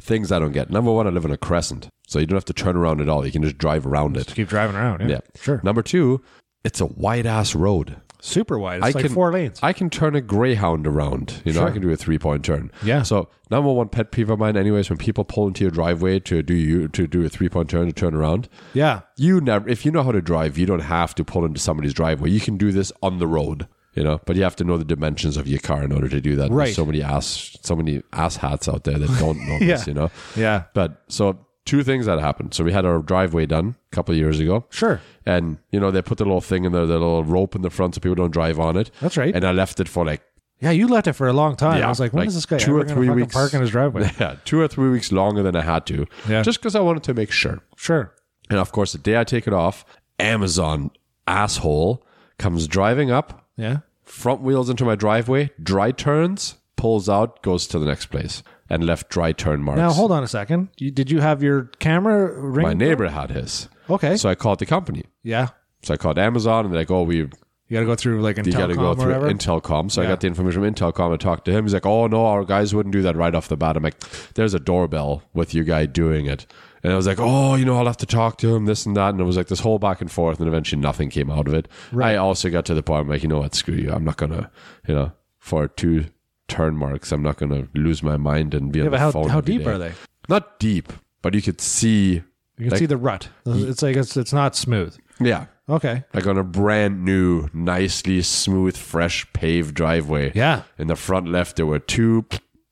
[SPEAKER 2] things I don't get. Number one, I live in a crescent, so you don't have to turn around at all. You can just drive around it.
[SPEAKER 1] Keep driving around. Yeah.
[SPEAKER 2] Yeah,
[SPEAKER 1] Sure.
[SPEAKER 2] Number two, it's a wide ass road.
[SPEAKER 1] Super wide. It's like four lanes.
[SPEAKER 2] I can turn a greyhound around. You know, I
[SPEAKER 1] Sure.
[SPEAKER 2] can do a three point turn.
[SPEAKER 1] Yeah.
[SPEAKER 2] So number one pet peeve of mine, anyways, when people pull into your driveway to do you to do a three point turn to turn around,
[SPEAKER 1] yeah.
[SPEAKER 2] you never. If you know how to drive, you don't have to pull into somebody's driveway. You can do this on the road. You know, but you have to know the dimensions of your car in order to do that.
[SPEAKER 1] Right.
[SPEAKER 2] There's so many ass, so many ass hats out there that don't know
[SPEAKER 1] Yeah.
[SPEAKER 2] this. You know.
[SPEAKER 1] Yeah.
[SPEAKER 2] But so two things that happened. So we had our driveway done a couple of years ago.
[SPEAKER 1] Sure.
[SPEAKER 2] And you know they put the little thing in there, the little rope in the front so people don't drive on it.
[SPEAKER 1] That's right.
[SPEAKER 2] And I left it for like
[SPEAKER 1] Yeah, you left it for a long time.
[SPEAKER 2] Yeah,
[SPEAKER 1] I was like, when
[SPEAKER 2] like
[SPEAKER 1] is this guy
[SPEAKER 2] two
[SPEAKER 1] ever
[SPEAKER 2] or
[SPEAKER 1] gonna
[SPEAKER 2] three
[SPEAKER 1] fucking
[SPEAKER 2] weeks.
[SPEAKER 1] park in his driveway?
[SPEAKER 2] yeah, two or three weeks longer than I had to,
[SPEAKER 1] Yeah.
[SPEAKER 2] just because I wanted to make sure.
[SPEAKER 1] sure.
[SPEAKER 2] And of course, the day I take it off, Amazon asshole comes driving up,
[SPEAKER 1] Yeah.
[SPEAKER 2] front wheels into my driveway, dry turns, pulls out, goes to the next place, and left dry turn marks.
[SPEAKER 1] Now hold on a second. You, did you have your camera ring?
[SPEAKER 2] my neighbor had his,
[SPEAKER 1] Okay.
[SPEAKER 2] so I called the company.
[SPEAKER 1] yeah.
[SPEAKER 2] So I called Amazon and they're like, oh, we
[SPEAKER 1] You got to go through like
[SPEAKER 2] you got to
[SPEAKER 1] Intelcom
[SPEAKER 2] go
[SPEAKER 1] or
[SPEAKER 2] through
[SPEAKER 1] whatever.
[SPEAKER 2] Intelcom. So I
[SPEAKER 1] Yeah.
[SPEAKER 2] got the information from Intelcom. I talked to him. He's like, "Oh no, our guys wouldn't do that right off the bat." I'm like, "There's a doorbell with you guy doing it," and I was like, "Oh, you know, I'll have to talk to him, this and that." And it was like this whole back and forth, and eventually nothing came out of it. I also got to the point I'm like, you know what, screw you. I'm not gonna, you know, for two turn marks, I'm not gonna lose my mind and be on
[SPEAKER 1] yeah,
[SPEAKER 2] the
[SPEAKER 1] but how,
[SPEAKER 2] phone.
[SPEAKER 1] how
[SPEAKER 2] every
[SPEAKER 1] deep
[SPEAKER 2] day.
[SPEAKER 1] are they?
[SPEAKER 2] Not deep, but you could see,
[SPEAKER 1] You can see the rut. It's like it's it's not smooth.
[SPEAKER 2] yeah.
[SPEAKER 1] Okay.
[SPEAKER 2] Like on a brand new, nicely smooth, fresh paved driveway.
[SPEAKER 1] Yeah.
[SPEAKER 2] In the front left, there were two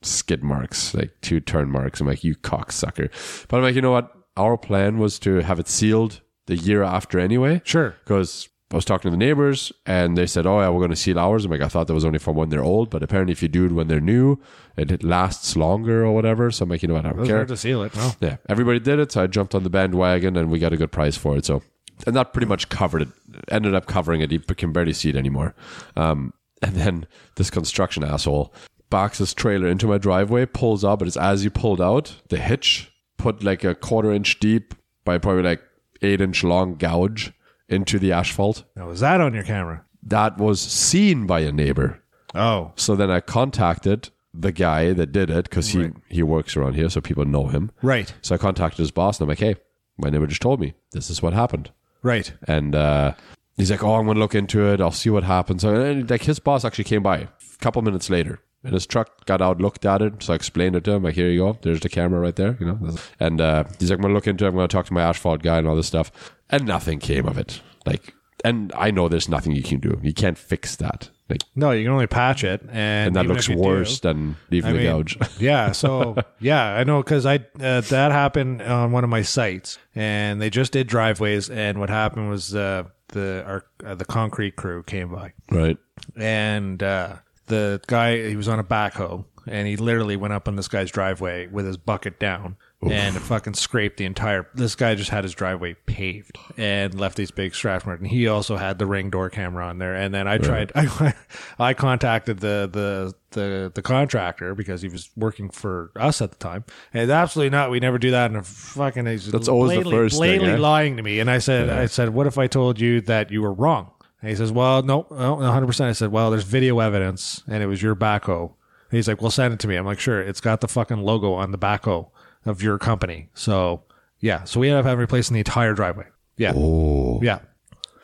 [SPEAKER 2] skid marks, like two turn marks. I'm like, you cocksucker. But I'm like, you know what? Our plan was to have it sealed the year after anyway.
[SPEAKER 1] Sure.
[SPEAKER 2] Because I was talking to the neighbors and they said, oh, yeah, we're going to seal ours. I'm like, I thought that was only for when they're old, but apparently if you do it when they're new, it, it lasts longer or whatever. So I'm like, you know what? I don't
[SPEAKER 1] It's
[SPEAKER 2] care.
[SPEAKER 1] hard to seal it. No.
[SPEAKER 2] Yeah, everybody did it, so I jumped on the bandwagon and we got a good price for it. So, and that pretty much covered it. Ended up covering it. You can barely see it anymore. Um, and then this construction asshole backs his trailer into my driveway, pulls up, but it's as you pulled out, the hitch put like a quarter inch deep by probably like eight inch long gouge into the asphalt.
[SPEAKER 1] Now is that on your camera?
[SPEAKER 2] That was seen by a neighbor.
[SPEAKER 1] Oh.
[SPEAKER 2] So then I contacted the guy that did it because he, he works around here, so people know him.
[SPEAKER 1] Right.
[SPEAKER 2] So I contacted his boss and I'm like, hey, my neighbor just told me this is what happened.
[SPEAKER 1] Right.
[SPEAKER 2] And uh, he's like, oh, I'm going to look into it. I'll see what happens. So, and, like his boss actually came by a couple minutes later and his truck got out, looked at it. So I explained it to him. Like, here you go. There's the camera right there. You know? And uh, he's like, I'm going to look into it. I'm going to talk to my asphalt guy and all this stuff. And nothing came of it. Like, and I know there's nothing you can do. You can't fix that. Like,
[SPEAKER 1] No, you can only patch it, and,
[SPEAKER 2] and that
[SPEAKER 1] even
[SPEAKER 2] looks
[SPEAKER 1] if you
[SPEAKER 2] worse
[SPEAKER 1] do-
[SPEAKER 2] than leaving
[SPEAKER 1] I
[SPEAKER 2] the
[SPEAKER 1] mean,
[SPEAKER 2] gouge.
[SPEAKER 1] yeah. So yeah, I know because I uh, that happened on one of my sites, and they just did driveways, and what happened was uh, the our uh, the concrete crew came by,
[SPEAKER 2] right.
[SPEAKER 1] and uh, the guy he was on a backhoe, and he literally went up on this guy's driveway with his bucket down. And fucking scraped the entire. This guy just had his driveway paved and left these big scratch marks. And he also had the ring door camera on there. And then I tried. I, I contacted the the the the contractor because he was working for us at the time. And absolutely not. We never do that. And fucking, he's
[SPEAKER 2] That's always the
[SPEAKER 1] blatantly-
[SPEAKER 2] first thing,
[SPEAKER 1] blatantly
[SPEAKER 2] eh?
[SPEAKER 1] lying to me. And I said, I said, what if I told you that you were wrong? And he says, well, no, no, 100%. I said, well, there's video evidence and it was your backhoe. And he's like, well, send it to me. I'm like, sure. It's got the fucking logo on the backhoe of your company. So yeah. So we ended up having replacing the entire driveway. Yeah.
[SPEAKER 2] Oh.
[SPEAKER 1] Yeah.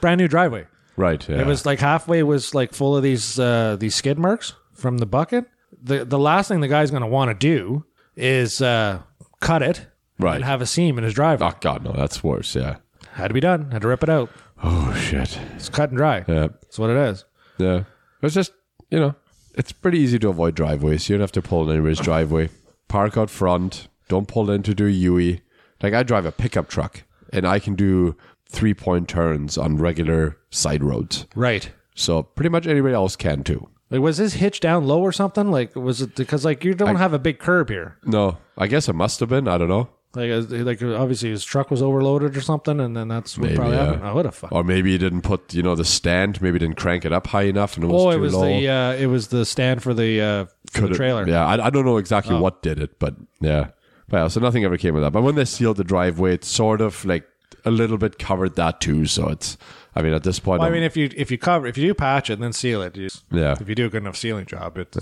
[SPEAKER 1] Brand new driveway.
[SPEAKER 2] Right. Yeah.
[SPEAKER 1] It was like halfway was like full of these, uh, these skid marks from the bucket. The, the last thing the guy's going to want to do is, uh, cut it.
[SPEAKER 2] Right.
[SPEAKER 1] And have a seam in his driveway.
[SPEAKER 2] oh, God, no. That's worse. Yeah.
[SPEAKER 1] Had to be done. Had to rip it out.
[SPEAKER 2] Oh, shit.
[SPEAKER 1] It's cut and dry.
[SPEAKER 2] Yeah.
[SPEAKER 1] That's what it is.
[SPEAKER 2] Yeah. It's just, you know, it's pretty easy to avoid driveways. You don't have to pull in anybody's driveway. Park out front. Don't pull in to do UE. Like, I drive a pickup truck and I can do three point turns on regular side roads.
[SPEAKER 1] Right.
[SPEAKER 2] So, pretty much anybody else can too.
[SPEAKER 1] Like, was his hitch down low or something? Like, was it because like you don't have a big curb here?
[SPEAKER 2] No, I guess it must have been. I don't know.
[SPEAKER 1] Like, uh, like obviously his truck was overloaded or something, and then that's what
[SPEAKER 2] Maybe,
[SPEAKER 1] probably
[SPEAKER 2] yeah.
[SPEAKER 1] happened. Oh, what a fuck!
[SPEAKER 2] Or maybe you didn't put, you know, the stand, maybe didn't crank it up high enough and it was
[SPEAKER 1] Oh, it
[SPEAKER 2] too
[SPEAKER 1] was
[SPEAKER 2] low.
[SPEAKER 1] the uh, it was the stand for the uh, for the
[SPEAKER 2] Could've-
[SPEAKER 1] trailer. Oh.
[SPEAKER 2] Yeah, I, I don't know exactly what did it, but yeah. But yeah, so nothing ever came of that. But when they sealed the driveway, it sort of like a little bit covered that too. So it's, I mean, at this point,
[SPEAKER 1] Well, I
[SPEAKER 2] I'm-
[SPEAKER 1] mean, if you if you cover if you do patch it and then seal it, you,
[SPEAKER 2] yeah.
[SPEAKER 1] if you do a good enough sealing job, it's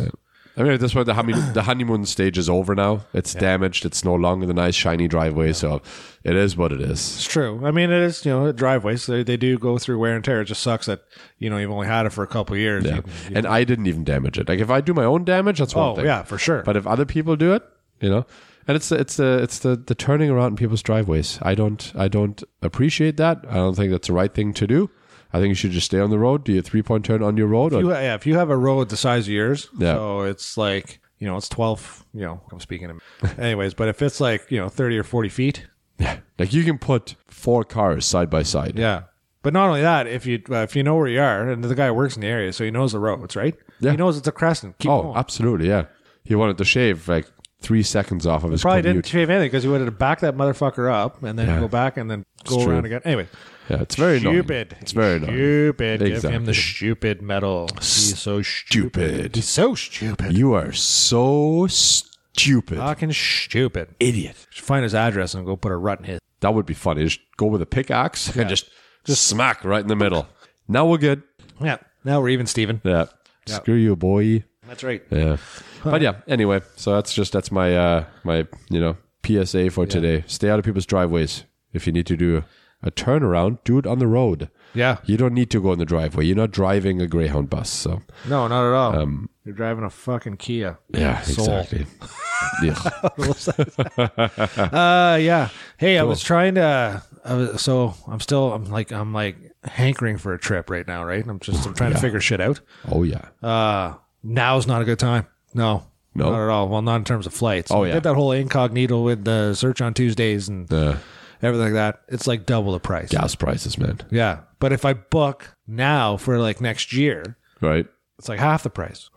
[SPEAKER 2] I mean, at this point, the honeymoon, the honeymoon stage is over now. It's damaged. It's no longer the nice, shiny driveway. So it is what it is.
[SPEAKER 1] It's true. I mean, it is, you know, driveways, they, they do go through wear and tear. It just sucks that, you know, you've only had it for a couple of years. You-
[SPEAKER 2] And I didn't even damage it. Like, if I do my own damage, that's one
[SPEAKER 1] oh,
[SPEAKER 2] thing.
[SPEAKER 1] yeah, for sure.
[SPEAKER 2] But if other people do it, you know, and it's the, it's the it's the the turning around in people's driveways. I don't I don't appreciate that. I don't think that's the right thing to do. I think you should just stay on the road, do your three point turn on your road. Or,
[SPEAKER 1] you, yeah, if you have a road the size of yours,
[SPEAKER 2] Yeah.
[SPEAKER 1] so it's like you know it's twelve. You know, I'm speaking. Of, anyways, but if it's like you know thirty or forty feet,
[SPEAKER 2] like you can put four cars side by side.
[SPEAKER 1] yeah. But not only that, if you uh, if you know where you are, and the guy works in the area, so he knows the roads, right?
[SPEAKER 2] Yeah.
[SPEAKER 1] He knows it's a crescent. Keep
[SPEAKER 2] oh,
[SPEAKER 1] going.
[SPEAKER 2] absolutely. Yeah. He wanted to shave like three seconds off of his
[SPEAKER 1] Probably
[SPEAKER 2] commute.
[SPEAKER 1] didn't shave anything because he wanted to back that motherfucker up and then
[SPEAKER 2] Yeah.
[SPEAKER 1] go back and then go
[SPEAKER 2] It's
[SPEAKER 1] around
[SPEAKER 2] true.
[SPEAKER 1] again. Anyway,
[SPEAKER 2] Yeah, it's very annoying.
[SPEAKER 1] stupid.
[SPEAKER 2] It's very annoying.
[SPEAKER 1] stupid. Give him
[SPEAKER 2] Exactly.
[SPEAKER 1] the stupid medal. He's so stupid.
[SPEAKER 2] Stupid.
[SPEAKER 1] He's so stupid. Ah.
[SPEAKER 2] You are so stupid,
[SPEAKER 1] Fucking stupid.
[SPEAKER 2] idiot.
[SPEAKER 1] Find his address and go put a rut in his.
[SPEAKER 2] That would be funny. Just go with a pickaxe and just just smack right in the middle. Now we're good.
[SPEAKER 1] Yeah. Now we're even, Steven.
[SPEAKER 2] Yeah. Screw you, boy.
[SPEAKER 1] That's right.
[SPEAKER 2] Yeah. But yeah, anyway, so that's just that's my uh my you know PSA for today. Stay out of people's driveways. If you need to do a turnaround, do it on the road.
[SPEAKER 1] Yeah.
[SPEAKER 2] You don't need to go in the driveway. You're not driving a Greyhound bus. So
[SPEAKER 1] No, not at all. You're driving a fucking Kia.
[SPEAKER 2] Um, yeah,
[SPEAKER 1] Soul.
[SPEAKER 2] exactly. yeah.
[SPEAKER 1] Uh, yeah. Hey, I was trying to. I was, so I'm still. I'm like. I'm like hankering for a trip right now. Right. I'm just. I'm trying to figure shit out.
[SPEAKER 2] Oh yeah.
[SPEAKER 1] Uh, now's not a good time. No.
[SPEAKER 2] No?
[SPEAKER 1] Not at all. Well, not in terms of flights.
[SPEAKER 2] Oh,
[SPEAKER 1] I
[SPEAKER 2] yeah.
[SPEAKER 1] Did that whole incognito with the search on Tuesdays and
[SPEAKER 2] Uh,
[SPEAKER 1] everything like that. It's like double the price.
[SPEAKER 2] gas prices, man.
[SPEAKER 1] Yeah. But if I book now for like next year,
[SPEAKER 2] Right.
[SPEAKER 1] it's like half the price.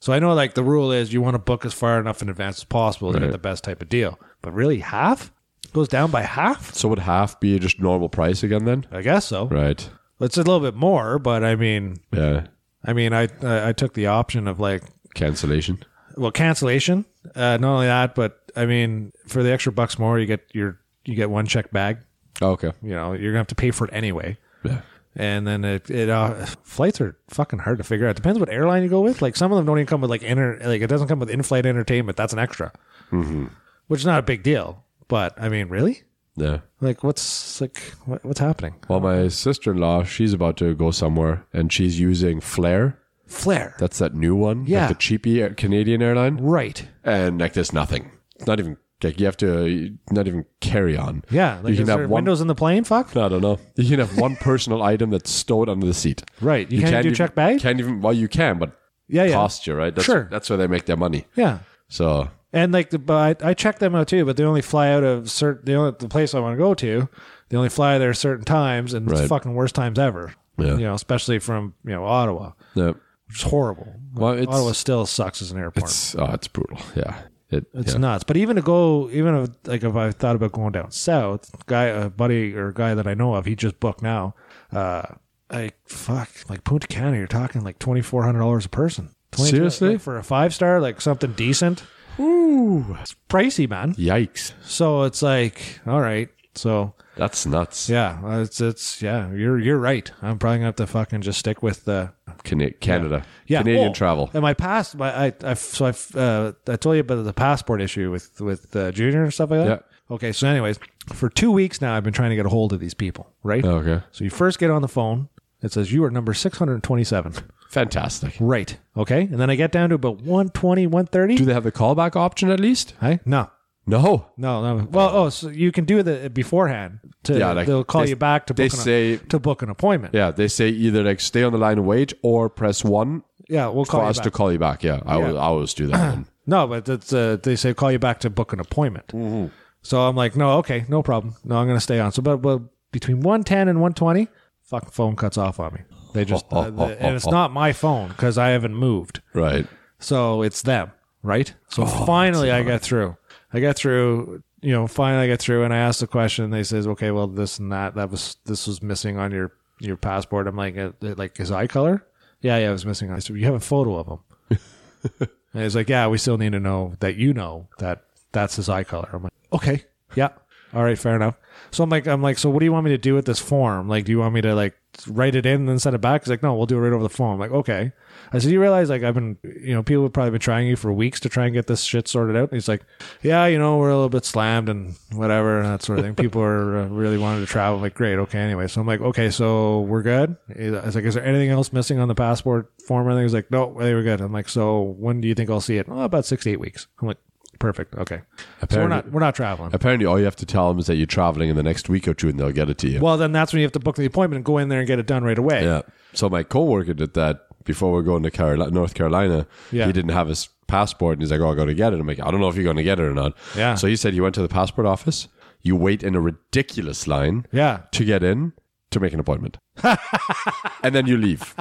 [SPEAKER 1] So I know like the rule is you want to book as far enough in advance as possible to get the best type of deal. But really, half goes down by half.
[SPEAKER 2] So would half be just normal price again then?
[SPEAKER 1] I guess so.
[SPEAKER 2] Right.
[SPEAKER 1] It's a little bit more, but I mean,
[SPEAKER 2] Yeah.
[SPEAKER 1] I mean, I I, I took the option of like
[SPEAKER 2] Cancellation.
[SPEAKER 1] well cancellation. Uh, not only that, but I mean, for the extra bucks more, you get your you get one check bag.
[SPEAKER 2] Oh, okay.
[SPEAKER 1] You know, you're gonna have to pay for it anyway.
[SPEAKER 2] Yeah.
[SPEAKER 1] And then it, it uh, flights are fucking hard to figure out. Depends what airline you go with. Like some of them don't even come with like inner like it doesn't come with in flight entertainment. That's an extra, mm-hmm. which is not a big deal. But I mean, really,
[SPEAKER 2] Yeah.
[SPEAKER 1] like what's like what, what's happening?
[SPEAKER 2] Well, my sister-in-law, she's about to go somewhere, and she's using Flair.
[SPEAKER 1] Flair,
[SPEAKER 2] That's that new one.
[SPEAKER 1] Yeah.
[SPEAKER 2] Like the cheapy air- Canadian airline.
[SPEAKER 1] right?
[SPEAKER 2] And like there's nothing. It's Not even like you have to uh, not even carry on.
[SPEAKER 1] Yeah, like
[SPEAKER 2] you
[SPEAKER 1] is
[SPEAKER 2] can
[SPEAKER 1] there
[SPEAKER 2] have one.
[SPEAKER 1] windows in the plane? Fuck,
[SPEAKER 2] I don't know. You can have one personal item that's stowed under the seat.
[SPEAKER 1] right? You, can't, do
[SPEAKER 2] even,
[SPEAKER 1] check bag.
[SPEAKER 2] Can't even. Well, you can, but
[SPEAKER 1] Yeah, yeah,
[SPEAKER 2] cost you right. That's,
[SPEAKER 1] Sure.
[SPEAKER 2] That's where they make their money.
[SPEAKER 1] yeah.
[SPEAKER 2] So
[SPEAKER 1] And like, the, but I, I checked them out too. But they only fly out of certain the only the place I want to go to. They only fly there certain times, and it's
[SPEAKER 2] Right.
[SPEAKER 1] fucking worst times ever.
[SPEAKER 2] Yeah.
[SPEAKER 1] You know, especially from you know Ottawa,
[SPEAKER 2] yeah.
[SPEAKER 1] which is horrible.
[SPEAKER 2] Well, it's
[SPEAKER 1] Ottawa still sucks as an airport. It's,
[SPEAKER 2] it's, oh, it's brutal. Yeah. It, yeah.
[SPEAKER 1] nuts. But even to go, even if like if I thought about going down south, guy, a buddy or a guy that I know of, he just booked now. Uh, I fuck like Punta Cana. You're talking like twenty four hundred dollars a person. 22
[SPEAKER 2] Seriously?
[SPEAKER 1] like, for a five star, like something decent. Ooh, it's pricey, man.
[SPEAKER 2] Yikes.
[SPEAKER 1] So it's like, all right. So
[SPEAKER 2] That's nuts.
[SPEAKER 1] yeah, it's it's yeah. You're you're right. I'm probably gonna have to fucking just stick with the
[SPEAKER 2] Cana- Canada.
[SPEAKER 1] yeah
[SPEAKER 2] Canadian
[SPEAKER 1] oh,
[SPEAKER 2] travel.
[SPEAKER 1] And my past, my I, I so I uh, I told you about the passport issue with with uh, Junior and stuff like that. Okay, so anyways, for two weeks now, I've been trying to get a hold of these people. Right.
[SPEAKER 2] Okay.
[SPEAKER 1] So you first get on the phone. It says you are number six hundred twenty-seven.
[SPEAKER 2] Fantastic.
[SPEAKER 1] Right. Okay. And then I get down to about 120, 130.
[SPEAKER 2] Do they have the callback option at least?
[SPEAKER 1] Hey, no,
[SPEAKER 2] No.
[SPEAKER 1] No, no. Well, oh, so you can do the beforehand. To,
[SPEAKER 2] Yeah, like,
[SPEAKER 1] they'll call
[SPEAKER 2] they-
[SPEAKER 1] you back to
[SPEAKER 2] they
[SPEAKER 1] book an,
[SPEAKER 2] say-
[SPEAKER 1] to book an appointment.
[SPEAKER 2] Yeah, they say either like stay on the line and wait or press one
[SPEAKER 1] Yeah, we'll
[SPEAKER 2] for
[SPEAKER 1] call you
[SPEAKER 2] us
[SPEAKER 1] back.
[SPEAKER 2] to call you back. Yeah, I, will, I always do that. one.
[SPEAKER 1] no, but that's, uh, they say call you back to book an appointment. So I'm like, no, okay, no problem. No, I'm going to stay on. So, but, but between one ten and one twenty, fucking phone cuts off on me. They just uh, the- and it's not my phone because I haven't moved.
[SPEAKER 2] Right.
[SPEAKER 1] So it's them, right? So finally I got through. I got through, you know, finally I got through and I asked the question. They says, okay, well, this and that, that was, this was missing on your, your passport. I'm like, uh, like his eye color? Yeah, yeah, it was missing. I said, you have a photo of him. and he's like, yeah, we still need to know that you know that that's his eye color. I'm like, okay, yeah. All right, fair enough. So I'm like, I'm like, so what do you want me to do with this form? Like, do you want me to like write it in and then send it back? He's like, no, we'll do it right over the phone. I'm like, okay. I said, you realize like I've been, you know, people have probably been trying you for weeks to try and get this shit sorted out. And he's like, yeah, you know, we're a little bit slammed and whatever and that sort of thing. people are uh, really wanting to travel. I'm like, great, okay, anyway. So I'm like, okay, so we're good. I was like, is there anything else missing on the passport form? And he's like, no, they were good. I'm like, so when do you think I'll see it? Oh, about six to eight weeks. I'm like, perfect, okay. So we're
[SPEAKER 2] Apparently-
[SPEAKER 1] not we're not traveling.
[SPEAKER 2] Apparently, all you have to tell them is that you're traveling in the next week or two, and they'll get it to you.
[SPEAKER 1] Well, then that's when you have to book the appointment and go in there and get it done right away.
[SPEAKER 2] Yeah. So my coworker did that before we we're going to Carol- North Carolina.
[SPEAKER 1] Yeah.
[SPEAKER 2] He didn't have his passport, and he's like, "Oh, I got to get it." I'm like, "I don't know if you're going to get it or not."
[SPEAKER 1] Yeah.
[SPEAKER 2] So he said you went to the passport office. You wait in a ridiculous line
[SPEAKER 1] Yeah.
[SPEAKER 2] to get in to make an appointment, and then you leave,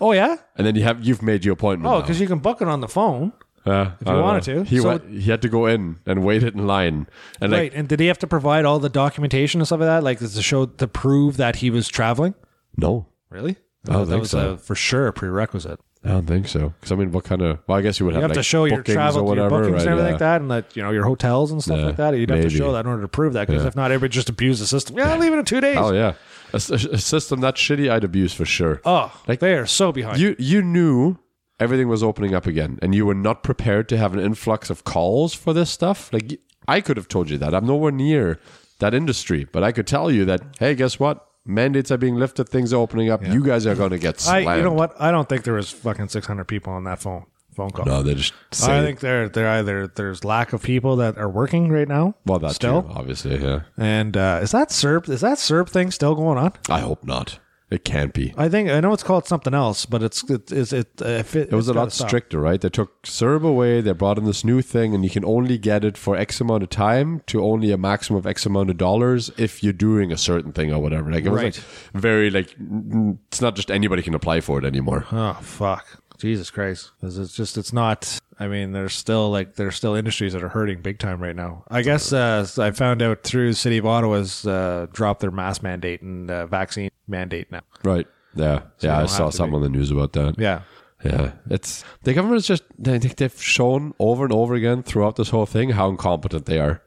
[SPEAKER 1] Oh yeah.
[SPEAKER 2] and then you have you've made your appointment.
[SPEAKER 1] Oh,
[SPEAKER 2] now.
[SPEAKER 1] because you can book it on the phone.
[SPEAKER 2] Yeah, if
[SPEAKER 1] you wanted to.
[SPEAKER 2] He
[SPEAKER 1] So-
[SPEAKER 2] went, he had to go in and wait it in line, and like
[SPEAKER 1] right. And did he have to provide all the documentation and stuff like that, like to show to prove that he was traveling?
[SPEAKER 2] no,
[SPEAKER 1] Really?
[SPEAKER 2] I don't
[SPEAKER 1] that
[SPEAKER 2] think
[SPEAKER 1] was
[SPEAKER 2] so.
[SPEAKER 1] a, for sure a prerequisite.
[SPEAKER 2] I don't think so. Because I mean, what kind of? Well, I guess you would
[SPEAKER 1] You have
[SPEAKER 2] have, like,
[SPEAKER 1] to show your
[SPEAKER 2] bookings
[SPEAKER 1] travel,
[SPEAKER 2] or whatever,
[SPEAKER 1] your bookings
[SPEAKER 2] right?
[SPEAKER 1] and everything
[SPEAKER 2] Yeah.
[SPEAKER 1] like that, and that you know your hotels and stuff
[SPEAKER 2] Yeah,
[SPEAKER 1] like that. You'd have
[SPEAKER 2] maybe.
[SPEAKER 1] to show that in order to prove that. Because if not, everybody just abused the system. Yeah, leave it in two days.
[SPEAKER 2] Oh
[SPEAKER 1] Oh,
[SPEAKER 2] yeah, a, s- a system that shitty I'd abuse for sure. Like-
[SPEAKER 1] Oh, they are so behind.
[SPEAKER 2] You you knew everything was opening up again, and you were not prepared to have an influx of calls for this stuff. Like y- I could have told you that. I'm nowhere near that industry, but I could tell you that. Hey, guess what? Mandates are being lifted. Things are opening up. You guys are going to get slammed.
[SPEAKER 1] I, you know what? I don't think there was fucking six hundred people on that phone phone call.
[SPEAKER 2] No, they just. Say,
[SPEAKER 1] I think there there either there's lack of people that are working right now.
[SPEAKER 2] well, that's
[SPEAKER 1] still.
[SPEAKER 2] obviously. Yeah,
[SPEAKER 1] And uh, is that SERP is that SERP thing still going on?
[SPEAKER 2] I hope not. It can't be.
[SPEAKER 1] I think I know it's called something else, but it's it is it uh, if it,
[SPEAKER 2] It was a lot stricter, right? They took Serb away. They brought in this new thing, and you can only get it for X amount of time to only a maximum of X amount of dollars if you're doing a certain thing or whatever. Like it was
[SPEAKER 1] Right.
[SPEAKER 2] like very like mm, it's not just anybody can apply for it anymore.
[SPEAKER 1] Oh fuck. Jesus Christ. 'Cause It's just it's not I mean, there's still like there's still industries that are hurting big time right now. I guess uh, I found out through the city of Ottawa's uh, dropped their mask mandate and uh, vaccine mandate now.
[SPEAKER 2] Right? Yeah, yeah. I
[SPEAKER 1] don't
[SPEAKER 2] saw
[SPEAKER 1] have to
[SPEAKER 2] something on the news about that.
[SPEAKER 1] Yeah.
[SPEAKER 2] yeah. It's the government is just. I think they've shown over and over again throughout this whole thing how incompetent they are.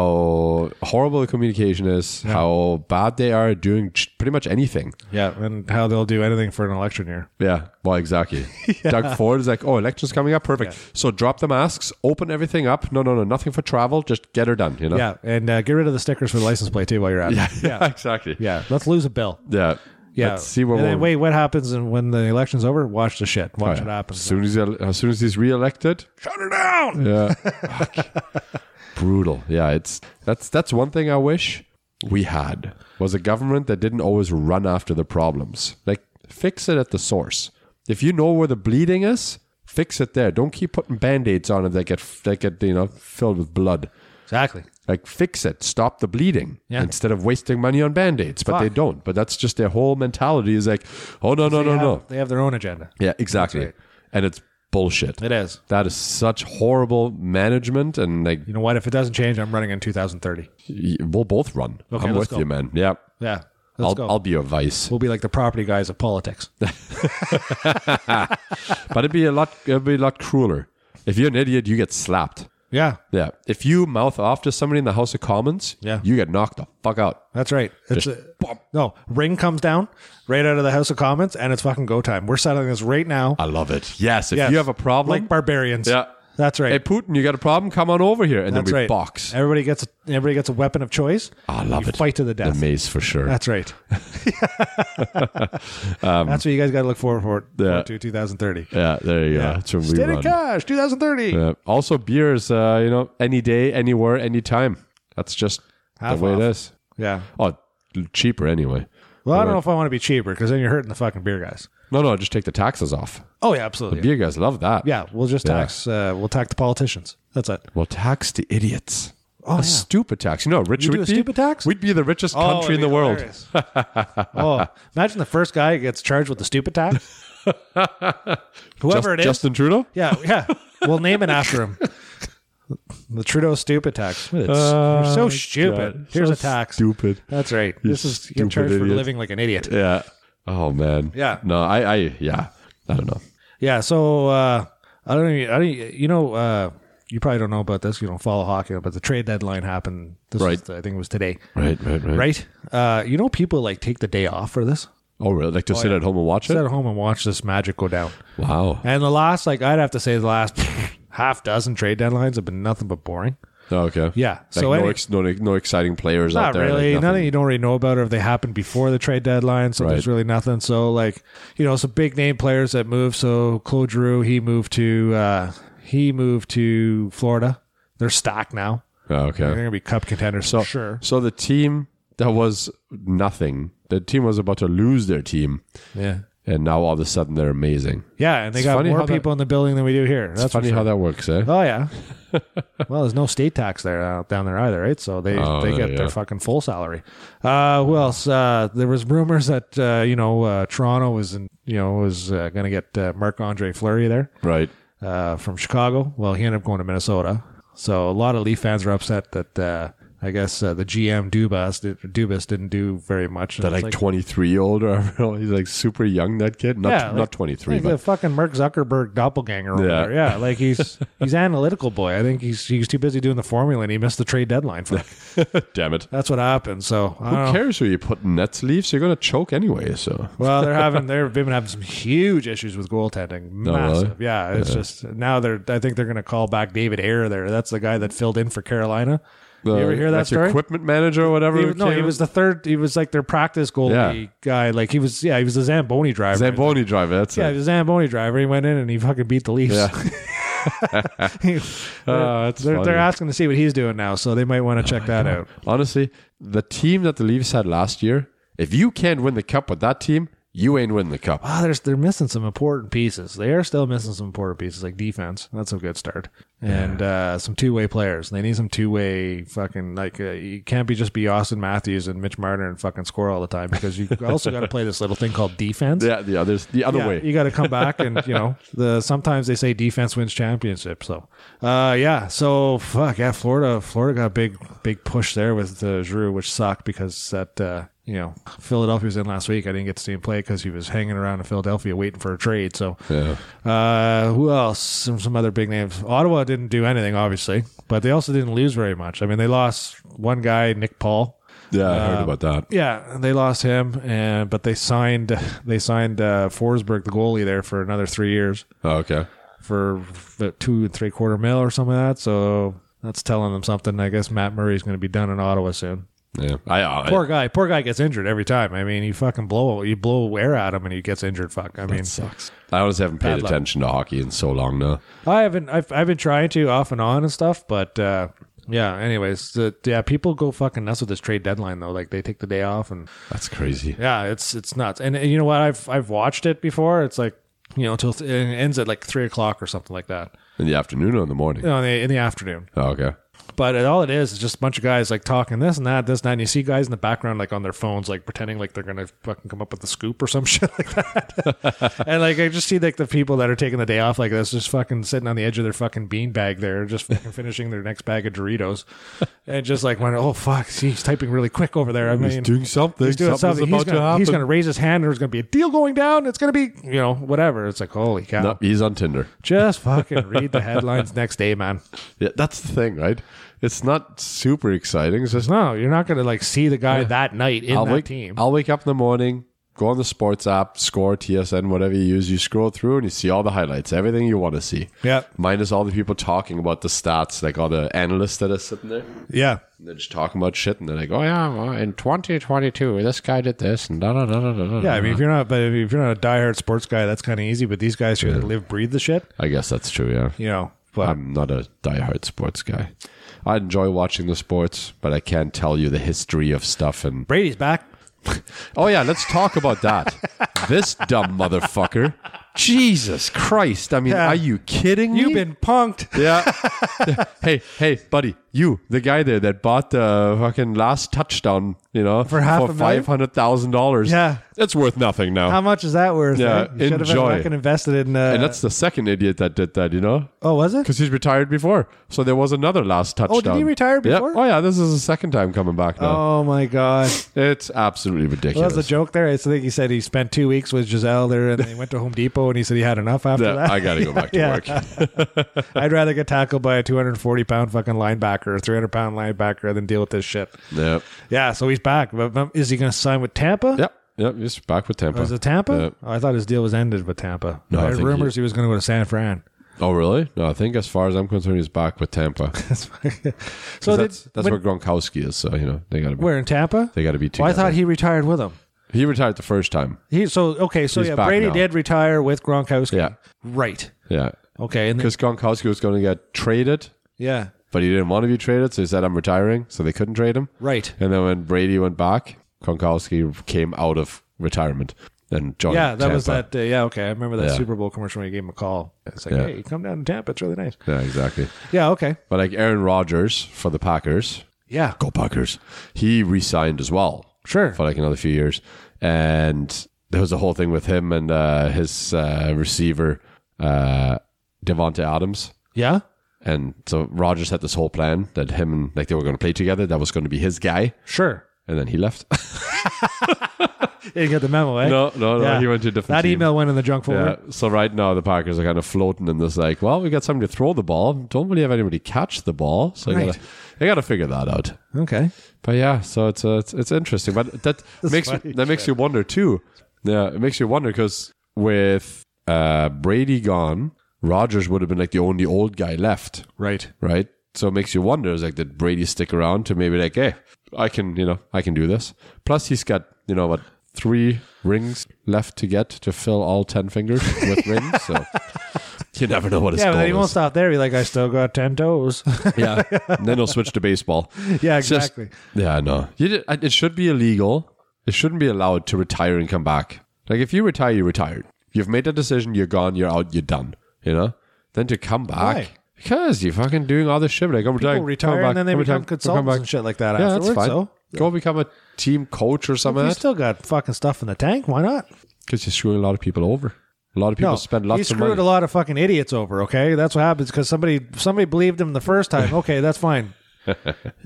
[SPEAKER 2] How horrible the communication is, how bad they are at doing ch- pretty much anything.
[SPEAKER 1] Yeah, and how they'll do anything for an election year.
[SPEAKER 2] Yeah, well, exactly. Doug Ford is like, oh, election's coming up, perfect. So drop the masks, open everything up. No, no, no, nothing for travel. Just get her done. You know.
[SPEAKER 1] Yeah, and uh, get rid of the stickers for the license plate too while you're at it.
[SPEAKER 2] yeah, exactly.
[SPEAKER 1] Yeah, let's lose a bill.
[SPEAKER 2] yeah.
[SPEAKER 1] Yeah.
[SPEAKER 2] Let's see what.
[SPEAKER 1] and
[SPEAKER 2] we'll, Oh,
[SPEAKER 1] then wait, what happens and when the election's over? Watch the shit. Watch
[SPEAKER 2] yeah.
[SPEAKER 1] it happen.
[SPEAKER 2] As soon as he, as soon as he's reelected, shut her down. Yeah. Brutal. Yeah, it's that's that's one thing I wish we had was a government that didn't always run after the problems. Like fix it at the source. If you know where the bleeding is, fix it there. Don't keep putting band-aids on it that get that get you know filled with blood.
[SPEAKER 1] Exactly.
[SPEAKER 2] Like fix it, stop the bleeding
[SPEAKER 1] Yeah.
[SPEAKER 2] instead of wasting money on band-aids. But they
[SPEAKER 1] Fuck.
[SPEAKER 2] don't. But that's just their whole mentality is like, oh no no
[SPEAKER 1] They
[SPEAKER 2] no
[SPEAKER 1] have-
[SPEAKER 2] no.
[SPEAKER 1] They have their own agenda.
[SPEAKER 2] Yeah, exactly. And it's bullshit.
[SPEAKER 1] It is.
[SPEAKER 2] That is such horrible management, and like
[SPEAKER 1] You know what? If it doesn't change, I'm running in 2030.
[SPEAKER 2] y- we'll both run.
[SPEAKER 1] Okay,
[SPEAKER 2] I'm
[SPEAKER 1] let's
[SPEAKER 2] with
[SPEAKER 1] go.
[SPEAKER 2] you, man. Yeah,
[SPEAKER 1] Yeah. Let's
[SPEAKER 2] I'll
[SPEAKER 1] go.
[SPEAKER 2] I'll be your vice,
[SPEAKER 1] we'll be like the property guys of politics.
[SPEAKER 2] but it'd be a lot it'd be a lot crueler. If you're an idiot, you get slapped.
[SPEAKER 1] yeah,
[SPEAKER 2] Yeah. If you mouth off to somebody in the House of Commons,
[SPEAKER 1] Yeah.
[SPEAKER 2] you get knocked the fuck out.
[SPEAKER 1] that's right. It's a, no ring comes down right out of the House of Commons, and it's fucking go time. We're settling this right now.
[SPEAKER 2] I love it. Yes. Uh, If
[SPEAKER 1] Yes.
[SPEAKER 2] you have a problem,
[SPEAKER 1] like barbarians.
[SPEAKER 2] yeah.
[SPEAKER 1] that's right.
[SPEAKER 2] Hey Putin, you got a problem? Come on over here, and
[SPEAKER 1] that's
[SPEAKER 2] then we
[SPEAKER 1] right.
[SPEAKER 2] box.
[SPEAKER 1] Everybody gets a, everybody gets a weapon of choice.
[SPEAKER 2] I love
[SPEAKER 1] You
[SPEAKER 2] it.
[SPEAKER 1] Fight to the death.
[SPEAKER 2] The maze for sure.
[SPEAKER 1] That's right. That's what you guys got to look forward for,
[SPEAKER 2] Um, Yeah.
[SPEAKER 1] forward to 2030.
[SPEAKER 2] yeah. There you go. That's when we
[SPEAKER 1] Steady
[SPEAKER 2] run.
[SPEAKER 1] cash 2030.
[SPEAKER 2] Yeah. Also, beers, uh, you know, any day, anywhere, anytime. That's just
[SPEAKER 1] Half
[SPEAKER 2] the way
[SPEAKER 1] off.
[SPEAKER 2] it is.
[SPEAKER 1] Yeah.
[SPEAKER 2] Oh, cheaper anyway.
[SPEAKER 1] Well, I don't know if I want to be cheaper because then you're hurting the fucking beer guys.
[SPEAKER 2] No, no, just take the taxes off.
[SPEAKER 1] Oh yeah, absolutely.
[SPEAKER 2] Beer guys love that.
[SPEAKER 1] yeah, we'll just tax. Uh, we'll tax the politicians. That's it.
[SPEAKER 2] Well, tax the idiots.
[SPEAKER 1] Oh,
[SPEAKER 2] a
[SPEAKER 1] yeah.
[SPEAKER 2] stupid tax. You know, how rich
[SPEAKER 1] You
[SPEAKER 2] we'd
[SPEAKER 1] do a
[SPEAKER 2] be?
[SPEAKER 1] stupid tax? Oh,
[SPEAKER 2] We'd be the richest country in the world.
[SPEAKER 1] world. oh, imagine the first guy who gets charged with the stupid tax. Whoever
[SPEAKER 2] Just-
[SPEAKER 1] it is.
[SPEAKER 2] Justin Trudeau?
[SPEAKER 1] Yeah, yeah. We'll name it after him. The Trudeau stupid tax. It's we're so stupid.
[SPEAKER 2] Oh God.
[SPEAKER 1] Here's
[SPEAKER 2] So
[SPEAKER 1] a tax.
[SPEAKER 2] Stupid.
[SPEAKER 1] That's right. this is you get
[SPEAKER 2] stupid
[SPEAKER 1] charged for
[SPEAKER 2] idiot.
[SPEAKER 1] living like an idiot.
[SPEAKER 2] Yeah. Oh, man.
[SPEAKER 1] Yeah.
[SPEAKER 2] No, I, I, yeah. I don't know.
[SPEAKER 1] Yeah. So uh, I don't. Even, I don't. You know, uh, you probably don't know about this. You don't follow hockey, but the trade deadline happened. This
[SPEAKER 2] Right.
[SPEAKER 1] was- I think it was today.
[SPEAKER 2] Right, right, right.
[SPEAKER 1] Right? Uh, you know, people like take the day off for this.
[SPEAKER 2] Oh, really? Like to sit at home and watch
[SPEAKER 1] Sit
[SPEAKER 2] it?
[SPEAKER 1] at home and watch this magic go down.
[SPEAKER 2] Wow.
[SPEAKER 1] And the last, like, I'd have to say, the last half dozen trade deadlines have been nothing but boring.
[SPEAKER 2] Oh, okay.
[SPEAKER 1] Yeah,
[SPEAKER 2] Like
[SPEAKER 1] so
[SPEAKER 2] no,
[SPEAKER 1] any-
[SPEAKER 2] ex- no, no exciting players out
[SPEAKER 1] Not
[SPEAKER 2] there. like
[SPEAKER 1] really.
[SPEAKER 2] nothing.
[SPEAKER 1] nothing you don't really know about, or if they happened before the trade deadline, so there's
[SPEAKER 2] Right.
[SPEAKER 1] really nothing. So, like, you know, some big name players that moved. So, Claude Drew, he moved to uh, he moved to Florida. They're stacked now.
[SPEAKER 2] Oh, okay.
[SPEAKER 1] They're going to be cup contenders, so sure.
[SPEAKER 2] So the team that was nothing, the team was about to lose their team,
[SPEAKER 1] Yeah,
[SPEAKER 2] and now all of a sudden they're amazing.
[SPEAKER 1] yeah, and they
[SPEAKER 2] It's
[SPEAKER 1] got
[SPEAKER 2] funny
[SPEAKER 1] more
[SPEAKER 2] how that-
[SPEAKER 1] people in the building than we do here. That's
[SPEAKER 2] It's funny
[SPEAKER 1] for
[SPEAKER 2] how
[SPEAKER 1] sure.
[SPEAKER 2] that works, eh?
[SPEAKER 1] Oh yeah. well, there's no state tax there uh, down there either, right? So they
[SPEAKER 2] Oh,
[SPEAKER 1] they
[SPEAKER 2] there
[SPEAKER 1] get
[SPEAKER 2] you
[SPEAKER 1] their
[SPEAKER 2] go.
[SPEAKER 1] fucking full salary. Uh, who else? Uh, there was rumors that uh, you know uh, Toronto was in, you know was uh, going to get uh, Marc Andre Fleury there
[SPEAKER 2] Right.
[SPEAKER 1] uh, from Chicago. Well, he ended up going to Minnesota. So a lot of Leaf fans are upset that uh, I guess uh, the GM Dubas did, Dubas didn't do very much. And
[SPEAKER 2] That
[SPEAKER 1] it's
[SPEAKER 2] like twenty three year old or he's like super young that kid. Not
[SPEAKER 1] Yeah, like-
[SPEAKER 2] not twenty three,
[SPEAKER 1] He's a
[SPEAKER 2] but
[SPEAKER 1] fucking Mark Zuckerberg doppelganger over
[SPEAKER 2] Yeah.
[SPEAKER 1] there. Yeah, like he's he's analytical boy. I think he's he's too busy doing the formula and he missed the trade deadline. For
[SPEAKER 2] damn it.
[SPEAKER 1] that's what happened. So I
[SPEAKER 2] Who
[SPEAKER 1] don't know.
[SPEAKER 2] cares who you put in Nets leaves? You're gonna choke anyway, so
[SPEAKER 1] Well, they're having they've been having some huge issues with goaltending. Massive.
[SPEAKER 2] Oh, really?
[SPEAKER 1] Yeah, it's just now they're I think they're going to call back David Ayer. There, that's the guy that filled in for Carolina.
[SPEAKER 2] the,
[SPEAKER 1] you ever hear that
[SPEAKER 2] Uh, that's
[SPEAKER 1] story?
[SPEAKER 2] equipment manager or whatever.
[SPEAKER 1] He,
[SPEAKER 2] who
[SPEAKER 1] was- no, he
[SPEAKER 2] came-
[SPEAKER 1] was the third. He was like their practice goalie
[SPEAKER 2] Yeah.
[SPEAKER 1] guy. Like he was, yeah, he was the Zamboni driver.
[SPEAKER 2] Zamboni driver, that's
[SPEAKER 1] Yeah,
[SPEAKER 2] it.
[SPEAKER 1] he was a Zamboni driver. He went in and he fucking beat the Leafs.
[SPEAKER 2] Yeah. Ah, that's
[SPEAKER 1] they're,
[SPEAKER 2] funny. Oh,
[SPEAKER 1] they're asking to see what he's doing now, so they might want to check that out.
[SPEAKER 2] Honestly, the team that the Leafs had last year, if you can't win the cup with that team, you ain't winning the cup.
[SPEAKER 1] Ah, there's they're missing some important pieces. They are still missing some important pieces, like defense. That's a good start, and uh, some two way players. They need some two way fucking like uh, you can't be just be Austin Matthews and Mitch Marner and fucking score all the time because you also got to play this little thing called defense.
[SPEAKER 2] Yeah, the others the other
[SPEAKER 1] Yeah,
[SPEAKER 2] way.
[SPEAKER 1] you got to come back and you know the sometimes they say defense wins championship. So uh, yeah, so fuck yeah, Florida, Florida got a big big push there with uh, Drew, which sucked because that uh, you know Philadelphia was in last week. I didn't get to see him play because he was hanging around in Philadelphia waiting for a trade. So
[SPEAKER 2] Yeah.
[SPEAKER 1] uh, who else? Some some other big names. Ottawa didn't do anything obviously, but they also didn't lose very much. I mean, they lost one guy, Nick Paul.
[SPEAKER 2] Yeah, I
[SPEAKER 1] Uh,
[SPEAKER 2] heard about that.
[SPEAKER 1] Yeah, they lost him, and but they signed they signed uh, Forsberg, the goalie, there for another three years
[SPEAKER 2] Oh, okay.
[SPEAKER 1] for about two and three quarter mil or something like that. So that's telling them something. I guess Matt Murray's going to be done in Ottawa soon.
[SPEAKER 2] Yeah. I, I
[SPEAKER 1] Poor guy, poor guy gets injured every time. I mean, you fucking blow you blow air at him and he gets injured. Fuck, I mean,
[SPEAKER 2] sucks. I honestly haven't paid
[SPEAKER 1] Bad luck.
[SPEAKER 2] attention to hockey in so long now.
[SPEAKER 1] I haven't. I've, I've been trying to off and on and stuff, but uh, yeah. Anyways, the, yeah, people go fucking nuts with this trade deadline though. Like they take the day off and
[SPEAKER 2] That's crazy.
[SPEAKER 1] Yeah, it's it's nuts. And, and you know what? I've I've watched it before. It's like you know till it ends at like three o'clock or something like that.
[SPEAKER 2] In the afternoon or in the morning?
[SPEAKER 1] You know, in the, in the afternoon.
[SPEAKER 2] Oh, okay.
[SPEAKER 1] But it, all it is is just a bunch of guys like talking this and that, this and that. And you see guys in the background like on their phones, like pretending like they're gonna fucking come up with the scoop or some shit like that. and like I just see like the people that are taking the day off like this, just fucking sitting on the edge of their fucking beanbag there, just fucking finishing their next bag of Doritos, and just like went, oh fuck, see, he's typing really quick over there. I mean,
[SPEAKER 2] doing something.
[SPEAKER 1] he's doing something. He's gonna, he's gonna raise his hand. There's gonna be a deal going down. It's gonna be you know whatever. It's like holy cow.
[SPEAKER 2] No, he's on Tinder.
[SPEAKER 1] Just fucking read the headlines next day, man.
[SPEAKER 2] Yeah, that's the thing, right? It's not super exciting. It's just
[SPEAKER 1] No, you're not gonna like see the guy that night in
[SPEAKER 2] I'll
[SPEAKER 1] that
[SPEAKER 2] wake,
[SPEAKER 1] team.
[SPEAKER 2] I'll wake up in the morning, go on the sports app, score, TSN, whatever you use. You scroll through and you see all the highlights, everything you want to see.
[SPEAKER 1] Yeah.
[SPEAKER 2] Minus all the people talking about the stats, like all the analysts that are sitting there.
[SPEAKER 1] yeah,
[SPEAKER 2] And they're just talking about shit and they're like, oh, yeah, well, in 2022, this guy did this and da da da da da.
[SPEAKER 1] yeah. I mean, if you're not, but if you're not a diehard sports guy, that's kind of easy. But these guys here that live, breathe the shit,
[SPEAKER 2] I guess that's true, yeah.
[SPEAKER 1] you know. But
[SPEAKER 2] I'm not a diehard sports guy. I enjoy watching the sports, but I can't tell you the history of stuff and
[SPEAKER 1] Brady's back.
[SPEAKER 2] Oh yeah, let's talk about that. this dumb motherfucker. Jesus Christ. I mean,
[SPEAKER 1] Yeah.
[SPEAKER 2] are you kidding me?
[SPEAKER 1] You've been punked.
[SPEAKER 2] Yeah. hey, hey, buddy, you, the guy there that bought the fucking last touchdown you know,
[SPEAKER 1] For half a million?
[SPEAKER 2] five hundred thousand dollars.
[SPEAKER 1] Yeah.
[SPEAKER 2] It's worth nothing now.
[SPEAKER 1] How much is that worth?
[SPEAKER 2] Yeah,
[SPEAKER 1] right? You should have been
[SPEAKER 2] enjoy.
[SPEAKER 1] fucking invested in. Uh,
[SPEAKER 2] and that's the second idiot that did that, you know,
[SPEAKER 1] oh, was it?
[SPEAKER 2] because he's retired before. So there was another last touchdown.
[SPEAKER 1] Oh, did he retire
[SPEAKER 2] Yeah.
[SPEAKER 1] before?
[SPEAKER 2] Oh yeah, this is the second time coming back now.
[SPEAKER 1] Oh my god,
[SPEAKER 2] It's absolutely
[SPEAKER 1] well,
[SPEAKER 2] ridiculous.
[SPEAKER 1] that was a joke there. I think he said he spent two weeks with Giselle there, and then he went to Home Depot, and he said he had enough after
[SPEAKER 2] Yeah,
[SPEAKER 1] that.
[SPEAKER 2] I gotta go back to
[SPEAKER 1] Yeah.
[SPEAKER 2] work.
[SPEAKER 1] I'd rather get tackled by a 240 pound fucking linebacker or 300 pound linebacker than deal with this shit.
[SPEAKER 2] Yep.
[SPEAKER 1] Yeah, so he's back. But but is he going to sign with Tampa?
[SPEAKER 2] Yep. Yep. He's back with Tampa.
[SPEAKER 1] Was it Tampa?
[SPEAKER 2] Yep.
[SPEAKER 1] Oh, I thought his deal was ended with Tampa.
[SPEAKER 2] No, I
[SPEAKER 1] I heard
[SPEAKER 2] think
[SPEAKER 1] rumors he, was going to go to San Fran.
[SPEAKER 2] Oh really? No, I think as far as I'm concerned, he's back with Tampa.
[SPEAKER 1] That's so did,
[SPEAKER 2] that's that's
[SPEAKER 1] when-
[SPEAKER 2] where Gronkowski is. So you know they gotta be.
[SPEAKER 1] we're in Tampa.
[SPEAKER 2] They gotta be
[SPEAKER 1] Well, I
[SPEAKER 2] together.
[SPEAKER 1] thought he retired with him.
[SPEAKER 2] he retired the first time.
[SPEAKER 1] He so okay. So
[SPEAKER 2] He's
[SPEAKER 1] yeah,
[SPEAKER 2] back
[SPEAKER 1] Brady
[SPEAKER 2] now.
[SPEAKER 1] did retire with Gronkowski.
[SPEAKER 2] Yeah.
[SPEAKER 1] Right.
[SPEAKER 2] Yeah.
[SPEAKER 1] Okay. And then,
[SPEAKER 2] Because Gronkowski was going to get traded,
[SPEAKER 1] yeah.
[SPEAKER 2] but he didn't want to be traded, so he said, "I'm retiring," so they couldn't trade him.
[SPEAKER 1] Right.
[SPEAKER 2] And then when Brady went back, Gronkowski came out of retirement and joined.
[SPEAKER 1] Yeah, that was
[SPEAKER 2] Tampa.
[SPEAKER 1] that. Uh, yeah, okay. I remember that
[SPEAKER 2] Yeah.
[SPEAKER 1] Super Bowl commercial when he gave him a call. It's like,
[SPEAKER 2] Yeah.
[SPEAKER 1] hey, come down to Tampa. It's really nice.
[SPEAKER 2] Yeah, exactly.
[SPEAKER 1] Yeah, okay.
[SPEAKER 2] But like Aaron Rodgers for the Packers,
[SPEAKER 1] Yeah,
[SPEAKER 2] go Packers. He re-signed as well
[SPEAKER 1] sure.
[SPEAKER 2] for like another few years, and there was a whole thing with him and uh, his uh, receiver uh, Devonte Adams.
[SPEAKER 1] Yeah,
[SPEAKER 2] And so Rogers had this whole plan that him and like they were going to play together. That was going to be his guy,
[SPEAKER 1] sure.
[SPEAKER 2] and then he left.
[SPEAKER 1] You didn't get the memo, eh?
[SPEAKER 2] no, no, no.
[SPEAKER 1] Yeah.
[SPEAKER 2] He went to a different.
[SPEAKER 1] That
[SPEAKER 2] team.
[SPEAKER 1] email went in the junk folder.
[SPEAKER 2] Yeah. So right now the Packers are kind of floating in this like, well, we got somebody to throw the ball. Don't really have anybody catch the ball. So I
[SPEAKER 1] Right.
[SPEAKER 2] gotta, I gotta figure that out.
[SPEAKER 1] Okay.
[SPEAKER 2] But yeah, so it's uh, it's, it's interesting. But that makes
[SPEAKER 1] funny
[SPEAKER 2] that makes you wonder too. Yeah, it makes you wonder because with uh, Brady gone, Rogers would have been like the only old guy left,
[SPEAKER 1] Right.
[SPEAKER 2] right? So it makes you wonder, is like, did Brady stick around to maybe like, hey, I can, you know, I can do this. Plus, he's got, you know, what three rings left to get to fill all ten fingers with rings. So you never know what his
[SPEAKER 1] Yeah, but
[SPEAKER 2] goal
[SPEAKER 1] then he won't
[SPEAKER 2] is.
[SPEAKER 1] stop there. He's like, I still got 10 toes.
[SPEAKER 2] Yeah, and then he'll switch to baseball.
[SPEAKER 1] yeah,
[SPEAKER 2] It's just-
[SPEAKER 1] exactly.
[SPEAKER 2] yeah, no. You did, I- it should be illegal. It shouldn't be allowed to retire and come back. Like if you retire, you retired. You've made that decision. You're gone. You're out. You're done. You know. Then to come back
[SPEAKER 1] Why?
[SPEAKER 2] because you're fucking doing all this shit. Like I'm retiring.
[SPEAKER 1] People retire
[SPEAKER 2] come back,
[SPEAKER 1] and then they
[SPEAKER 2] I'm
[SPEAKER 1] become
[SPEAKER 2] retiring, come
[SPEAKER 1] consultants
[SPEAKER 2] back.
[SPEAKER 1] and shit like that
[SPEAKER 2] Yeah,
[SPEAKER 1] afterwards.
[SPEAKER 2] that's fine.
[SPEAKER 1] So
[SPEAKER 2] Go become a team coach or
[SPEAKER 1] If
[SPEAKER 2] something.
[SPEAKER 1] you still got fucking stuff in the tank. Why not?
[SPEAKER 2] Because you're screwing a lot of people over. A lot of people
[SPEAKER 1] No,
[SPEAKER 2] spend
[SPEAKER 1] he
[SPEAKER 2] lots of
[SPEAKER 1] screwed
[SPEAKER 2] money.
[SPEAKER 1] a lot of fucking idiots over. Okay, that's what happens because somebody somebody believed him the first time. Okay, that's fine.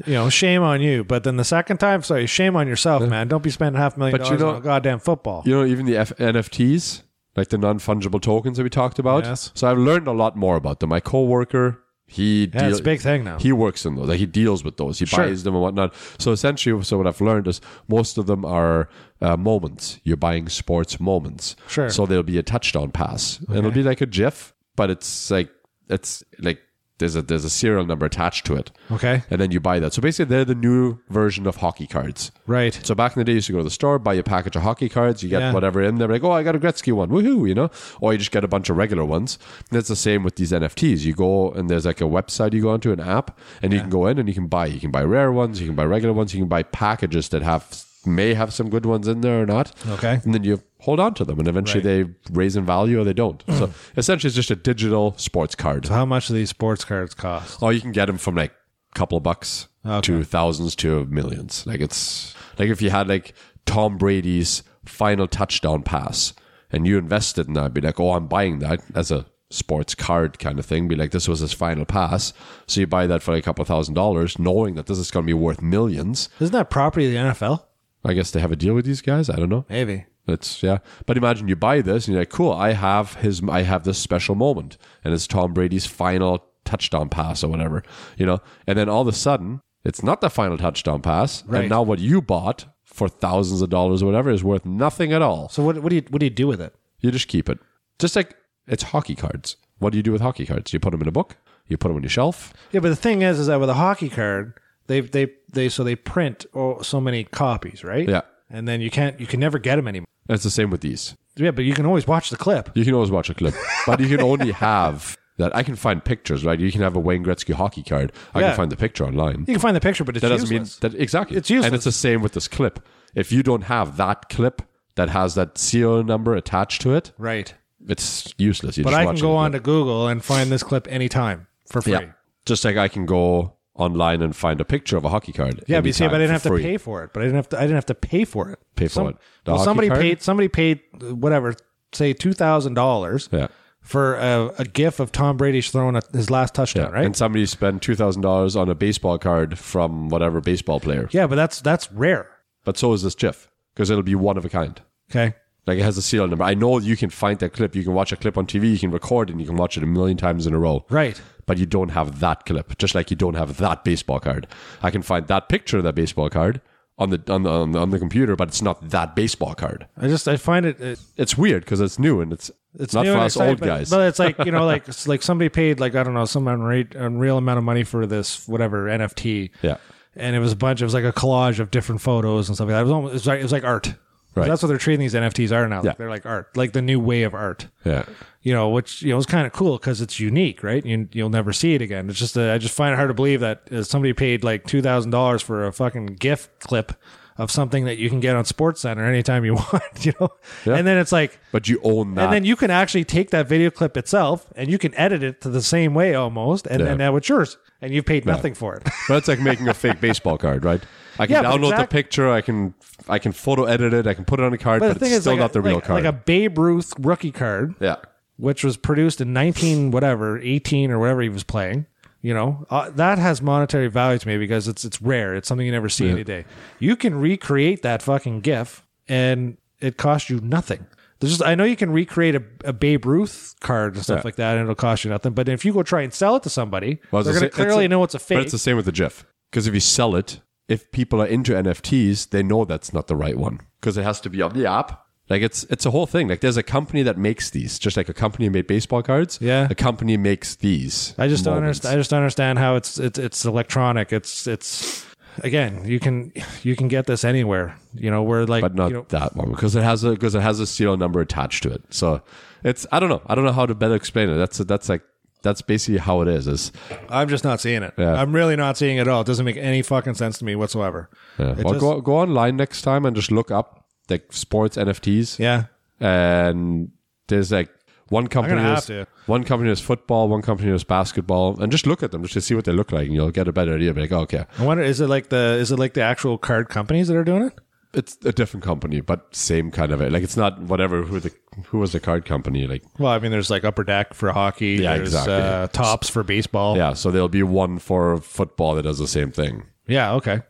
[SPEAKER 1] you know, shame on you. But then the second time, sorry, shame on yourself, man. Don't be spending half a million
[SPEAKER 2] But
[SPEAKER 1] dollars
[SPEAKER 2] you
[SPEAKER 1] on
[SPEAKER 2] know-
[SPEAKER 1] a goddamn football.
[SPEAKER 2] you know, even the F- NFTs, like the non fungible tokens that we talked about.
[SPEAKER 1] Yes.
[SPEAKER 2] So I've learned a lot more about them. My coworker, he
[SPEAKER 1] yeah, it's
[SPEAKER 2] deal-
[SPEAKER 1] a big thing now.
[SPEAKER 2] he works in those. Like he deals with those. He
[SPEAKER 1] Sure.
[SPEAKER 2] buys them and whatnot. So essentially, so what I've learned is most of them are uh, moments. You're buying sports moments.
[SPEAKER 1] Sure.
[SPEAKER 2] So there'll be a touchdown pass. And it'll be like a GIF, but it's like it's like there's a there's a serial number attached to it.
[SPEAKER 1] okay,
[SPEAKER 2] And then you buy that. So basically, they're the new version of hockey cards.
[SPEAKER 1] right.
[SPEAKER 2] So back in the day, you used to go to the store, buy a package of hockey cards, you get
[SPEAKER 1] Yeah.
[SPEAKER 2] whatever in there, like, oh, I got a Gretzky one, woohoo, you know? Or you just get a bunch of regular ones. And it's the same with these NFTs. You go and there's like a website you go onto, an app, and you can go in and you can buy. You can buy rare ones, you can buy regular ones, you can buy packages that have may have some good ones in there or not.
[SPEAKER 1] Okay.
[SPEAKER 2] And then you hold on to them and eventually they raise in value or they don't.
[SPEAKER 1] Hmm.
[SPEAKER 2] so essentially it's just a digital sports card.
[SPEAKER 1] How much do these sports cards cost?
[SPEAKER 2] Oh, you can get them from like a couple of bucks to thousands to millions. Like it's like if you had like Tom Brady's final touchdown pass and you invested in that, be like, oh, I'm buying that as a sports card kind of thing. Be like, this was his final pass. So you buy that for like a couple of thousand dollars, knowing that this is going to be worth millions.
[SPEAKER 1] Isn't that property of the NFL?
[SPEAKER 2] I guess they have a deal with these guys. I don't know.
[SPEAKER 1] Maybe.
[SPEAKER 2] That's yeah. But imagine you buy this and you're like, cool, I have his I have this special moment and it's Tom Brady's final touchdown pass or whatever. You know? And then all of a sudden, it's not the final touchdown pass.
[SPEAKER 1] Right.
[SPEAKER 2] And now what you bought for thousands of dollars or whatever is worth nothing at all.
[SPEAKER 1] So what? What do you what do you do with it?
[SPEAKER 2] You just keep it. Just like it's hockey cards. What do you do with hockey cards? You put them in a book, you put them on your shelf.
[SPEAKER 1] Yeah, but the thing is, is that with a hockey card, they they they so they print oh, so many copies, right?
[SPEAKER 2] Yeah.
[SPEAKER 1] And then you can't you can never get them anymore.
[SPEAKER 2] It's the same with these.
[SPEAKER 1] Yeah, but you can always watch the clip.
[SPEAKER 2] You can always watch a clip, but you can only have that. I can find pictures, right? You can have a Wayne Gretzky hockey card. I
[SPEAKER 1] Yeah.
[SPEAKER 2] can find the picture online.
[SPEAKER 1] You can find the picture, but it's
[SPEAKER 2] That doesn't
[SPEAKER 1] useless.
[SPEAKER 2] mean that exactly.
[SPEAKER 1] It's useless.
[SPEAKER 2] And it's the same with this clip. If you don't have that clip that has that serial number attached to it,
[SPEAKER 1] right.
[SPEAKER 2] it's useless. You
[SPEAKER 1] But
[SPEAKER 2] just
[SPEAKER 1] I
[SPEAKER 2] watch
[SPEAKER 1] can
[SPEAKER 2] it.
[SPEAKER 1] go on to Google and find this clip anytime for free.
[SPEAKER 2] Yeah. Just like I can go online and find a picture of a hockey card.
[SPEAKER 1] Yeah, but you see,
[SPEAKER 2] anytime
[SPEAKER 1] but I didn't have
[SPEAKER 2] for
[SPEAKER 1] to
[SPEAKER 2] free.
[SPEAKER 1] pay for it. But I didn't have to. I didn't have to pay for it.
[SPEAKER 2] Pay for it. The
[SPEAKER 1] well,
[SPEAKER 2] hockey
[SPEAKER 1] somebody
[SPEAKER 2] card?
[SPEAKER 1] paid. Somebody paid uh, whatever. Say two thousand dollars.
[SPEAKER 2] Yeah.
[SPEAKER 1] For a, a gif of Tom Brady throwing a, his last touchdown, right?
[SPEAKER 2] And somebody spent two thousand dollars on a baseball card from whatever baseball player.
[SPEAKER 1] yeah, but that's that's rare.
[SPEAKER 2] But so is this GIF because it'll be one of a kind.
[SPEAKER 1] Okay.
[SPEAKER 2] Like it has a serial number. I know you can find that clip. You can watch a clip on TV. You can record and you can watch it a million times in a row.
[SPEAKER 1] Right.
[SPEAKER 2] But you don't have that clip. Just like you don't have that baseball card. I can find that picture of that baseball card on the on the on the, on the computer, but it's not that baseball card.
[SPEAKER 1] I just I find it. it
[SPEAKER 2] It's weird because it's new and it's
[SPEAKER 1] it's
[SPEAKER 2] not
[SPEAKER 1] new
[SPEAKER 2] for
[SPEAKER 1] and
[SPEAKER 2] us
[SPEAKER 1] exciting,
[SPEAKER 2] old
[SPEAKER 1] but-
[SPEAKER 2] guys.
[SPEAKER 1] But it's like you know, like it's like somebody paid like I don't know some unreal, unreal amount of money for this whatever NFT.
[SPEAKER 2] Yeah.
[SPEAKER 1] And it was a bunch. It was like a collage of different photos and stuff like that. It was almost, it was like, it was like art.
[SPEAKER 2] Right.
[SPEAKER 1] That's what they're treating these NFTs are now.
[SPEAKER 2] Yeah.
[SPEAKER 1] They're like art, like the new way of art.
[SPEAKER 2] yeah.
[SPEAKER 1] You know, which you know is kind of cool because it's unique, right? You you'll never see it again. It's just uh, I just find it hard to believe that uh, somebody paid like two thousand dollars for a fucking GIF clip of something that you can get on Sports Center anytime you want. You know, and then it's like
[SPEAKER 2] But you own that.
[SPEAKER 1] and then you can actually take that video clip itself and you can edit it to the same way almost, and then now it's yours, and you've paid nothing for it.
[SPEAKER 2] But it's like making a fake baseball card, right? I can
[SPEAKER 1] Yeah, but
[SPEAKER 2] download
[SPEAKER 1] exact-
[SPEAKER 2] the picture. I can I can photo edit it. I can put it on a card, but,
[SPEAKER 1] the thing
[SPEAKER 2] it's
[SPEAKER 1] is,
[SPEAKER 2] still
[SPEAKER 1] like
[SPEAKER 2] not
[SPEAKER 1] a,
[SPEAKER 2] the real
[SPEAKER 1] like,
[SPEAKER 2] card.
[SPEAKER 1] like a Babe Ruth rookie card,
[SPEAKER 2] yeah.
[SPEAKER 1] which was produced in nineteen whatever eighteen or whatever he was playing. You know uh, that has monetary value to me because it's it's rare. It's something you never see any day. You can recreate that fucking GIF, and it costs you nothing. There's just I know you can recreate a, a Babe Ruth card and stuff like that, and it'll cost you nothing. But if you go try and sell it to somebody,
[SPEAKER 2] Well, it's
[SPEAKER 1] they're
[SPEAKER 2] the
[SPEAKER 1] going to
[SPEAKER 2] sa- it's
[SPEAKER 1] clearly
[SPEAKER 2] a-
[SPEAKER 1] know it's a fake.
[SPEAKER 2] But it's the same with the GIF. Because if you sell it, if people are into NFTs, they know that's not the right one. Because it has to be on the app. Like it's it's a whole thing. Like there's a company that makes these, just like a company made baseball cards.
[SPEAKER 1] Yeah.
[SPEAKER 2] a company makes these.
[SPEAKER 1] I just don't
[SPEAKER 2] moments.
[SPEAKER 1] understand. I just don't understand how it's it's it's electronic. It's it's again you can you can get this anywhere. You know where like
[SPEAKER 2] but not
[SPEAKER 1] you know,
[SPEAKER 2] that one because it has a because it has a serial number attached to it. So it's I don't know I don't know how to better explain it. That's that's like that's basically how it is. Is
[SPEAKER 1] I'm just not seeing it.
[SPEAKER 2] Yeah.
[SPEAKER 1] I'm really not seeing it at all. It doesn't make any fucking sense to me whatsoever.
[SPEAKER 2] yeah.
[SPEAKER 1] It
[SPEAKER 2] well,
[SPEAKER 1] just-
[SPEAKER 2] go go online next time and just look up like sports NFTs.
[SPEAKER 1] yeah.
[SPEAKER 2] and there's like one company
[SPEAKER 1] gonna
[SPEAKER 2] is,
[SPEAKER 1] have to.
[SPEAKER 2] one company is football, one company is basketball, and just look at them just to see what they look like, and you'll get a better idea. Be like, oh, okay,
[SPEAKER 1] I wonder is it like the is it like the actual card companies that are doing it?
[SPEAKER 2] it's a different company, but same kind of it. Like it's not whatever who the who was the card company like.
[SPEAKER 1] Well, I mean, there's like Upper Deck for hockey.
[SPEAKER 2] Yeah,
[SPEAKER 1] there's,
[SPEAKER 2] exactly.
[SPEAKER 1] Uh, tops for baseball.
[SPEAKER 2] Yeah, so there'll be one for football that does the same thing.
[SPEAKER 1] Yeah, okay.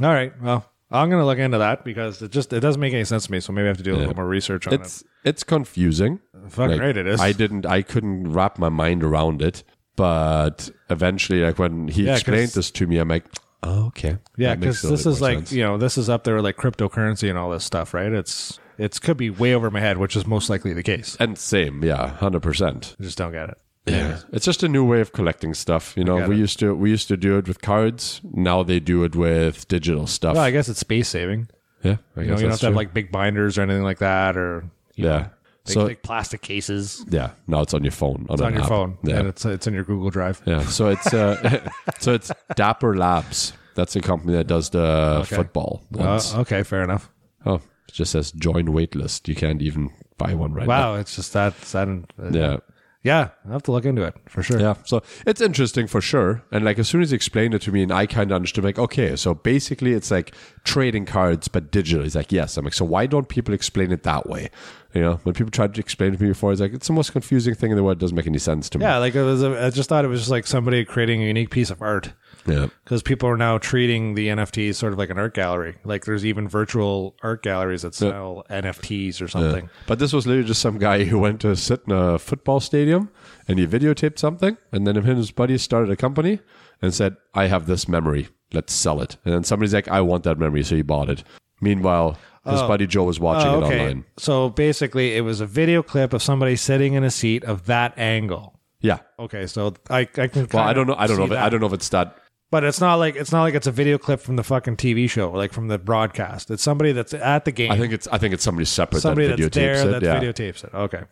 [SPEAKER 1] All right. Well, I'm gonna look into that because it just it doesn't make any sense to me. So maybe I have to do a little more research on it.
[SPEAKER 2] it's it's confusing.
[SPEAKER 1] Fuck right it is.
[SPEAKER 2] I didn't I couldn't wrap my mind around it, but eventually like when he
[SPEAKER 1] Yeah, 'cause-
[SPEAKER 2] explained this to me, I'm like, oh, okay.
[SPEAKER 1] Yeah,
[SPEAKER 2] That
[SPEAKER 1] because
[SPEAKER 2] makes a little
[SPEAKER 1] this
[SPEAKER 2] bit
[SPEAKER 1] is
[SPEAKER 2] more
[SPEAKER 1] like
[SPEAKER 2] sense.
[SPEAKER 1] you know this is up there with like cryptocurrency and all this stuff, right? It's it's could be way over my head, which is most likely the case.
[SPEAKER 2] and same, yeah, hundred percent.
[SPEAKER 1] I just don't get it.
[SPEAKER 2] Yeah. It's just a new way of collecting stuff. You know, we used to we used to do it with cards. Now they do it with digital stuff.
[SPEAKER 1] Well, I guess it's space saving.
[SPEAKER 2] yeah, I
[SPEAKER 1] You know, you
[SPEAKER 2] guess
[SPEAKER 1] don't have
[SPEAKER 2] that's
[SPEAKER 1] to have
[SPEAKER 2] true.
[SPEAKER 1] like big binders or anything like that, or you know,
[SPEAKER 2] yeah.
[SPEAKER 1] big,
[SPEAKER 2] so
[SPEAKER 1] big plastic cases It's
[SPEAKER 2] yeah, now it's on your phone. On,
[SPEAKER 1] on
[SPEAKER 2] an
[SPEAKER 1] your
[SPEAKER 2] app.
[SPEAKER 1] phone,
[SPEAKER 2] Yeah.
[SPEAKER 1] and it's it's in your Google Drive.
[SPEAKER 2] Yeah. So it's uh, so it's Dapper Labs. That's a company that does the football
[SPEAKER 1] Uh,
[SPEAKER 2] ones.
[SPEAKER 1] okay, fair enough.
[SPEAKER 2] oh, it just says join waitlist. You can't even buy one right
[SPEAKER 1] Wow, it's just that that. uh,
[SPEAKER 2] now. Yeah.
[SPEAKER 1] yeah, I have to look into it for sure.
[SPEAKER 2] Yeah. So it's interesting for sure. And like as soon as he explained it to me and I kind of understood like okay, so basically it's like trading cards but digital. He's like, "Yes." I'm like, "So why don't people explain it that way?" You know, when people tried to explain it to me before, it's like, "It's the most confusing thing in the world. It doesn't make any sense to me."
[SPEAKER 1] Yeah, like it was a, I just thought it was just like somebody creating a unique piece of art.
[SPEAKER 2] Yeah.
[SPEAKER 1] because people are now treating the NFTs sort of like an art gallery. Like there's even virtual art galleries that sell NFTs or something.
[SPEAKER 2] But this was literally just some guy who went to sit in a football stadium and he videotaped something. And then him and his buddy started a company and said, I have this memory. Let's sell it. And then somebody's like, I want that memory. So he bought it. Meanwhile, his buddy Joe was watching
[SPEAKER 1] Oh,
[SPEAKER 2] it
[SPEAKER 1] okay.
[SPEAKER 2] online.
[SPEAKER 1] So basically, it was a video clip of somebody sitting in a seat of that angle.
[SPEAKER 2] Yeah.
[SPEAKER 1] Okay, so I, I can.
[SPEAKER 2] Well,
[SPEAKER 1] kind
[SPEAKER 2] I
[SPEAKER 1] of
[SPEAKER 2] don't know. I don't know.
[SPEAKER 1] see
[SPEAKER 2] If it,
[SPEAKER 1] that.
[SPEAKER 2] I don't know if it's that.
[SPEAKER 1] But it's not like it's not like it's a video clip from the fucking TV show, like from the broadcast. It's somebody that's at the game.
[SPEAKER 2] I think it's. I think it's somebody separate
[SPEAKER 1] somebody
[SPEAKER 2] that
[SPEAKER 1] that's
[SPEAKER 2] videotapes
[SPEAKER 1] there
[SPEAKER 2] it.
[SPEAKER 1] that
[SPEAKER 2] yeah.
[SPEAKER 1] videotapes it. Okay.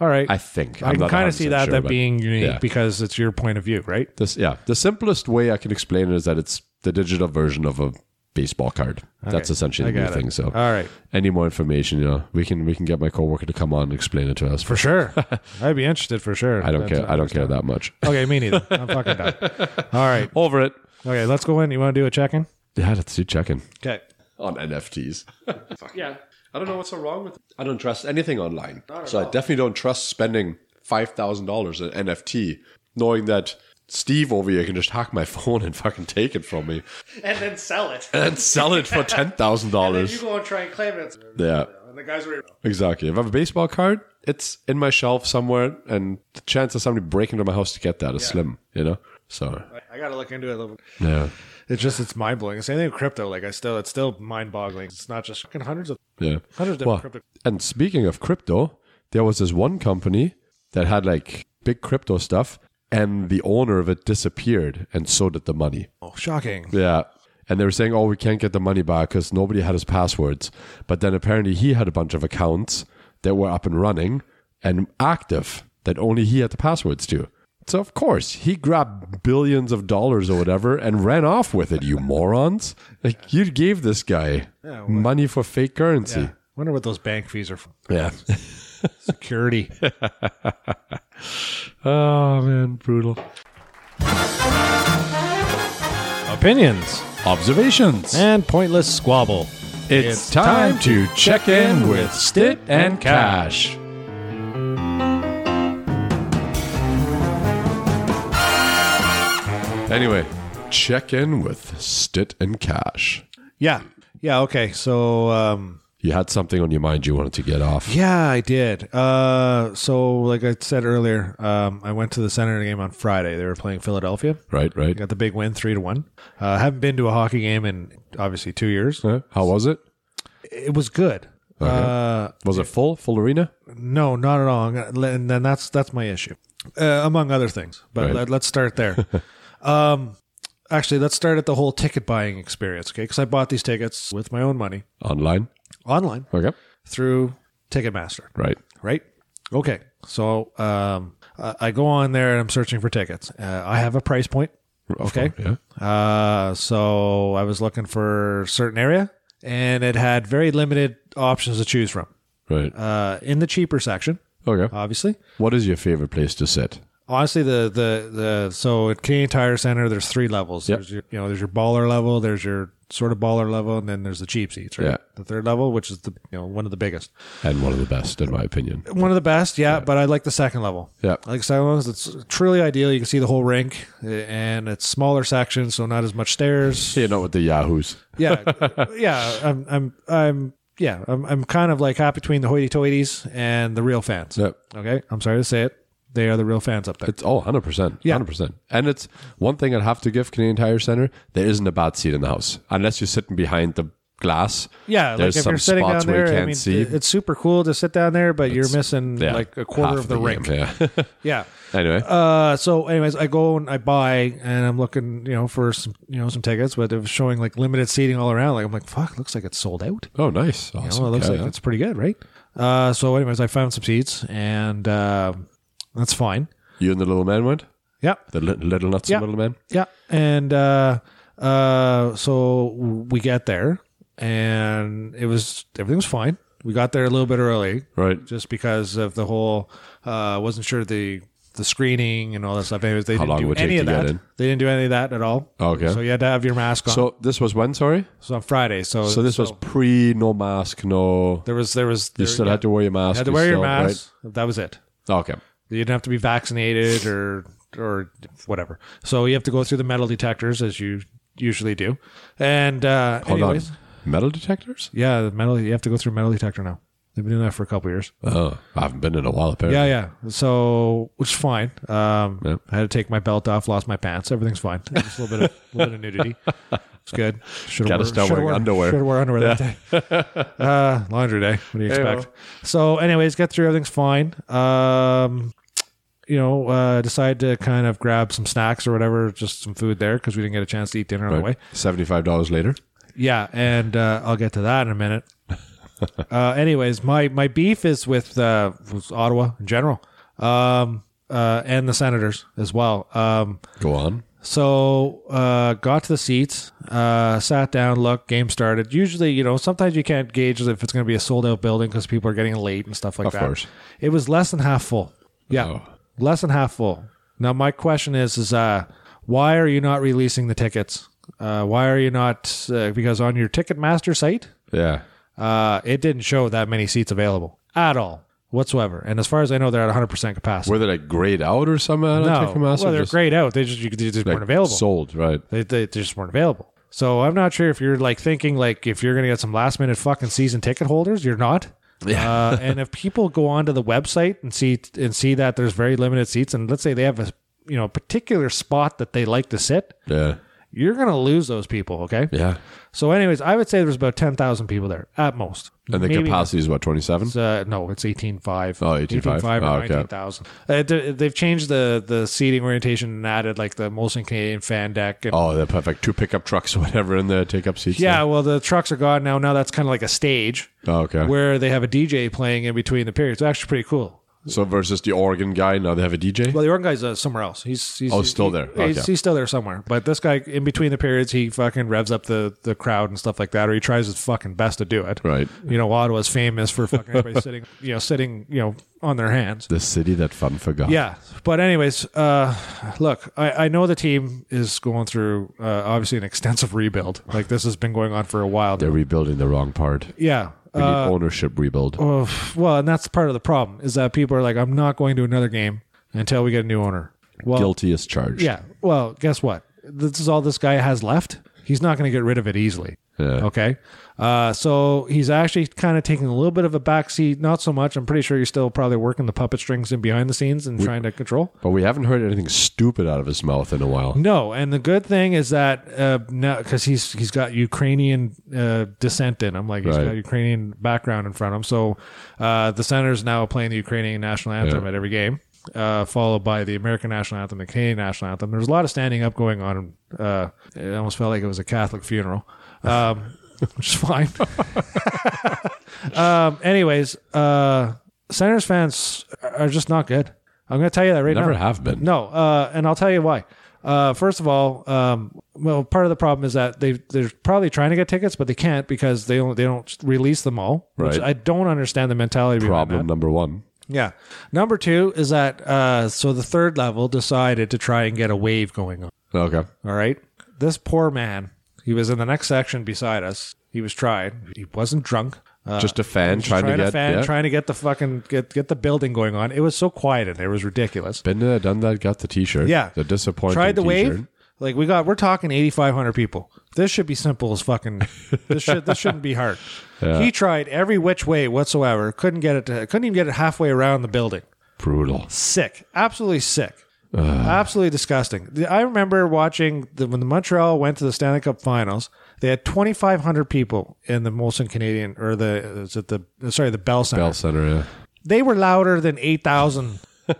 [SPEAKER 1] All right.
[SPEAKER 2] I think.
[SPEAKER 1] I
[SPEAKER 2] I'm
[SPEAKER 1] can
[SPEAKER 2] not
[SPEAKER 1] kind of see
[SPEAKER 2] 100%
[SPEAKER 1] that
[SPEAKER 2] sure,
[SPEAKER 1] that
[SPEAKER 2] but-
[SPEAKER 1] being unique
[SPEAKER 2] yeah.
[SPEAKER 1] because it's your point of view, right?
[SPEAKER 2] This, yeah. The simplest way I can explain it is that it's the digital version of a baseball card. That's essentially
[SPEAKER 1] I
[SPEAKER 2] the new
[SPEAKER 1] got
[SPEAKER 2] thing.
[SPEAKER 1] it. Uh,
[SPEAKER 2] So
[SPEAKER 1] All right.
[SPEAKER 2] any more information, you know, we can we can get my coworker to come on and explain it to us.
[SPEAKER 1] For sure. I'd be interested for sure.
[SPEAKER 2] I don't
[SPEAKER 1] That's-
[SPEAKER 2] care. I don't care that much.
[SPEAKER 1] Okay, me neither. I'm fucking done. All right.
[SPEAKER 2] Over it.
[SPEAKER 1] Okay, let's go in. You want to do a check in?
[SPEAKER 2] Yeah, let's do checking
[SPEAKER 1] Okay.
[SPEAKER 2] on NFTs. yeah, I don't know what's so wrong with. I don't trust anything online, so I definitely don't trust spending five thousand dollars in NFT, knowing that Steve over here can just hack my phone and fucking take it from me
[SPEAKER 1] And then sell it.
[SPEAKER 2] and sell it for ten thousand dollars.
[SPEAKER 1] go and try and claim it.
[SPEAKER 2] Yeah.
[SPEAKER 1] And the guys were.
[SPEAKER 2] Exactly. If I have a baseball card, it's in my shelf somewhere, and the chance of somebody breaking into my house to get that is slim. You know, so
[SPEAKER 1] I gotta look into it a little. bit.
[SPEAKER 2] yeah,
[SPEAKER 1] It's just it's mind blowing. Same thing with crypto. Like I still, it's still mind boggling. It's not just fucking hundreds of
[SPEAKER 2] yeah.
[SPEAKER 1] hundreds of different
[SPEAKER 2] Well,
[SPEAKER 1] crypto.
[SPEAKER 2] and speaking of crypto, there was this one company that had like big crypto stuff, and the owner of it disappeared, and so did the money.
[SPEAKER 1] Oh, shocking.
[SPEAKER 2] Yeah. And they were saying, oh, we can't get the money back because nobody had his passwords. But then apparently he had a bunch of accounts that were up and running and active that only he had the passwords to. So, of course, he grabbed billions of dollars or whatever and ran off with it, you morons. Like, you gave this guy money for fake currency.
[SPEAKER 1] Wonder what those bank fees are for.
[SPEAKER 2] Yeah.
[SPEAKER 1] Security.
[SPEAKER 2] oh, man, brutal.
[SPEAKER 1] Opinions
[SPEAKER 3] Observations.
[SPEAKER 1] and pointless squabble.
[SPEAKER 3] Eh, It's time to check in with Stit and Cash.
[SPEAKER 2] Anyway, check in with Stit and Cash.
[SPEAKER 1] Yeah. Yeah. Okay. So, um,
[SPEAKER 2] You had something on your mind you wanted to get off.
[SPEAKER 1] yeah, I did. Uh, so, like I said earlier, um, I went to the Senator game on Friday. They were playing Philadelphia.
[SPEAKER 2] Right, right.
[SPEAKER 1] Got the big win, three to one. Uh, haven't been to a hockey game in obviously two years.
[SPEAKER 2] Huh? How was it?
[SPEAKER 1] It was good. Uh,
[SPEAKER 2] Was it full? Full arena?
[SPEAKER 1] no, not at all. And then that's that's my issue, uh, among other things. But
[SPEAKER 2] Right.
[SPEAKER 1] let, let's start there. um, actually, let's start at the whole ticket buying experience, okay? Because I bought these tickets with my own money
[SPEAKER 2] Online?
[SPEAKER 1] online
[SPEAKER 2] Okay.
[SPEAKER 1] through Ticketmaster.
[SPEAKER 2] Right.
[SPEAKER 1] right? Okay. So um, I I go on there and I'm searching for tickets. Uh, I have a price point. Okay.
[SPEAKER 2] course,
[SPEAKER 1] Uh, so I was looking for a certain area and it had very limited options to choose from.
[SPEAKER 2] Right.
[SPEAKER 1] Uh, in the cheaper section,
[SPEAKER 2] okay.
[SPEAKER 1] obviously.
[SPEAKER 2] what is your favorite place to sit?
[SPEAKER 1] Honestly, the, the, the so at Canadian Tire Center, there's three levels. There's your, you know, there's your baller level, there's your sort of baller level, and then there's the cheap seats, right?
[SPEAKER 2] Yeah.
[SPEAKER 1] The third level, which is the you know one of the biggest.
[SPEAKER 2] And one of the best, in my opinion.
[SPEAKER 1] one of the best, yeah, But I like the second level.
[SPEAKER 2] Yeah.
[SPEAKER 1] I like the second level. 'cause It's truly ideal. You can see the whole rink, eh, and it's smaller sections, so not as much stairs.
[SPEAKER 2] You know, with the Yahoos.
[SPEAKER 1] yeah, yeah. I'm, I'm, I'm, yeah. I'm, I'm kind of like half between the hoity-toities and the real fans.
[SPEAKER 2] Yep.
[SPEAKER 1] Okay, I'm sorry to say it. They are the real fans up there.
[SPEAKER 2] It's oh, 100%.
[SPEAKER 1] Yeah.
[SPEAKER 2] 100%. And it's one thing I'd have to give Canadian Tire Center there isn't a bad seat in the house unless you're sitting behind the glass.
[SPEAKER 1] Yeah,
[SPEAKER 2] there's
[SPEAKER 1] like if
[SPEAKER 2] some
[SPEAKER 1] you're sitting
[SPEAKER 2] spots
[SPEAKER 1] down
[SPEAKER 2] where
[SPEAKER 1] there,
[SPEAKER 2] you can't
[SPEAKER 1] I mean,
[SPEAKER 2] see.
[SPEAKER 1] it- it's super cool to sit down there, but you're missing
[SPEAKER 2] yeah,
[SPEAKER 1] like a quarter
[SPEAKER 2] half
[SPEAKER 1] of the, rink.
[SPEAKER 2] game, Yeah.
[SPEAKER 1] Yeah.
[SPEAKER 2] anyway.
[SPEAKER 1] Uh, so anyways, I go and I buy, and I'm looking, you know, for some, you know, some tickets, but it was showing like limited seating all around. Like I'm like, fuck, looks like it's sold out.
[SPEAKER 2] oh, nice. Awesome.
[SPEAKER 1] You know, it looks
[SPEAKER 2] Okay,
[SPEAKER 1] like
[SPEAKER 2] yeah.
[SPEAKER 1] it's pretty good, right? Uh, so anyways, I found some seats, and uh, that's fine.
[SPEAKER 2] You and the little man went?
[SPEAKER 1] Yeah,
[SPEAKER 2] The li- little nuts
[SPEAKER 1] Yeah.
[SPEAKER 2] little man?
[SPEAKER 1] yeah, and uh, uh, so we get there, and it was everything was fine. We got there a little bit early,
[SPEAKER 2] Right.
[SPEAKER 1] just because of the whole uh wasn't sure the the screening and all that stuff. Anyways, they didn't
[SPEAKER 2] long
[SPEAKER 1] do
[SPEAKER 2] would it
[SPEAKER 1] any
[SPEAKER 2] take
[SPEAKER 1] of
[SPEAKER 2] to get
[SPEAKER 1] that.
[SPEAKER 2] in?
[SPEAKER 1] They didn't do any of that at all.
[SPEAKER 2] Okay.
[SPEAKER 1] So you had to have your mask on. So,
[SPEAKER 2] So this was when, sorry?
[SPEAKER 1] on Friday. So
[SPEAKER 2] So this was pre no mask, no.
[SPEAKER 1] there was there was there,
[SPEAKER 2] You still
[SPEAKER 1] yeah.
[SPEAKER 2] had to wear your mask.
[SPEAKER 1] You had to
[SPEAKER 2] you
[SPEAKER 1] wear your
[SPEAKER 2] still- right?
[SPEAKER 1] mask. That was it.
[SPEAKER 2] Okay.
[SPEAKER 1] You didn't have to be vaccinated or or whatever. So you have to go through the metal detectors as you usually do. And uh
[SPEAKER 2] Hold
[SPEAKER 1] anyways,
[SPEAKER 2] on. Metal detectors?
[SPEAKER 1] yeah, the metal you have to go through metal detector now. They've been doing that for a couple years.
[SPEAKER 2] Oh, I haven't been in a while, apparently.
[SPEAKER 1] Yeah, yeah. So which is fine. Um,
[SPEAKER 2] Yeah.
[SPEAKER 1] I had to take my belt off, lost my pants. Everything's fine. Just a little bit of, little bit of nudity. It's good. Should
[SPEAKER 2] Gotta start wearing underwear.
[SPEAKER 1] Should have worn underwear that day. Uh, laundry day. What do you expect? So, anyways, get through. Everything's fine. Um, you know, uh, decide to kind of grab some snacks or whatever, just some food there because we didn't get a chance to eat dinner on the way.
[SPEAKER 2] $75 later.
[SPEAKER 1] Yeah, and uh, I'll get to that in a minute. uh, anyways, my my beef is with uh, with Ottawa in general, um, uh, and the Senators as well. Um,
[SPEAKER 2] Go on.
[SPEAKER 1] So uh, got to the seats, uh, sat down, looked, game started. Usually, you know, sometimes you can't gauge if it's going to be a sold out building because people are getting late and stuff like
[SPEAKER 2] Of
[SPEAKER 1] that.
[SPEAKER 2] course.
[SPEAKER 1] It was less than half full. Yeah,
[SPEAKER 2] Oh.
[SPEAKER 1] less than half full. Now my question is, is uh, why are you not releasing the tickets? Uh, why are you not? Uh, because on your Ticketmaster site,
[SPEAKER 2] Yeah.
[SPEAKER 1] uh, it didn't show that many seats available at all whatsoever. And as far as I know, they're at 100% capacity.
[SPEAKER 2] Were they like grayed out or something? I don't
[SPEAKER 1] no,
[SPEAKER 2] think from us, or
[SPEAKER 1] well, they're
[SPEAKER 2] just,
[SPEAKER 1] grayed out. They just, you, they just
[SPEAKER 2] like,
[SPEAKER 1] weren't available.
[SPEAKER 2] Sold, right?
[SPEAKER 1] They, they, they just weren't available. So I'm not sure if you're like thinking like if you're gonna get some last minute fucking season ticket holders, you're not. Yeah. uh, and if people go onto the website and see and see that there's very limited seats, and let's say they have a you know particular spot that they like to sit,
[SPEAKER 2] Yeah.
[SPEAKER 1] you're gonna lose those people. Okay.
[SPEAKER 2] Yeah.
[SPEAKER 1] So, anyways, I would say there's about ten thousand people there at most.
[SPEAKER 2] And the
[SPEAKER 1] Maybe-
[SPEAKER 2] capacity is what, 27?
[SPEAKER 1] it's, uh, no, it's eighteen five.
[SPEAKER 2] Oh, 18,500.
[SPEAKER 1] or
[SPEAKER 2] Oh, okay.
[SPEAKER 1] nineteen thousand. Uh, they- they've changed the the seating orientation and added like the Molson Canadian fan deck and
[SPEAKER 2] Oh, they're perfect. Two pickup trucks or whatever in there, take up seats.
[SPEAKER 1] Yeah, well, the trucks are gone now. Now that's kind of like a stage
[SPEAKER 2] there. Oh, okay.
[SPEAKER 1] where they have a DJ playing in between the periods. It's actually pretty cool.
[SPEAKER 2] so versus the Oregon guy, now they have a DJ?
[SPEAKER 1] Well, the Oregon guy's uh, somewhere else. He's, he's
[SPEAKER 2] Oh, still there.
[SPEAKER 1] he- He's,
[SPEAKER 2] Okay.
[SPEAKER 1] he's still there somewhere. But this guy, in between the periods, he fucking revs up the, the crowd and stuff like that, or he tries his fucking best to do it.
[SPEAKER 2] right.
[SPEAKER 1] You know, Ottawa's famous for fucking everybody sitting, you know, sitting, you know, on their hands.
[SPEAKER 2] The city that fun forgot.
[SPEAKER 1] Yeah, but anyways, uh, look, I, I know the team is going through uh, obviously an extensive rebuild. Like this has been going on for a while.
[SPEAKER 2] They're rebuilding the wrong part.
[SPEAKER 1] yeah,
[SPEAKER 2] We
[SPEAKER 1] uh,
[SPEAKER 2] need ownership rebuild.
[SPEAKER 1] Well, well, and that's part of the problem is that people are like, I'm not going to another game until we get a new owner. Well,
[SPEAKER 2] Guilty as charged.
[SPEAKER 1] yeah. Well, guess what? This is all this guy has left. He's not going to get rid of it easily.
[SPEAKER 2] Yeah.
[SPEAKER 1] Okay. Uh, so he's actually kind of taking a little bit of a backseat. Not so much. I'm pretty sure he's still probably working the puppet strings in behind the scenes and trying to control.
[SPEAKER 2] But we haven't heard anything stupid out of his mouth in a while.
[SPEAKER 1] No, and the good thing is that uh, now because he's he's got Ukrainian uh, descent in him, like he's
[SPEAKER 2] Right.
[SPEAKER 1] got Ukrainian background in front of him. So uh, the Senators now playing the Ukrainian national anthem
[SPEAKER 2] Yeah.
[SPEAKER 1] at every game, uh, followed by the American national anthem, the Canadian national anthem. There's a lot of standing up going on. Uh, it almost felt like it was a Catholic funeral, um, which is fine. um, anyways, uh, Senators fans are just not good. I'm going to tell you that right
[SPEAKER 2] Never
[SPEAKER 1] now.
[SPEAKER 2] have been.
[SPEAKER 1] No, uh, and I'll tell you why. Uh, first of all, um, well, part of the problem is that they they're probably trying to get tickets, but they can't because they don't they don't release them all. Which
[SPEAKER 2] Right.
[SPEAKER 1] I don't understand the mentality. behind
[SPEAKER 2] Problem number one.
[SPEAKER 1] that. Yeah. Number two is that uh, so the third level decided to try and get a wave going on.
[SPEAKER 2] Okay.
[SPEAKER 1] All right. This poor man, he was in the next section beside us. He was trying. He wasn't drunk. Uh,
[SPEAKER 2] Just a fan
[SPEAKER 1] just
[SPEAKER 2] trying, to get.
[SPEAKER 1] fan,
[SPEAKER 2] yeah.
[SPEAKER 1] trying to get the fucking get get the building going on. It was so quiet in there. It was ridiculous.
[SPEAKER 2] Been there, done that, got the T-shirt.
[SPEAKER 1] Yeah.
[SPEAKER 2] the disappointing.
[SPEAKER 1] tried the
[SPEAKER 2] t-shirt.
[SPEAKER 1] wave. Like we got, we're talking eighty five hundred people. This should be simple as fucking. This should this shouldn't be hard. He tried every which way whatsoever. Couldn't get it. To, couldn't even get it halfway around the building.
[SPEAKER 2] Brutal.
[SPEAKER 1] Sick. Absolutely sick. Absolutely disgusting. The- I remember watching the, when the Montreal went to the Stanley Cup Finals. They had twenty five hundred people in the Molson Canadian or the is it the sorry the Bell Center.
[SPEAKER 2] Bell Center.
[SPEAKER 1] They were louder than eight thousand
[SPEAKER 2] Yeah.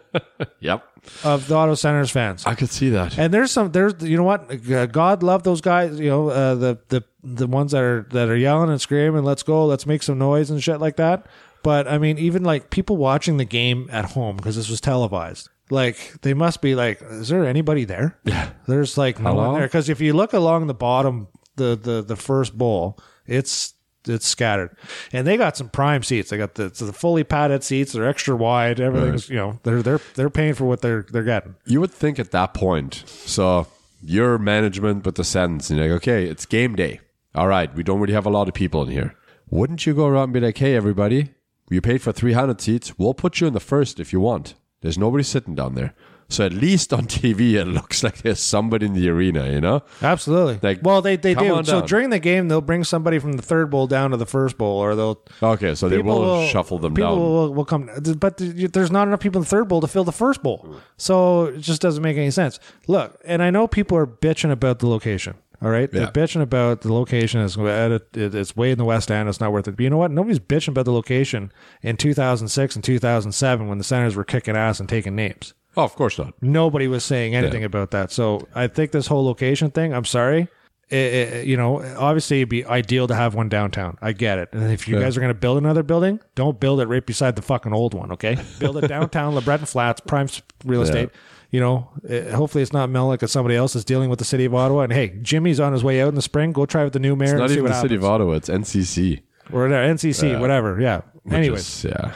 [SPEAKER 2] Yep.
[SPEAKER 1] of the Auto Centers fans.
[SPEAKER 2] I could see that.
[SPEAKER 1] And there's some there's you know what Uh, God love those guys you know uh, the the the ones that are that are yelling and screaming let's go let's make some noise and shit like that. But I mean even like people watching the game at home because this was televised. Like they must be like is there anybody there? Yeah. There's like no
[SPEAKER 2] Hello?
[SPEAKER 1] one there because if you look along the bottom the the the first bowl it's it's scattered and they got some prime seats they got the, the fully padded seats they're extra wide everything's you know they're they're they're paying for what they're they're getting
[SPEAKER 2] You would think at that point, so your management with the sentence, and you're like, okay, it's game day. All right, we don't really have a lot of people in here. Wouldn't you go around and be like, hey, everybody, you paid for 300 seats. We'll put you in the first if you want. There's nobody sitting down there. So at least on TV, it looks like there's somebody in the arena, you know?
[SPEAKER 1] Absolutely.
[SPEAKER 2] Like,
[SPEAKER 1] well, they they
[SPEAKER 2] come
[SPEAKER 1] do.
[SPEAKER 2] on
[SPEAKER 1] So
[SPEAKER 2] down.
[SPEAKER 1] during the game, they'll bring somebody from the third bowl down to the first bowl, or they'll
[SPEAKER 2] Okay, so they will, shuffle them
[SPEAKER 1] people
[SPEAKER 2] down.
[SPEAKER 1] Will, will come, but there's not enough people in the third bowl to fill the first
[SPEAKER 2] Mm.
[SPEAKER 1] bowl, so it just doesn't make any sense. Look, and I know people are bitching about the location. All right,
[SPEAKER 2] Yeah.
[SPEAKER 1] they're bitching about the location. It's, at a- it- it's way in the West End. It's not worth it. But you know what? Nobody's bitching about the location in 2006 and 2007 when the Senators were kicking ass and taking names
[SPEAKER 2] oh, of course not.
[SPEAKER 1] nobody was saying anything about that. So I think this whole location thing, I'm sorry. It, it- you know, obviously it'd be ideal to have one downtown. I get it. And if you guys are going to build another building, don't build it right beside the fucking old one, okay? Build it downtown, LeBreton Flats, prime s- real estate. you know, eh, hopefully it's not Melnick it's somebody else that's dealing with the city of Ottawa. And hey, Jimmy's on his way out in the spring. Go try with the new mayor. and
[SPEAKER 2] Not
[SPEAKER 1] see
[SPEAKER 2] even
[SPEAKER 1] what
[SPEAKER 2] the city
[SPEAKER 1] happens.
[SPEAKER 2] of Ottawa. It's NCC.
[SPEAKER 1] or their NCC, whatever. Yeah.
[SPEAKER 2] which
[SPEAKER 1] Anyways,
[SPEAKER 2] is, yeah,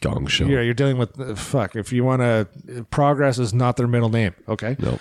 [SPEAKER 2] gong show.
[SPEAKER 1] yeah, you're dealing with uh, fuck. If you want to, progress is not their middle name. Okay,
[SPEAKER 2] Nope.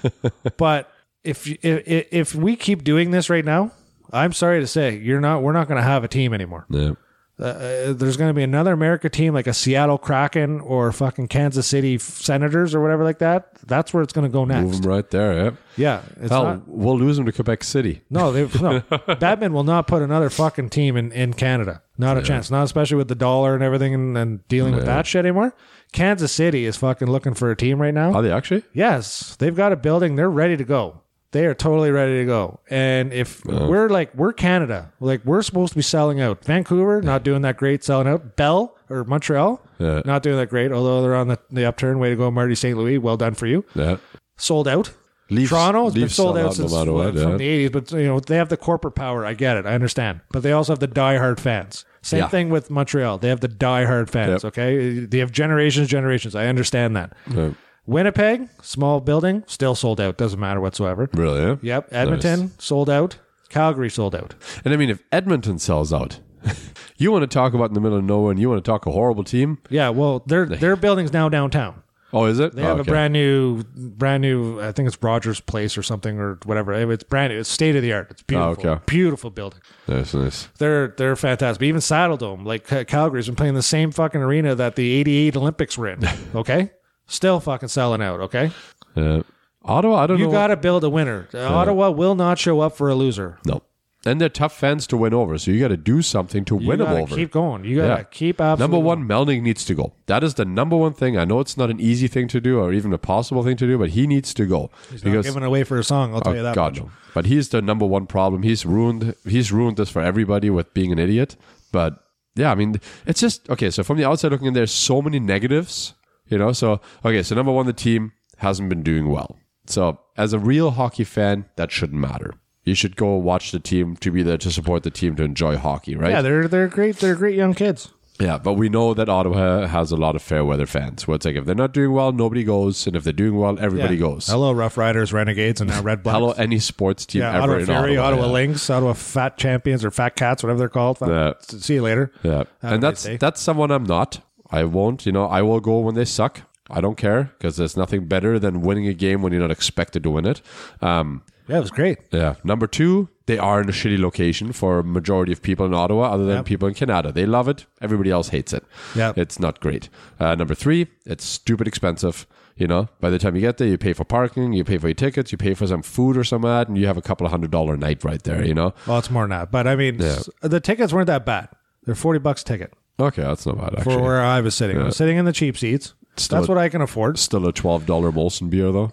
[SPEAKER 1] but if you- i- i- if we keep doing this right now, I'm sorry to say, you're not. We're not going to have a team anymore.
[SPEAKER 2] no.
[SPEAKER 1] Uh, there's going to be another America team like a Seattle Kraken or fucking Kansas City Senators or whatever like that. That's where it's going to go next.
[SPEAKER 2] Move them right there. Yeah.
[SPEAKER 1] Yeah, it's
[SPEAKER 2] Hell,
[SPEAKER 1] not-
[SPEAKER 2] we'll lose them to Quebec City.
[SPEAKER 1] No, they, no. Batman will not put another fucking team in, in Canada. Not a chance. Not especially with the dollar and everything and, and dealing with that shit anymore. Kansas City is fucking looking for a team right now.
[SPEAKER 2] Are they actually?
[SPEAKER 1] yes, they've got a building. They're ready to go. They are totally ready to go. And if
[SPEAKER 2] Oh.
[SPEAKER 1] we're like, we're Canada, like we're supposed to be selling out. Vancouver, not doing that great selling out. Bell or Montreal,
[SPEAKER 2] Yeah.
[SPEAKER 1] not doing that great, although they're on the, the upturn. Way to go, Marty St. Louis. Well done for you.
[SPEAKER 2] Yeah.
[SPEAKER 1] Sold out.
[SPEAKER 2] Leafs,
[SPEAKER 1] Toronto has been
[SPEAKER 2] Leafs
[SPEAKER 1] sold
[SPEAKER 2] sell
[SPEAKER 1] out since
[SPEAKER 2] no matter what.
[SPEAKER 1] from
[SPEAKER 2] yeah.
[SPEAKER 1] the eighties, but you know they have the corporate power. I get it, I understand, but they also have the diehard fans. Same
[SPEAKER 2] Yeah.
[SPEAKER 1] thing with Montreal; they have the diehard fans.
[SPEAKER 2] Yep.
[SPEAKER 1] Okay, they have generations, generations. I understand that.
[SPEAKER 2] Yeah.
[SPEAKER 1] Winnipeg, small building, still sold out. Doesn't matter whatsoever.
[SPEAKER 2] Really? Yeah?
[SPEAKER 1] Yep, Edmonton sold out. Calgary sold out.
[SPEAKER 2] And I mean, if Edmonton sells out, you want to talk about in the middle of nowhere, and you want to talk a horrible team.
[SPEAKER 1] Yeah, well, their their building's now downtown.
[SPEAKER 2] Oh, is it?
[SPEAKER 1] They have a brand new, brand new. I think it's Rogers Place or something or whatever. It's brand new. It's state of the art. It's beautiful,
[SPEAKER 2] Oh, okay.
[SPEAKER 1] beautiful building.
[SPEAKER 2] Nice, nice.
[SPEAKER 1] They're they're fantastic. But even Saddle Dome, like Ca- Calgary's been playing the same fucking arena that the '88 Olympics were in. Okay, still fucking selling out. Okay,
[SPEAKER 2] Yeah. Ottawa, I don't
[SPEAKER 1] you
[SPEAKER 2] know.
[SPEAKER 1] got to build a winner. Uh, Ottawa will not show up for a loser.
[SPEAKER 2] no. And they're tough fans to win over, so you got to do something to
[SPEAKER 1] You
[SPEAKER 2] win them
[SPEAKER 1] gotta
[SPEAKER 2] over.
[SPEAKER 1] Keep going. You gotta
[SPEAKER 2] Yeah.
[SPEAKER 1] keep absolutely.
[SPEAKER 2] Number one, Melnick needs to go. That is the number one thing. I know it's not an easy thing to do or even a possible thing to do, but he needs to go
[SPEAKER 1] Not giving it away for a song. I'll tell you that.
[SPEAKER 2] Oh, God, no. But he's the number one problem. He's ruined. He's ruined this for everybody with being an idiot. But yeah, I mean, it's just okay. So from the outside looking in, there's so many negatives. You know, so okay. So number one, the team hasn't been doing well. So as a real hockey fan, that shouldn't matter. You should go watch the team to be there to support the team to enjoy hockey, right?
[SPEAKER 1] Yeah, they're they're great. They're great young kids.
[SPEAKER 2] Yeah, but we know that Ottawa has a lot of fair weather fans. Where it's like if they're not doing well, nobody goes, and if they're doing well, everybody
[SPEAKER 1] Yeah.
[SPEAKER 2] goes. Hello,
[SPEAKER 1] Hello, Rough Riders, Renegades, and now Red Blacks.
[SPEAKER 2] any sports team
[SPEAKER 1] Yeah,
[SPEAKER 2] ever
[SPEAKER 1] Ottawa
[SPEAKER 2] in
[SPEAKER 1] Fury,
[SPEAKER 2] Ottawa.
[SPEAKER 1] Ottawa,
[SPEAKER 2] yeah.
[SPEAKER 1] Lynx, Ottawa Fat Champions or Fat Cats, whatever they're called.
[SPEAKER 2] Yeah.
[SPEAKER 1] See you later.
[SPEAKER 2] Yeah,
[SPEAKER 1] a
[SPEAKER 2] and that's
[SPEAKER 1] nice day.
[SPEAKER 2] that's someone I'm not. I won't. You know, I will go when they suck. I don't care because there's nothing better than winning a game when you're not expected to win it. Um,
[SPEAKER 1] Yeah, it was great.
[SPEAKER 2] yeah. Number two, they are in a shitty location for a majority of people in Ottawa, other than people in Canada. They love it. Everybody else hates it.
[SPEAKER 1] Yeah.
[SPEAKER 2] It's not great. Uh, number three, it's stupid expensive. You know, by the time you get there, you pay for parking, you pay for your tickets, you pay for some food or some ad, and you have a couple of hundred dollar night right there. You know.
[SPEAKER 1] Well, it's more than that. But I mean, s- the tickets weren't that bad. They're 40 bucks ticket
[SPEAKER 2] Okay, that's not bad
[SPEAKER 1] for
[SPEAKER 2] actually.
[SPEAKER 1] where I was sitting. I was sitting in the cheap seats.
[SPEAKER 2] Still
[SPEAKER 1] That's
[SPEAKER 2] a-
[SPEAKER 1] what I can afford.
[SPEAKER 2] Still a twelve dollar Molson beer though.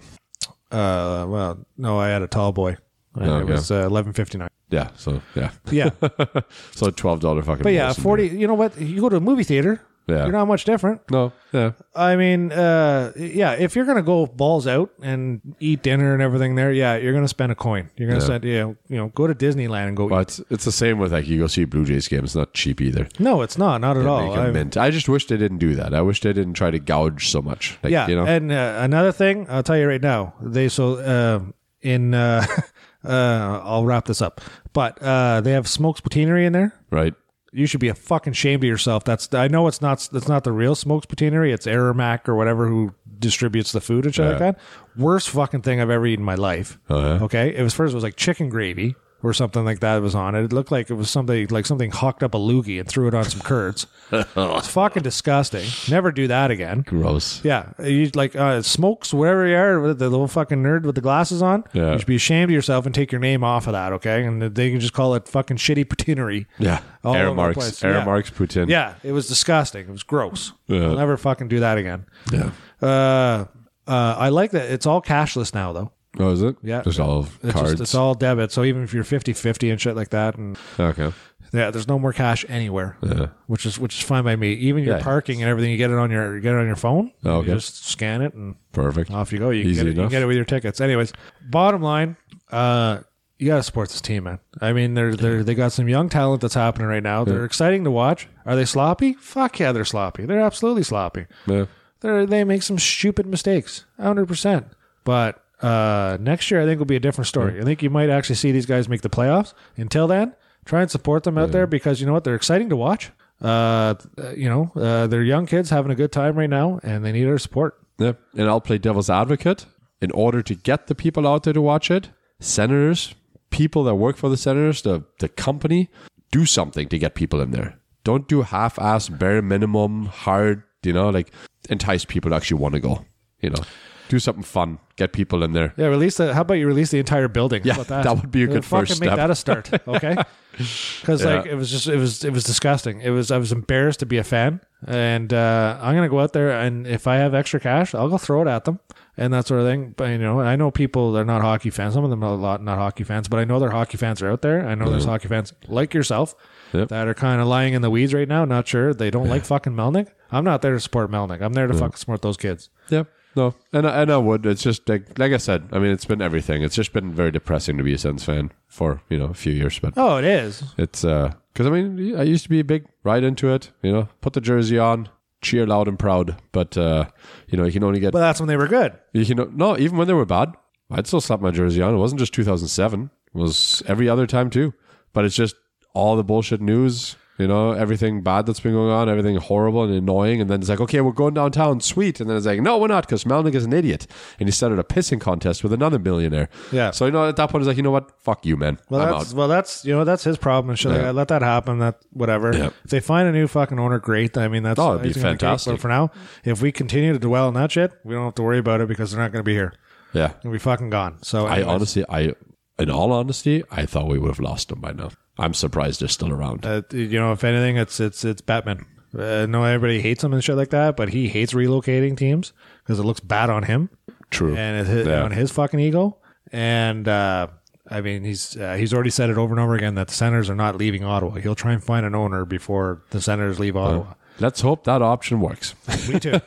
[SPEAKER 1] Uh, well, no, I had a tall boy. And It
[SPEAKER 2] Okay.
[SPEAKER 1] was uh, 11.59.
[SPEAKER 2] Yeah. So yeah.
[SPEAKER 1] Yeah.
[SPEAKER 2] So twelve dollar fucking.
[SPEAKER 1] But yeah, 40, you know what? You go to a movie theater,
[SPEAKER 2] Yeah.
[SPEAKER 1] you're not much different.
[SPEAKER 2] No. Yeah.
[SPEAKER 1] I mean, uh, yeah, if you're gonna go balls out and eat dinner and everything there, yeah, you're gonna spend a coin. You're gonna spend, yeah, you know, go to Disneyland and go.
[SPEAKER 2] But it's, it's the same with like you go see a Blue Jays game. It's not cheap either.
[SPEAKER 1] no, it's not, not at all.
[SPEAKER 2] Make a
[SPEAKER 1] Oh, I-
[SPEAKER 2] mint. I just wish they didn't do that. I wish they didn't try to gouge so much. Like,
[SPEAKER 1] yeah,
[SPEAKER 2] You know.
[SPEAKER 1] and uh, another thing, I'll tell you right now. They so um in, uh, uh, I'll wrap this up, but uh, they have Smokes Patinery in there.
[SPEAKER 2] right.
[SPEAKER 1] You should be a fucking shame to yourself. That's I know it's not it's not the real Smokes Patinery. It's Aramac or whatever who distributes the food and shit like that. Worst fucking thing I've ever eaten in my life.
[SPEAKER 2] Oh,
[SPEAKER 1] Okay, it was first it was like chicken gravy or something like that was on it. It looked like it was something like something hocked up a loogie and threw it on some curds. it's fucking disgusting. Never do that again.
[SPEAKER 2] Gross.
[SPEAKER 1] Yeah, you like uh, smokes wherever you are, with the little fucking nerd with the glasses on.
[SPEAKER 2] Yeah.
[SPEAKER 1] You should be ashamed of yourself and take your name off of that, okay? And they can just call it fucking shitty patinery.
[SPEAKER 2] Yeah.
[SPEAKER 1] All over the
[SPEAKER 2] Aramarks.
[SPEAKER 1] place. Yeah.
[SPEAKER 2] Aramarks. Putin.
[SPEAKER 1] Yeah, it was disgusting. It was gross.
[SPEAKER 2] Yeah.
[SPEAKER 1] I'll never fucking do that again.
[SPEAKER 2] Yeah.
[SPEAKER 1] Uh, uh, I like that it's all cashless now, though.
[SPEAKER 2] Oh, is it?
[SPEAKER 1] Yeah.
[SPEAKER 2] Just all
[SPEAKER 1] It's
[SPEAKER 2] cards.
[SPEAKER 1] Just, it's all debit. So even if you're 50 50 and shit like that, and
[SPEAKER 2] okay.
[SPEAKER 1] yeah, there's no more cash anywhere, which is which is fine by me. Even your
[SPEAKER 2] Yeah. Oh,
[SPEAKER 1] parking and everything, you get it on your you get it on your phone.
[SPEAKER 2] Okay.
[SPEAKER 1] You just scan it and
[SPEAKER 2] Perfect.
[SPEAKER 1] off you go. You can,
[SPEAKER 2] Easy
[SPEAKER 1] get it, you can
[SPEAKER 2] enough.
[SPEAKER 1] get it with your tickets. Anyways, bottom line, uh, you gotta support this team, man. I mean, they're they're they got some young talent that's happening right now. They're exciting to watch. Are they sloppy? Fuck yeah, they're sloppy. They're absolutely sloppy.
[SPEAKER 2] Yeah.
[SPEAKER 1] They're, they make some stupid mistakes, 100%. But uh, next year, I think will be a different story. I think you might actually see these guys make the playoffs. Until then, try and support them out there because you know what? They're exciting to watch. Uh, th- you know, uh, they're young kids having a good time right now, and they need our support.
[SPEAKER 2] Yeah. And I'll play devil's advocate. In order to get the people out there to watch it, senators, people that work for the senators, the, the company, do something to get people in there. Don't do half ass, bare minimum, hard, you know, like entice people to actually want to go, you know. Do something fun, get people in there.
[SPEAKER 1] Yeah, release the. How about you release the entire building?
[SPEAKER 2] Yeah,
[SPEAKER 1] how about that?
[SPEAKER 2] that would be a
[SPEAKER 1] Yeah,
[SPEAKER 2] good
[SPEAKER 1] fucking
[SPEAKER 2] first
[SPEAKER 1] make
[SPEAKER 2] step.
[SPEAKER 1] that a start, okay? Because
[SPEAKER 2] Yeah.
[SPEAKER 1] like it was just it was it was disgusting. It was I was embarrassed to be a fan, and uh, I'm gonna go out there and if I have extra cash, I'll go throw it at them and that sort of thing. But you know, I know people they're not hockey fans. Some of them are a lot not hockey fans, but I know their hockey fans are out there. I know there's hockey fans like yourself
[SPEAKER 2] Mm-hmm. Yep.
[SPEAKER 1] that are kind of lying in the weeds right now, not sure they don't like fucking Melnick. I'm not there to support Melnick. I'm there to fucking support those kids.
[SPEAKER 2] Yeah. No, and I, and I would. It's just like like I said. I mean, it's been everything. It's just been very depressing to be a Sens fan for you know a few years, but
[SPEAKER 1] Oh, it is.
[SPEAKER 2] It's uh, because I mean, I used to be big right into it. You know, put the jersey on, cheer loud and proud. But uh, you know, you can only get
[SPEAKER 1] But that's when they were good.
[SPEAKER 2] you can no. Even when they were bad, I'd still slap my jersey on. It wasn't just 2007. It was every other time too. But it's just all the bullshit news. You know, everything bad that's been going on, everything horrible and annoying. And then it's like, okay, we're going downtown, sweet. And then it's like, no, we're not, because Melnick is an idiot. And he started a pissing contest with another millionaire.
[SPEAKER 1] Yeah.
[SPEAKER 2] So, you know, at that point, it's like, you know what? Fuck you, man.
[SPEAKER 1] Well,
[SPEAKER 2] I'm out.
[SPEAKER 1] that's well, that's you know that's his problem. Should I let that happen? That whatever. If they find a new fucking owner, great. I mean, that's
[SPEAKER 2] Oh, it'd be
[SPEAKER 1] he's gonna get-
[SPEAKER 2] fantastic.
[SPEAKER 1] But for now, if we continue to dwell on that shit, we don't have to worry about it because they're not going to be here.
[SPEAKER 2] Yeah.
[SPEAKER 1] They'll be fucking gone. So
[SPEAKER 2] I
[SPEAKER 1] anyways,
[SPEAKER 2] honestly, I, in all honesty, I thought we would have lost them by now. I'm surprised they're still around.
[SPEAKER 1] uh, you know, if anything, it's it's it's Batman. Uh, no, everybody hates him and shit like that, but he hates relocating teams because it looks bad on him
[SPEAKER 2] True.
[SPEAKER 1] and it hit
[SPEAKER 2] Yeah.
[SPEAKER 1] on his fucking ego. And uh, I mean, he's uh, he's already said it over and over again that the Senators are not leaving Ottawa. He'll try and find an owner before the Senators leave Ottawa.
[SPEAKER 2] Let's hope that option works.
[SPEAKER 1] Me too.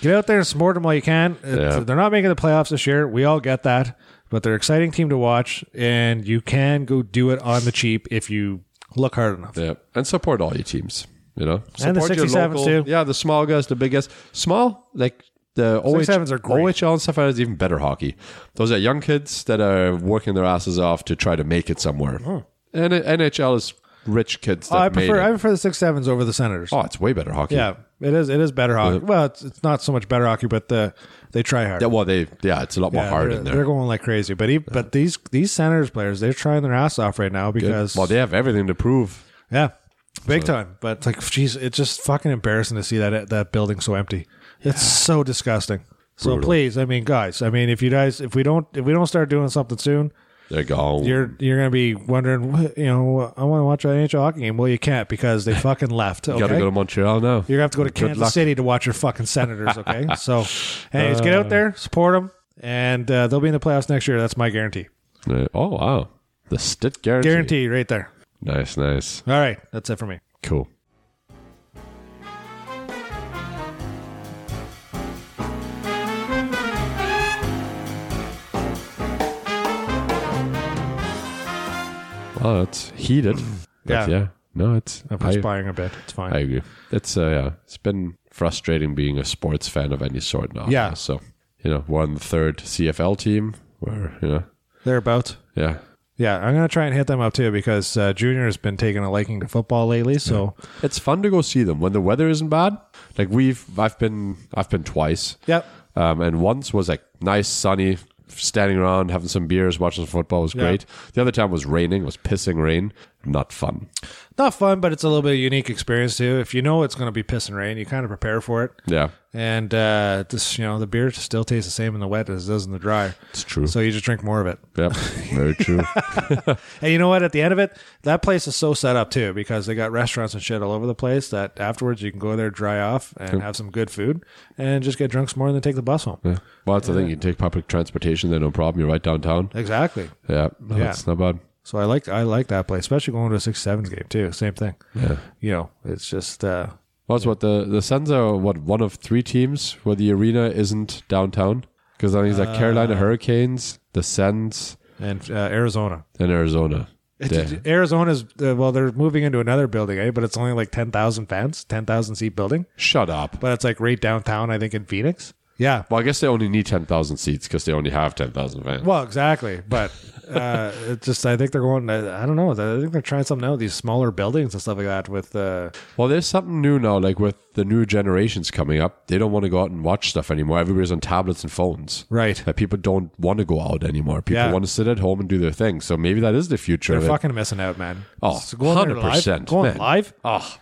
[SPEAKER 1] get out there and support them while you can. It's-
[SPEAKER 2] Yeah.
[SPEAKER 1] They're not making the playoffs this year. We all get that, but they're an exciting team to watch, and you can go do it on the cheap if you look hard enough.
[SPEAKER 2] yeah. And support all your teams, you know?
[SPEAKER 1] And the
[SPEAKER 2] Support your
[SPEAKER 1] 67s
[SPEAKER 2] local-
[SPEAKER 1] too.
[SPEAKER 2] Yeah, the small guys, the big guys. Small, like the OH,
[SPEAKER 1] 67s are great.
[SPEAKER 2] OHL and stuff like that is even better hockey. Those are young kids that are working their asses off to try to make it somewhere. And NHL is rich kids that
[SPEAKER 1] Oh, I
[SPEAKER 2] made
[SPEAKER 1] prefer
[SPEAKER 2] it.
[SPEAKER 1] I prefer the six sevens over the Senators.
[SPEAKER 2] oh, it's way better hockey.
[SPEAKER 1] Yeah, it is. It is better hockey. Well, it's, it's not so much better hockey, but the they try hard.
[SPEAKER 2] Yeah, well, they yeah, it's a lot more
[SPEAKER 1] Yeah,
[SPEAKER 2] hard
[SPEAKER 1] they're,
[SPEAKER 2] in there.
[SPEAKER 1] they're going like crazy, but he, but these these Senators players, they're trying their ass off right now because
[SPEAKER 2] well, they have everything to prove.
[SPEAKER 1] Yeah, big time. But like, geez, it's just fucking embarrassing to see that that building so empty. It's so disgusting. So please, I mean, guys, I mean, if you guys, if we don't, if we don't start doing something soon,
[SPEAKER 2] They're gone.
[SPEAKER 1] you're you're gonna be wondering, "What- you know, I want to watch an NHL hockey game. Well, you can't because they fucking left. Okay?
[SPEAKER 2] You gotta go to Montreal now.
[SPEAKER 1] You're gonna have to go to Kansas
[SPEAKER 2] luck.
[SPEAKER 1] City to watch your fucking Senators. Okay, so anyways, get
[SPEAKER 2] Uh,
[SPEAKER 1] out there, support them, and uh, they'll be in the playoffs next year. That's my guarantee.
[SPEAKER 2] Uh, oh wow, the stit guarantee.
[SPEAKER 1] Guarantee right there.
[SPEAKER 2] Nice, nice,
[SPEAKER 1] All right, that's it for me.
[SPEAKER 2] cool. Well, it's heated.
[SPEAKER 1] Yeah.
[SPEAKER 2] but yeah. No, it's.
[SPEAKER 1] I'm
[SPEAKER 2] I,
[SPEAKER 1] perspiring a bit. It's fine.
[SPEAKER 2] I agree. It's uh, yeah, it's been frustrating being a sports fan of any sort now.
[SPEAKER 1] Yeah.
[SPEAKER 2] So you know, we're on the third CFL team. Where you know,
[SPEAKER 1] Thereabouts.
[SPEAKER 2] yeah,
[SPEAKER 1] Yeah, I'm gonna try and hit them up too because uh, Junior has been taking a liking to football lately. So
[SPEAKER 2] it's fun to go see them when the weather isn't bad. Like we've, I've been, I've been twice.
[SPEAKER 1] Yep.
[SPEAKER 2] Um, and once was like nice, sunny, standing around having some beers, watching some football was great. The other time was raining, was pissing rain, not fun.
[SPEAKER 1] not fun, but it's a little bit of a unique experience too. If you know it's gonna be piss and rain, you kind of prepare for it.
[SPEAKER 2] Yeah,
[SPEAKER 1] And uh, just you know, the beer still tastes the same in the wet as it does in the dry.
[SPEAKER 2] it's true.
[SPEAKER 1] So you just drink more of it.
[SPEAKER 2] yep, very true.
[SPEAKER 1] And you know what? At the end of it, that place is so set up too because they got restaurants and shit all over the place. That afterwards you can go there, dry off, and have some good food, and just get drunk some more, and then take the bus home.
[SPEAKER 2] Yeah. Well, that's the thing. You can take public transportation, there no problem. You're right downtown.
[SPEAKER 1] Exactly.
[SPEAKER 2] Yeah, no,
[SPEAKER 1] Yeah.
[SPEAKER 2] that's not bad.
[SPEAKER 1] So I like I like that place, especially going to a six sevens game too. Same thing. Yeah. You know, it's just uh
[SPEAKER 2] Well, that's what the the Suns are. What one of three teams where the arena isn't downtown? Because I think it's like Carolina Hurricanes, the Suns,
[SPEAKER 1] and uh, Arizona.
[SPEAKER 2] and Arizona. Damn.
[SPEAKER 1] Arizona's uh, well, they're moving into another building, eh? But it's only like ten thousand fans, ten thousand seat building.
[SPEAKER 2] Shut up.
[SPEAKER 1] But it's like right downtown, I think, in Phoenix. Yeah.
[SPEAKER 2] Well, I guess they only need 10,000 seats because they only have 10,000 fans.
[SPEAKER 1] Well, exactly. But uh, it's just I think they're going. I I don't know. I think they're trying something out. These smaller buildings and stuff like that. With uh,
[SPEAKER 2] Well, there's something new now, like with the new generations coming up. They don't want to go out and watch stuff anymore. Everybody's on tablets and phones.
[SPEAKER 1] Right.
[SPEAKER 2] Like people don't want to go out anymore. People
[SPEAKER 1] Yeah.
[SPEAKER 2] want to sit at home and do their thing. So maybe that is the future.
[SPEAKER 1] they're
[SPEAKER 2] of it.
[SPEAKER 1] fucking missing out, man.
[SPEAKER 2] Oh,
[SPEAKER 1] So going there live-
[SPEAKER 2] 100%,
[SPEAKER 1] Going
[SPEAKER 2] man.
[SPEAKER 1] live.
[SPEAKER 2] Oh,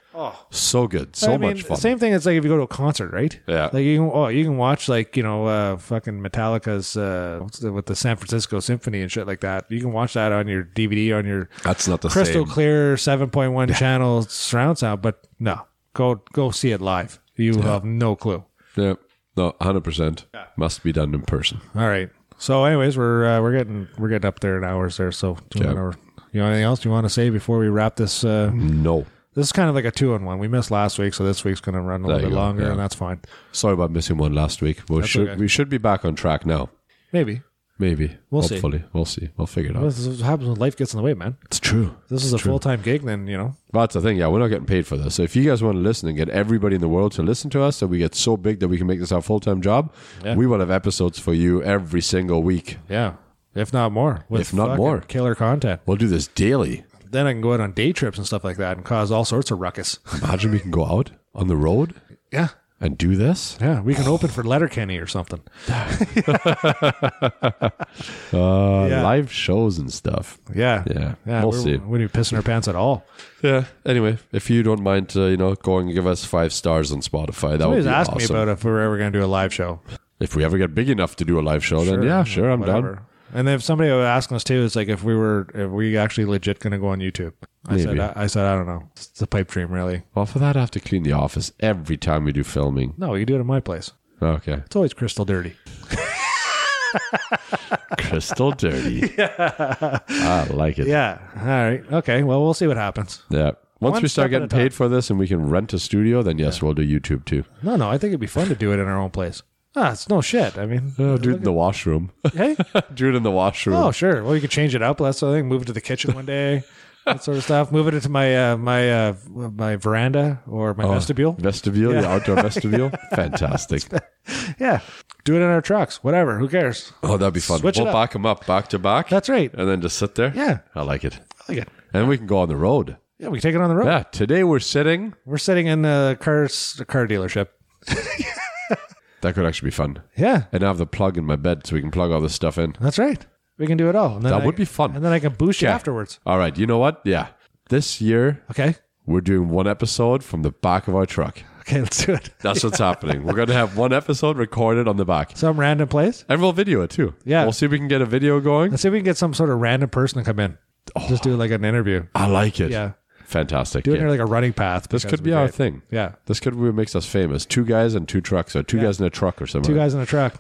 [SPEAKER 2] so good. So
[SPEAKER 1] I mean,
[SPEAKER 2] much fun.
[SPEAKER 1] Same thing. It's like if you go to a concert, right?
[SPEAKER 2] Yeah.
[SPEAKER 1] Like you can, oh, you can watch like you know, uh, fucking Metallica's uh, what's the, with the San Francisco Symphony and shit like that. You can watch that on your DVD on your
[SPEAKER 2] That's not the
[SPEAKER 1] crystal
[SPEAKER 2] same.
[SPEAKER 1] clear seven point one channel surround sound. But no, go go see it live. You have no clue.
[SPEAKER 2] Yeah. No, 100%. Must be done in person.
[SPEAKER 1] All right. So, anyways, we're uh, we're getting we're getting up there in hours there. So, do you,
[SPEAKER 2] Yeah.
[SPEAKER 1] want you know anything else you want to say before we wrap this? Uh,
[SPEAKER 2] No.
[SPEAKER 1] This is kind of like a two on one. We missed last week, so this week's going to run a little
[SPEAKER 2] you
[SPEAKER 1] bit
[SPEAKER 2] go,
[SPEAKER 1] longer,
[SPEAKER 2] yeah.
[SPEAKER 1] and that's fine.
[SPEAKER 2] Sorry about missing one last week. We should,
[SPEAKER 1] okay.
[SPEAKER 2] we should be back on track now.
[SPEAKER 1] Maybe
[SPEAKER 2] Maybe.
[SPEAKER 1] We'll see.
[SPEAKER 2] Hopefully. We'll see. We'll figure it out.
[SPEAKER 1] this is what happens when life gets in the way, man.
[SPEAKER 2] It's true.
[SPEAKER 1] This is a full time gig, then you know.
[SPEAKER 2] Well, that's the thing. Yeah, we're not getting paid for this. So if you guys want to listen and get everybody in the world to listen to us, so we get so big that we can make this our full time job, we will have episodes for you every single week.
[SPEAKER 1] Yeah, if not more. With
[SPEAKER 2] If not
[SPEAKER 1] fucking
[SPEAKER 2] more.
[SPEAKER 1] killer content.
[SPEAKER 2] We'll do this daily.
[SPEAKER 1] Then I can go out on day trips and stuff like that, and cause all sorts of ruckus.
[SPEAKER 2] Imagine we can go out on the road
[SPEAKER 1] yeah,
[SPEAKER 2] and do this.
[SPEAKER 1] yeah. We can open for Letterkenny or something.
[SPEAKER 2] Uh,
[SPEAKER 1] Yeah.
[SPEAKER 2] Live shows and stuff.
[SPEAKER 1] Yeah,
[SPEAKER 2] Yeah,
[SPEAKER 1] yeah.
[SPEAKER 2] we'll
[SPEAKER 1] we're-
[SPEAKER 2] see.
[SPEAKER 1] We're not pissing our pants at all.
[SPEAKER 2] Yeah. Anyway, if you don't mind, uh, you know, going and give us five stars on Spotify, that would
[SPEAKER 1] Somebody's
[SPEAKER 2] be
[SPEAKER 1] asking
[SPEAKER 2] awesome.
[SPEAKER 1] me about if we're ever going to do a live show.
[SPEAKER 2] if we ever get big enough to do a live show, then yeah, sure, I'm down.
[SPEAKER 1] And if somebody was asking us too, it's like if we were, if we actually legit going to go on YouTube. I said,
[SPEAKER 2] Maybe.
[SPEAKER 1] I, I said, I don't know. It's a pipe dream, really.
[SPEAKER 2] Well, for that, I have to clean the office every time we do filming.
[SPEAKER 1] No, you do it at my place.
[SPEAKER 2] Okay.
[SPEAKER 1] It's always crystal dirty.
[SPEAKER 2] Crystal dirty. yeah. I like it.
[SPEAKER 1] Yeah. All right. Okay. Well, we'll see what happens.
[SPEAKER 2] Yeah. Once
[SPEAKER 1] One
[SPEAKER 2] we
[SPEAKER 1] step at
[SPEAKER 2] start
[SPEAKER 1] a
[SPEAKER 2] getting
[SPEAKER 1] time.
[SPEAKER 2] paid for this and we can rent a studio, then yes, we'll do YouTube too.
[SPEAKER 1] No, no. I think it'd be fun to do it in our own place. Ah, it's no shit. I mean,
[SPEAKER 2] Oh, do it in the washroom.
[SPEAKER 1] hey.
[SPEAKER 2] do it in the washroom.
[SPEAKER 1] Oh, sure. Well, you could change it up. That's the thing. Move it to the kitchen one day. That sort of stuff. Move it into my uh, my uh, my veranda or
[SPEAKER 2] Oh.
[SPEAKER 1] my vestibule.
[SPEAKER 2] Vestibule, the outdoor vestibule. Fantastic.
[SPEAKER 1] Yeah, do it in our trucks. Whatever. Who cares?
[SPEAKER 2] Oh, that'd be fun.
[SPEAKER 1] Switch it
[SPEAKER 2] we'll
[SPEAKER 1] up.
[SPEAKER 2] back them up back to back.
[SPEAKER 1] That's right.
[SPEAKER 2] And then just sit there.
[SPEAKER 1] Yeah.
[SPEAKER 2] I like it.
[SPEAKER 1] I like it.
[SPEAKER 2] And we can go on the road.
[SPEAKER 1] Yeah, we can take it on the road.
[SPEAKER 2] Yeah. Today we're sitting.
[SPEAKER 1] We're sitting in the car the car dealership.
[SPEAKER 2] That could actually be fun.
[SPEAKER 1] Yeah,
[SPEAKER 2] And I have the plug in my bed so we can plug all this stuff in.
[SPEAKER 1] that's right. We can do it all. And then
[SPEAKER 2] That
[SPEAKER 1] I-
[SPEAKER 2] would be fun.
[SPEAKER 1] And then I can boost you
[SPEAKER 2] Okay.
[SPEAKER 1] afterwards.
[SPEAKER 2] All right. You know what? Yeah. This year,
[SPEAKER 1] Okay.
[SPEAKER 2] we're doing one episode from the back of our truck.
[SPEAKER 1] Okay, let's do it.
[SPEAKER 2] That's what's happening. We're going to have one episode recorded on the back.
[SPEAKER 1] Some random place.
[SPEAKER 2] And we'll video it too.
[SPEAKER 1] Yeah.
[SPEAKER 2] We'll see if we can get a video going.
[SPEAKER 1] Let's see if we can get some sort of random person to come in. Just do like an interview.
[SPEAKER 2] I like it.
[SPEAKER 1] Yeah.
[SPEAKER 2] Fantastic.
[SPEAKER 1] Do it
[SPEAKER 2] Oh. Yeah.
[SPEAKER 1] near like a running path.
[SPEAKER 2] This could be our thing.
[SPEAKER 1] Yeah.
[SPEAKER 2] This could be what makes us famous. Two guys and two trucks, or two guys in a truck or something.
[SPEAKER 1] Two guys in a truck.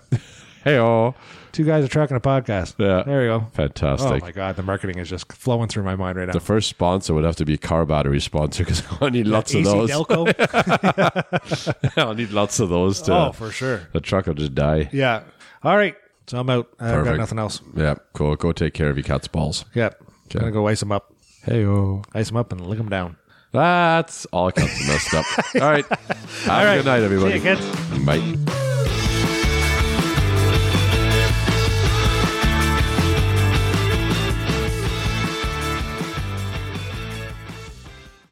[SPEAKER 2] Hey, oh.
[SPEAKER 1] Two guys a truck and a podcast.
[SPEAKER 2] Yeah.
[SPEAKER 1] There we go. Oh
[SPEAKER 2] Fantastic.
[SPEAKER 1] my god, the marketing is just flowing through my mind right now.
[SPEAKER 2] the first sponsor would have to be a car battery sponsor because I'll need lots of
[SPEAKER 1] AC
[SPEAKER 2] those.
[SPEAKER 1] Delco.
[SPEAKER 2] I'll need lots of those to.
[SPEAKER 1] oh, for sure.
[SPEAKER 2] The truck will just die.
[SPEAKER 1] Yeah. All right. So I'm out. I've got
[SPEAKER 2] Perfect.
[SPEAKER 1] nothing else.
[SPEAKER 2] Yeah, cool. Go take care of your cat's balls.
[SPEAKER 1] Yep. Gonna go ice them up.
[SPEAKER 2] Hey, oh.
[SPEAKER 1] Ice them up and lick them down.
[SPEAKER 2] That's all kinds of messed up. All right. Have a good night, everybody.
[SPEAKER 1] kids.
[SPEAKER 2] Bye.